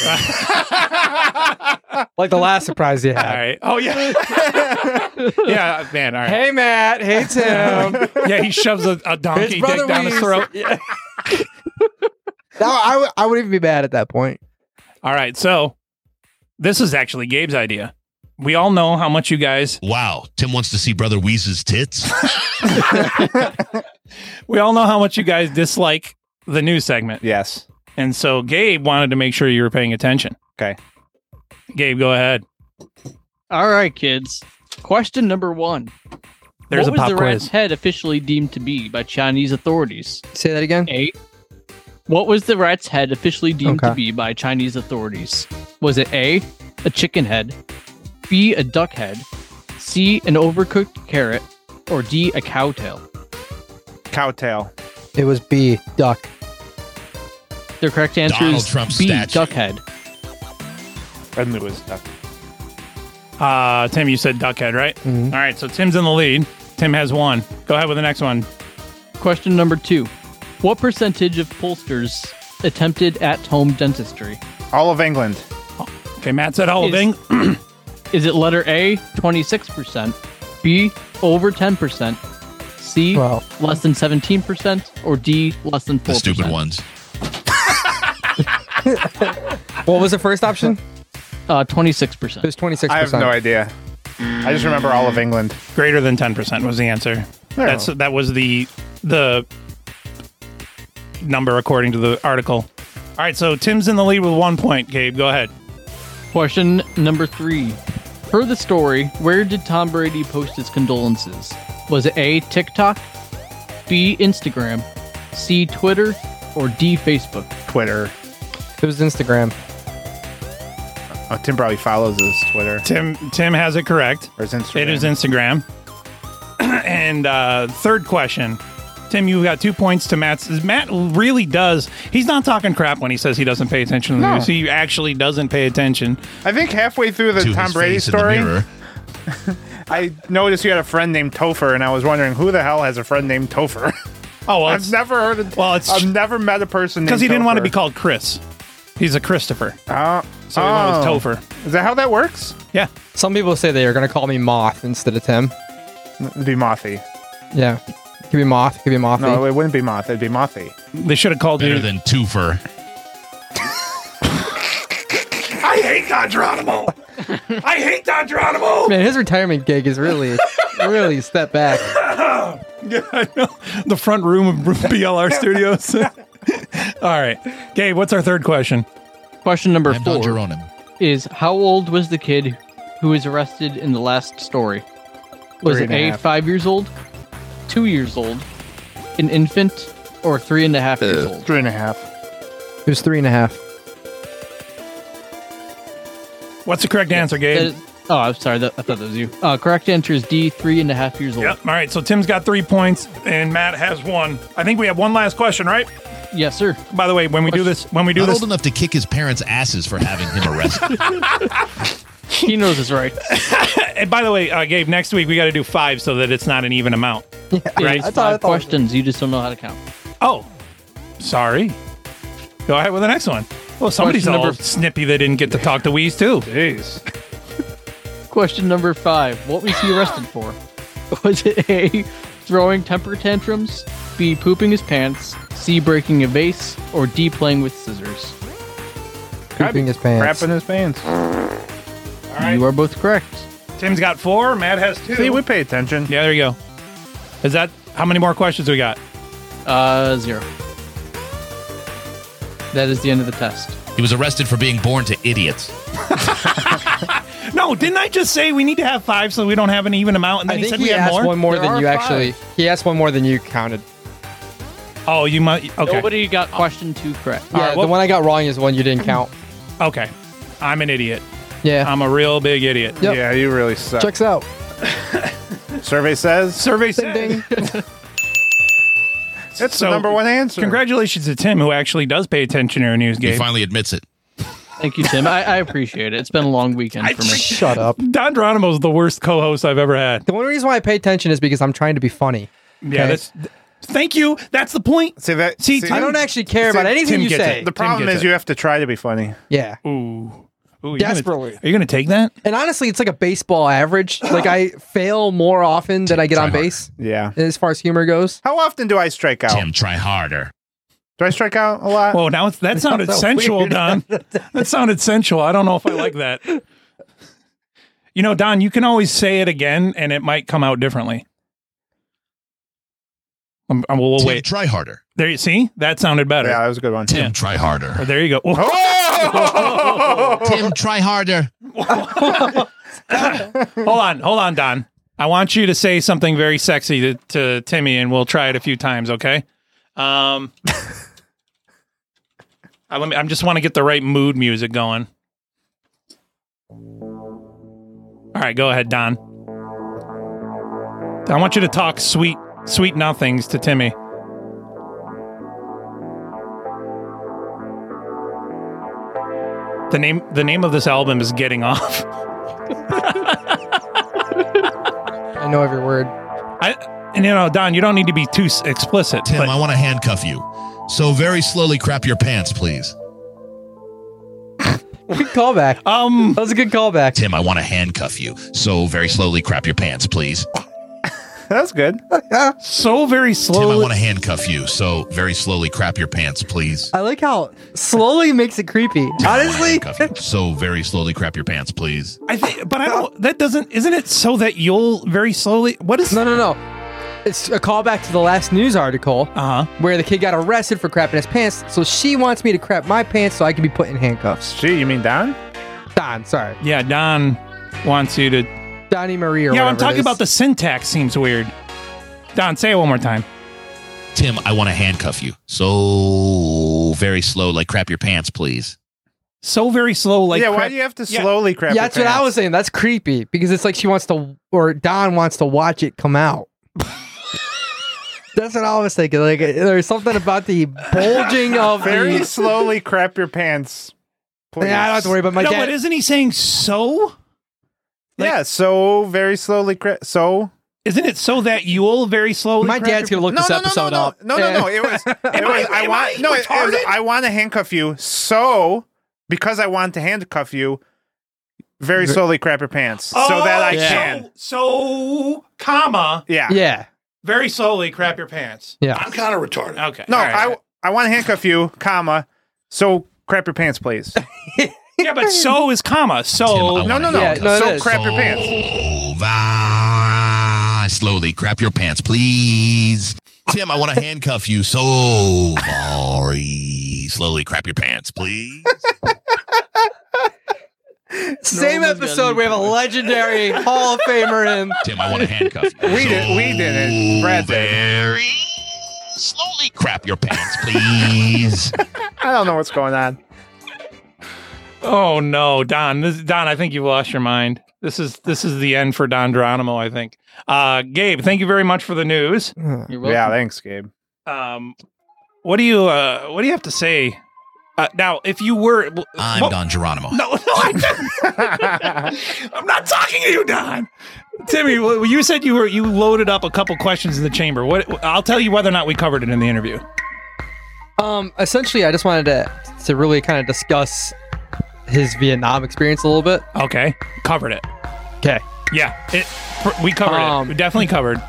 [SPEAKER 20] like the last surprise you
[SPEAKER 4] All
[SPEAKER 20] had.
[SPEAKER 4] right. Oh yeah. [laughs] yeah, man. All right.
[SPEAKER 20] Hey Matt, hey Tim.
[SPEAKER 4] [laughs] Yeah, he shoves a, a [laughs] donkey dick
[SPEAKER 20] Brother
[SPEAKER 4] down his
[SPEAKER 20] Weeze.
[SPEAKER 4] throat.
[SPEAKER 20] [laughs] Now, I w- I wouldn't even be mad at that point.
[SPEAKER 4] All right, so this is actually Gabe's idea. We all know how much you guys.
[SPEAKER 22] Wow, Tim wants to see Brother Weeze's tits. [laughs]
[SPEAKER 4] We all know how much you guys dislike the news segment.
[SPEAKER 19] yes.
[SPEAKER 4] And so Gabe wanted to make sure you were paying attention.
[SPEAKER 19] Okay.
[SPEAKER 4] Gabe, go ahead.
[SPEAKER 21] All right, kids. Question number one.
[SPEAKER 4] There's a
[SPEAKER 21] what
[SPEAKER 4] pop
[SPEAKER 21] was the rat's
[SPEAKER 4] quiz.
[SPEAKER 21] head officially deemed to be by Chinese authorities?
[SPEAKER 20] Say that again.
[SPEAKER 21] A. What was the rat's head officially deemed to
[SPEAKER 20] Okay.
[SPEAKER 21] be by Chinese authorities? Was it A, a chicken head, B, a duck head, C, an overcooked carrot, or D, a cow tail?
[SPEAKER 19] Cowtail.
[SPEAKER 20] It was B, duck.
[SPEAKER 21] The correct answer
[SPEAKER 22] Donald
[SPEAKER 21] is
[SPEAKER 22] Trump's
[SPEAKER 21] B,
[SPEAKER 22] statue.
[SPEAKER 21] duck head.
[SPEAKER 19] And Lewis duck.
[SPEAKER 4] Uh, Tim, you said duckhead, right?
[SPEAKER 19] Mm-hmm.
[SPEAKER 4] All right, so Tim's in the lead. Tim has one. Go ahead with the next one.
[SPEAKER 21] Question number two. What percentage of pollsters attempted at-home dentistry?
[SPEAKER 19] All of England.
[SPEAKER 4] Okay, Matt said all of
[SPEAKER 21] Is-
[SPEAKER 4] Eng-
[SPEAKER 21] [clears throat] Is it letter A, 26%, B, over 10%, C,
[SPEAKER 20] Wow.
[SPEAKER 21] less than 17%, or D, less than 4%?
[SPEAKER 22] the stupid ones.
[SPEAKER 20] [laughs] What was the first option?
[SPEAKER 21] Uh,
[SPEAKER 20] It
[SPEAKER 21] 26%.
[SPEAKER 20] was 26%.
[SPEAKER 19] I have no idea. I just remember all of England.
[SPEAKER 4] greater than 10% was the answer. That's that was the the number according to the article. All right, so Tim's in the lead with 1 point. Gabe, go ahead.
[SPEAKER 21] Question number three. Per the story, where did Tom Brady post his condolences? Was it A, TikTok, B, Instagram, C, Twitter, or D, Facebook?
[SPEAKER 19] Twitter.
[SPEAKER 20] It was Instagram.
[SPEAKER 19] Oh, Tim probably follows his Twitter
[SPEAKER 4] Tim Tim has it correct.
[SPEAKER 19] or his Instagram.
[SPEAKER 4] It is Instagram. [clears throat] and uh, third question. Tim, you've got two points to Matt's. Matt really does. He's not talking crap when he says he doesn't pay attention to the news. He actually doesn't pay attention.
[SPEAKER 19] I think halfway through the
[SPEAKER 22] to
[SPEAKER 19] Tom
[SPEAKER 22] his
[SPEAKER 19] Brady
[SPEAKER 22] face in the
[SPEAKER 19] story,
[SPEAKER 22] mirror.
[SPEAKER 19] I noticed you had a friend named Topher, and I was wondering who the hell has a friend named Topher.
[SPEAKER 4] [laughs] Oh, well,
[SPEAKER 19] I've
[SPEAKER 4] it's
[SPEAKER 19] never heard. Of,
[SPEAKER 4] Well, it's-
[SPEAKER 19] I've never met a person
[SPEAKER 4] because he
[SPEAKER 19] named
[SPEAKER 4] didn't want to
[SPEAKER 19] Topher.
[SPEAKER 4] be called Chris. He's a Christopher.
[SPEAKER 19] Oh,
[SPEAKER 4] So he went
[SPEAKER 19] oh.
[SPEAKER 4] with Topher.
[SPEAKER 19] Is that how that works?
[SPEAKER 4] Yeah.
[SPEAKER 20] Some people say they are going to call me Moth instead of Tim.
[SPEAKER 19] It'd be Mothy.
[SPEAKER 20] Yeah. Could be Moth, could be Mothy.
[SPEAKER 19] No, it wouldn't be Moth. It'd be Mothy.
[SPEAKER 4] They should have called
[SPEAKER 22] Better
[SPEAKER 4] you.
[SPEAKER 22] than twofer.
[SPEAKER 19] I hate Don
[SPEAKER 4] [laughs]
[SPEAKER 19] Geronimo. I hate Don Geronimo.
[SPEAKER 20] [gasps] Man, his retirement gig is really, really a step back.
[SPEAKER 4] [laughs] Yeah, I know. The front room of BLR Studios. [laughs] All right. Gabe, what's our third question?
[SPEAKER 21] Question number
[SPEAKER 4] I'm Don
[SPEAKER 21] four is how old was the kid who was arrested in the last story? Was
[SPEAKER 4] Three
[SPEAKER 21] it
[SPEAKER 4] and a
[SPEAKER 21] a,
[SPEAKER 4] half.
[SPEAKER 21] five years old, two years old, an infant, or three and a half years old?
[SPEAKER 19] Uh, Three and a half.
[SPEAKER 20] It was three and a half.
[SPEAKER 4] What's the correct answer, Gabe?
[SPEAKER 21] That is- oh, I'm sorry. That, I thought that was you. Uh, correct answer is D, three and a half years old.
[SPEAKER 4] Yep. All right. So Tim's got three points, and Matt has one. I think we have one last question, right?
[SPEAKER 21] Yes, sir.
[SPEAKER 4] By the way, when we do this, when we do
[SPEAKER 22] Not
[SPEAKER 4] this,
[SPEAKER 22] old enough to kick his parents' asses for having him arrested.
[SPEAKER 21] [laughs] he knows it's right.
[SPEAKER 4] [laughs] and by the way, uh, Gabe, next week we got to do five so that it's not an even amount.
[SPEAKER 21] Right. It's five questions. You just don't know how to count.
[SPEAKER 4] Oh, sorry. Go ahead with the next one. Well, somebody's
[SPEAKER 21] Question
[SPEAKER 4] all
[SPEAKER 21] number-
[SPEAKER 4] snippy that didn't get to talk to Wheeze too. Jeez.
[SPEAKER 21] Question number five. What was he arrested for? [laughs] Was it A, throwing temper tantrums, B, pooping his pants, C, breaking a vase, or D, playing with scissors?
[SPEAKER 20] Pooping his pants.
[SPEAKER 19] Crapping his pants.
[SPEAKER 21] You are both correct.
[SPEAKER 4] Tim's got four. Matt has two.
[SPEAKER 19] See, we pay attention.
[SPEAKER 4] Yeah, there you go. Is that how many more questions we got?
[SPEAKER 21] Uh, zero. That is the end of the test.
[SPEAKER 22] he was arrested for being born to idiots.
[SPEAKER 4] No, didn't I just say we need to have five so we don't have an even amount? And then
[SPEAKER 20] I
[SPEAKER 4] he
[SPEAKER 20] think
[SPEAKER 4] said
[SPEAKER 20] he
[SPEAKER 4] we had
[SPEAKER 20] asked
[SPEAKER 4] more.
[SPEAKER 20] one more
[SPEAKER 4] There
[SPEAKER 20] than
[SPEAKER 4] are
[SPEAKER 20] you
[SPEAKER 4] five.
[SPEAKER 20] actually. He asked one more than you counted.
[SPEAKER 4] Oh, you might. Okay.
[SPEAKER 21] Nobody got question two correct.
[SPEAKER 20] Yeah, the one I got wrong is the one you didn't count.
[SPEAKER 4] Okay. I'm an idiot.
[SPEAKER 20] Yeah.
[SPEAKER 4] I'm a real big idiot.
[SPEAKER 20] Yep.
[SPEAKER 19] Yeah, you really suck.
[SPEAKER 20] Checks out.
[SPEAKER 19] Survey says.
[SPEAKER 4] Survey says.
[SPEAKER 19] It's the number one answer.
[SPEAKER 4] Congratulations to Tim, who actually does pay attention to our news game.
[SPEAKER 22] finally admits it.
[SPEAKER 21] Thank you, Tim. I, I appreciate it. It's been a long weekend for me.
[SPEAKER 20] Shut up.
[SPEAKER 4] Don Geronimo's the worst co-host I've ever had.
[SPEAKER 20] The only reason why I pay attention is because I'm trying to be funny.
[SPEAKER 4] Yeah,
[SPEAKER 20] Okay?
[SPEAKER 4] that's. th- Thank you. That's the point.
[SPEAKER 19] See that?
[SPEAKER 4] [laughs] See,
[SPEAKER 20] I don't actually care about anything you say.
[SPEAKER 19] The problem is you have to try to be funny.
[SPEAKER 20] Yeah.
[SPEAKER 4] Ooh. Ooh,
[SPEAKER 20] Desperately.
[SPEAKER 4] Are you going to take that?
[SPEAKER 20] And honestly, it's like a
[SPEAKER 19] [gasps]
[SPEAKER 20] baseball average. Like I fail more often than I get on base
[SPEAKER 19] Yeah.
[SPEAKER 20] as far as humor goes.
[SPEAKER 19] How often do I strike out?
[SPEAKER 22] Tim, try harder.
[SPEAKER 19] Do I strike out a lot?
[SPEAKER 4] Whoa, now it's,
[SPEAKER 19] [laughs]
[SPEAKER 4] that sounded
[SPEAKER 19] so
[SPEAKER 4] sensual,
[SPEAKER 19] weird.
[SPEAKER 4] Don.
[SPEAKER 19] [laughs]
[SPEAKER 4] that sounded sensual. I don't know if I like that. [laughs] You know, Don, you can always say it again, and it might come out differently. Um, um, we'll
[SPEAKER 22] Tim,
[SPEAKER 4] wait.
[SPEAKER 22] try harder.
[SPEAKER 4] There you see. That sounded better. Oh,
[SPEAKER 19] Yeah, that was a good one. Oh!
[SPEAKER 22] Tim, try harder.
[SPEAKER 4] There
[SPEAKER 22] [laughs]
[SPEAKER 4] you go.
[SPEAKER 22] Tim, try harder.
[SPEAKER 4] hold on, hold on, Don. I want you to say something very sexy to, to Timmy, and we'll try it a few times, okay? Um, [laughs] I, let me, I just want to get the right mood music going. All right, go ahead, Don. I want you to talk sweet, sweet nothings to Timmy. The name, the name of this album is "Getting Off."
[SPEAKER 20] I know every word.
[SPEAKER 4] I and you know, Don, you don't need to be too s- explicit.
[SPEAKER 22] Tim,
[SPEAKER 4] but-
[SPEAKER 22] I want to handcuff you. So very slowly crap your pants, please.
[SPEAKER 20] Good callback.
[SPEAKER 4] Um,
[SPEAKER 20] that was a good callback.
[SPEAKER 22] Tim, I want to handcuff you. So very slowly crap your pants, please. [laughs]
[SPEAKER 19] That's good.
[SPEAKER 4] so very
[SPEAKER 22] Tim, I
[SPEAKER 4] slowly.
[SPEAKER 22] want to handcuff you. So very slowly crap your pants, please.
[SPEAKER 20] I like how slowly makes it creepy. Honestly,
[SPEAKER 22] Handcuff you. So very slowly crap your pants, please.
[SPEAKER 4] I think, but I don't. That doesn't. Isn't it so that you'll very slowly? What is?
[SPEAKER 20] no, no, no. It's a callback to the last news article
[SPEAKER 4] Uh huh.
[SPEAKER 20] where the kid got arrested for crapping his pants. So she wants me to crap my pants so I can be put in handcuffs.
[SPEAKER 19] Gee, you mean Don?
[SPEAKER 20] Don, sorry,
[SPEAKER 4] Yeah, Don wants you to.
[SPEAKER 20] Donnie Marie. Or
[SPEAKER 4] yeah, I'm
[SPEAKER 20] whatever it
[SPEAKER 4] talking
[SPEAKER 20] is.
[SPEAKER 4] about the syntax. Seems weird. Don, say it one more time.
[SPEAKER 22] Tim, I want to handcuff you. So very slow, like crap your pants, please.
[SPEAKER 4] So very slow, like
[SPEAKER 19] yeah, why
[SPEAKER 4] crap-
[SPEAKER 19] do you have to
[SPEAKER 4] Yeah.
[SPEAKER 19] slowly crap your
[SPEAKER 20] Yeah, that's what I
[SPEAKER 19] pants?
[SPEAKER 20] was saying. That's creepy because it's like she wants to, or Don wants to watch it
[SPEAKER 4] [laughs]
[SPEAKER 20] come out. that's what I was thinking. Like, there's something about the [laughs] bulging of
[SPEAKER 19] Very
[SPEAKER 20] the.
[SPEAKER 19] slowly crap your pants. Please.
[SPEAKER 20] Yeah, I don't have to worry about my
[SPEAKER 4] no,
[SPEAKER 20] dad.
[SPEAKER 4] but isn't he saying so?
[SPEAKER 19] yeah, so Oh, very slowly crap. So
[SPEAKER 4] Isn't it so that you'll very slowly?
[SPEAKER 20] my
[SPEAKER 4] crap
[SPEAKER 20] dad's
[SPEAKER 4] your-
[SPEAKER 20] gonna look this episode
[SPEAKER 19] no,
[SPEAKER 20] up.
[SPEAKER 19] No, no, no. It
[SPEAKER 4] [laughs]
[SPEAKER 19] was. It
[SPEAKER 4] Am
[SPEAKER 19] was.
[SPEAKER 4] I-
[SPEAKER 19] I,
[SPEAKER 4] am
[SPEAKER 19] want.
[SPEAKER 4] I
[SPEAKER 19] no, it, it was,
[SPEAKER 4] retarded?
[SPEAKER 19] I want to handcuff you. So because I want to handcuff you, very slowly crap your pants so that I
[SPEAKER 4] Oh, so-
[SPEAKER 19] can.
[SPEAKER 4] So, comma,
[SPEAKER 19] Yeah.
[SPEAKER 20] Yeah.
[SPEAKER 4] very slowly crap your pants.
[SPEAKER 20] Yeah.
[SPEAKER 23] I'm kind of retarded.
[SPEAKER 4] Okay.
[SPEAKER 19] No,
[SPEAKER 4] all right, all
[SPEAKER 19] I
[SPEAKER 4] right.
[SPEAKER 19] I want to handcuff you, comma. So crap your pants, please.
[SPEAKER 4] yeah, but so is comma. So
[SPEAKER 22] Tim, I
[SPEAKER 19] No, no, no.
[SPEAKER 22] Yeah,
[SPEAKER 20] no, it
[SPEAKER 19] so
[SPEAKER 20] is.
[SPEAKER 19] crap your pants.
[SPEAKER 22] Oh, va- Ah, slowly crap your [laughs] pants, please. Tim, I want to handcuff you. So very Slowly, slowly crap your pants, please.
[SPEAKER 20] Same episode, we have a legendary Hall of Famer in.
[SPEAKER 22] [laughs] Tim, I want to handcuff you.
[SPEAKER 19] [laughs] We did- we did it. Brad did.
[SPEAKER 22] Very slowly crap your pants, please.
[SPEAKER 19] [laughs] I don't know what's going on.
[SPEAKER 4] [laughs] Oh no, Don! This Don, I think you've lost your mind. This is this is the end for Don Geronimo. I think. Uh, Gabe, thank you very much for the news.
[SPEAKER 19] You're welcome. Yeah, thanks, Gabe.
[SPEAKER 4] Um, what do you uh, what do you have to say? Uh, now, if you were,
[SPEAKER 22] I'm
[SPEAKER 4] what-
[SPEAKER 22] Don Geronimo.
[SPEAKER 4] No, no,
[SPEAKER 22] [laughs]
[SPEAKER 4] I, I'm not talking to you, Don. Timmy, well, you said you were you loaded up a couple questions in the chamber. What? I'll tell you whether or not we covered it in the interview.
[SPEAKER 20] Um, essentially, I just wanted to to really kind of discuss his Vietnam experience a little bit.
[SPEAKER 4] Okay, covered it.
[SPEAKER 20] Okay.
[SPEAKER 4] Yeah, it. We covered it.
[SPEAKER 20] Um,
[SPEAKER 4] We definitely covered.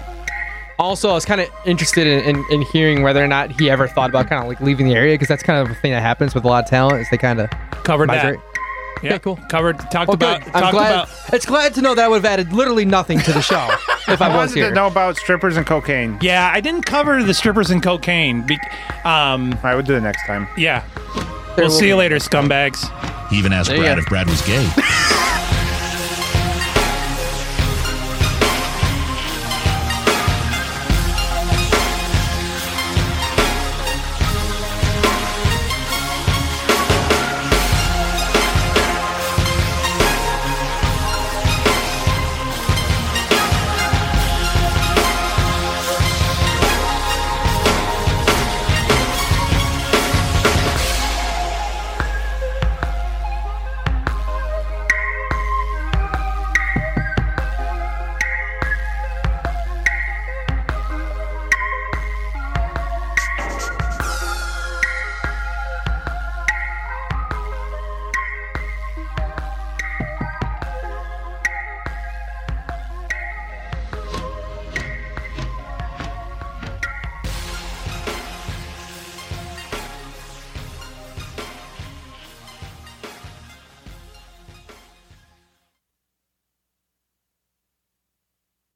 [SPEAKER 20] Also, I was kind of interested in, in, in hearing whether or not he ever thought about kind of like leaving the area because that's kind of a thing that happens with a lot of talent is they kind of
[SPEAKER 4] Covered that.
[SPEAKER 20] migrate.
[SPEAKER 4] Yeah, cool. Covered. Talked
[SPEAKER 20] Oh,
[SPEAKER 4] about.
[SPEAKER 20] good.
[SPEAKER 4] Talked
[SPEAKER 20] I'm glad.
[SPEAKER 4] about.
[SPEAKER 20] It's glad to know that would have added literally nothing to the show
[SPEAKER 19] [laughs]
[SPEAKER 20] if I
[SPEAKER 19] I
[SPEAKER 20] was
[SPEAKER 19] wanted
[SPEAKER 20] here.
[SPEAKER 19] to know about strippers and cocaine.
[SPEAKER 4] Yeah, I didn't cover the strippers and cocaine. Be- um,
[SPEAKER 19] I would do it next time.
[SPEAKER 4] yeah. We'll
[SPEAKER 19] will
[SPEAKER 4] see you
[SPEAKER 19] be.
[SPEAKER 4] later, scumbags.
[SPEAKER 22] He even asked
[SPEAKER 4] There you
[SPEAKER 22] Brad
[SPEAKER 4] go.
[SPEAKER 22] if Brad was gay.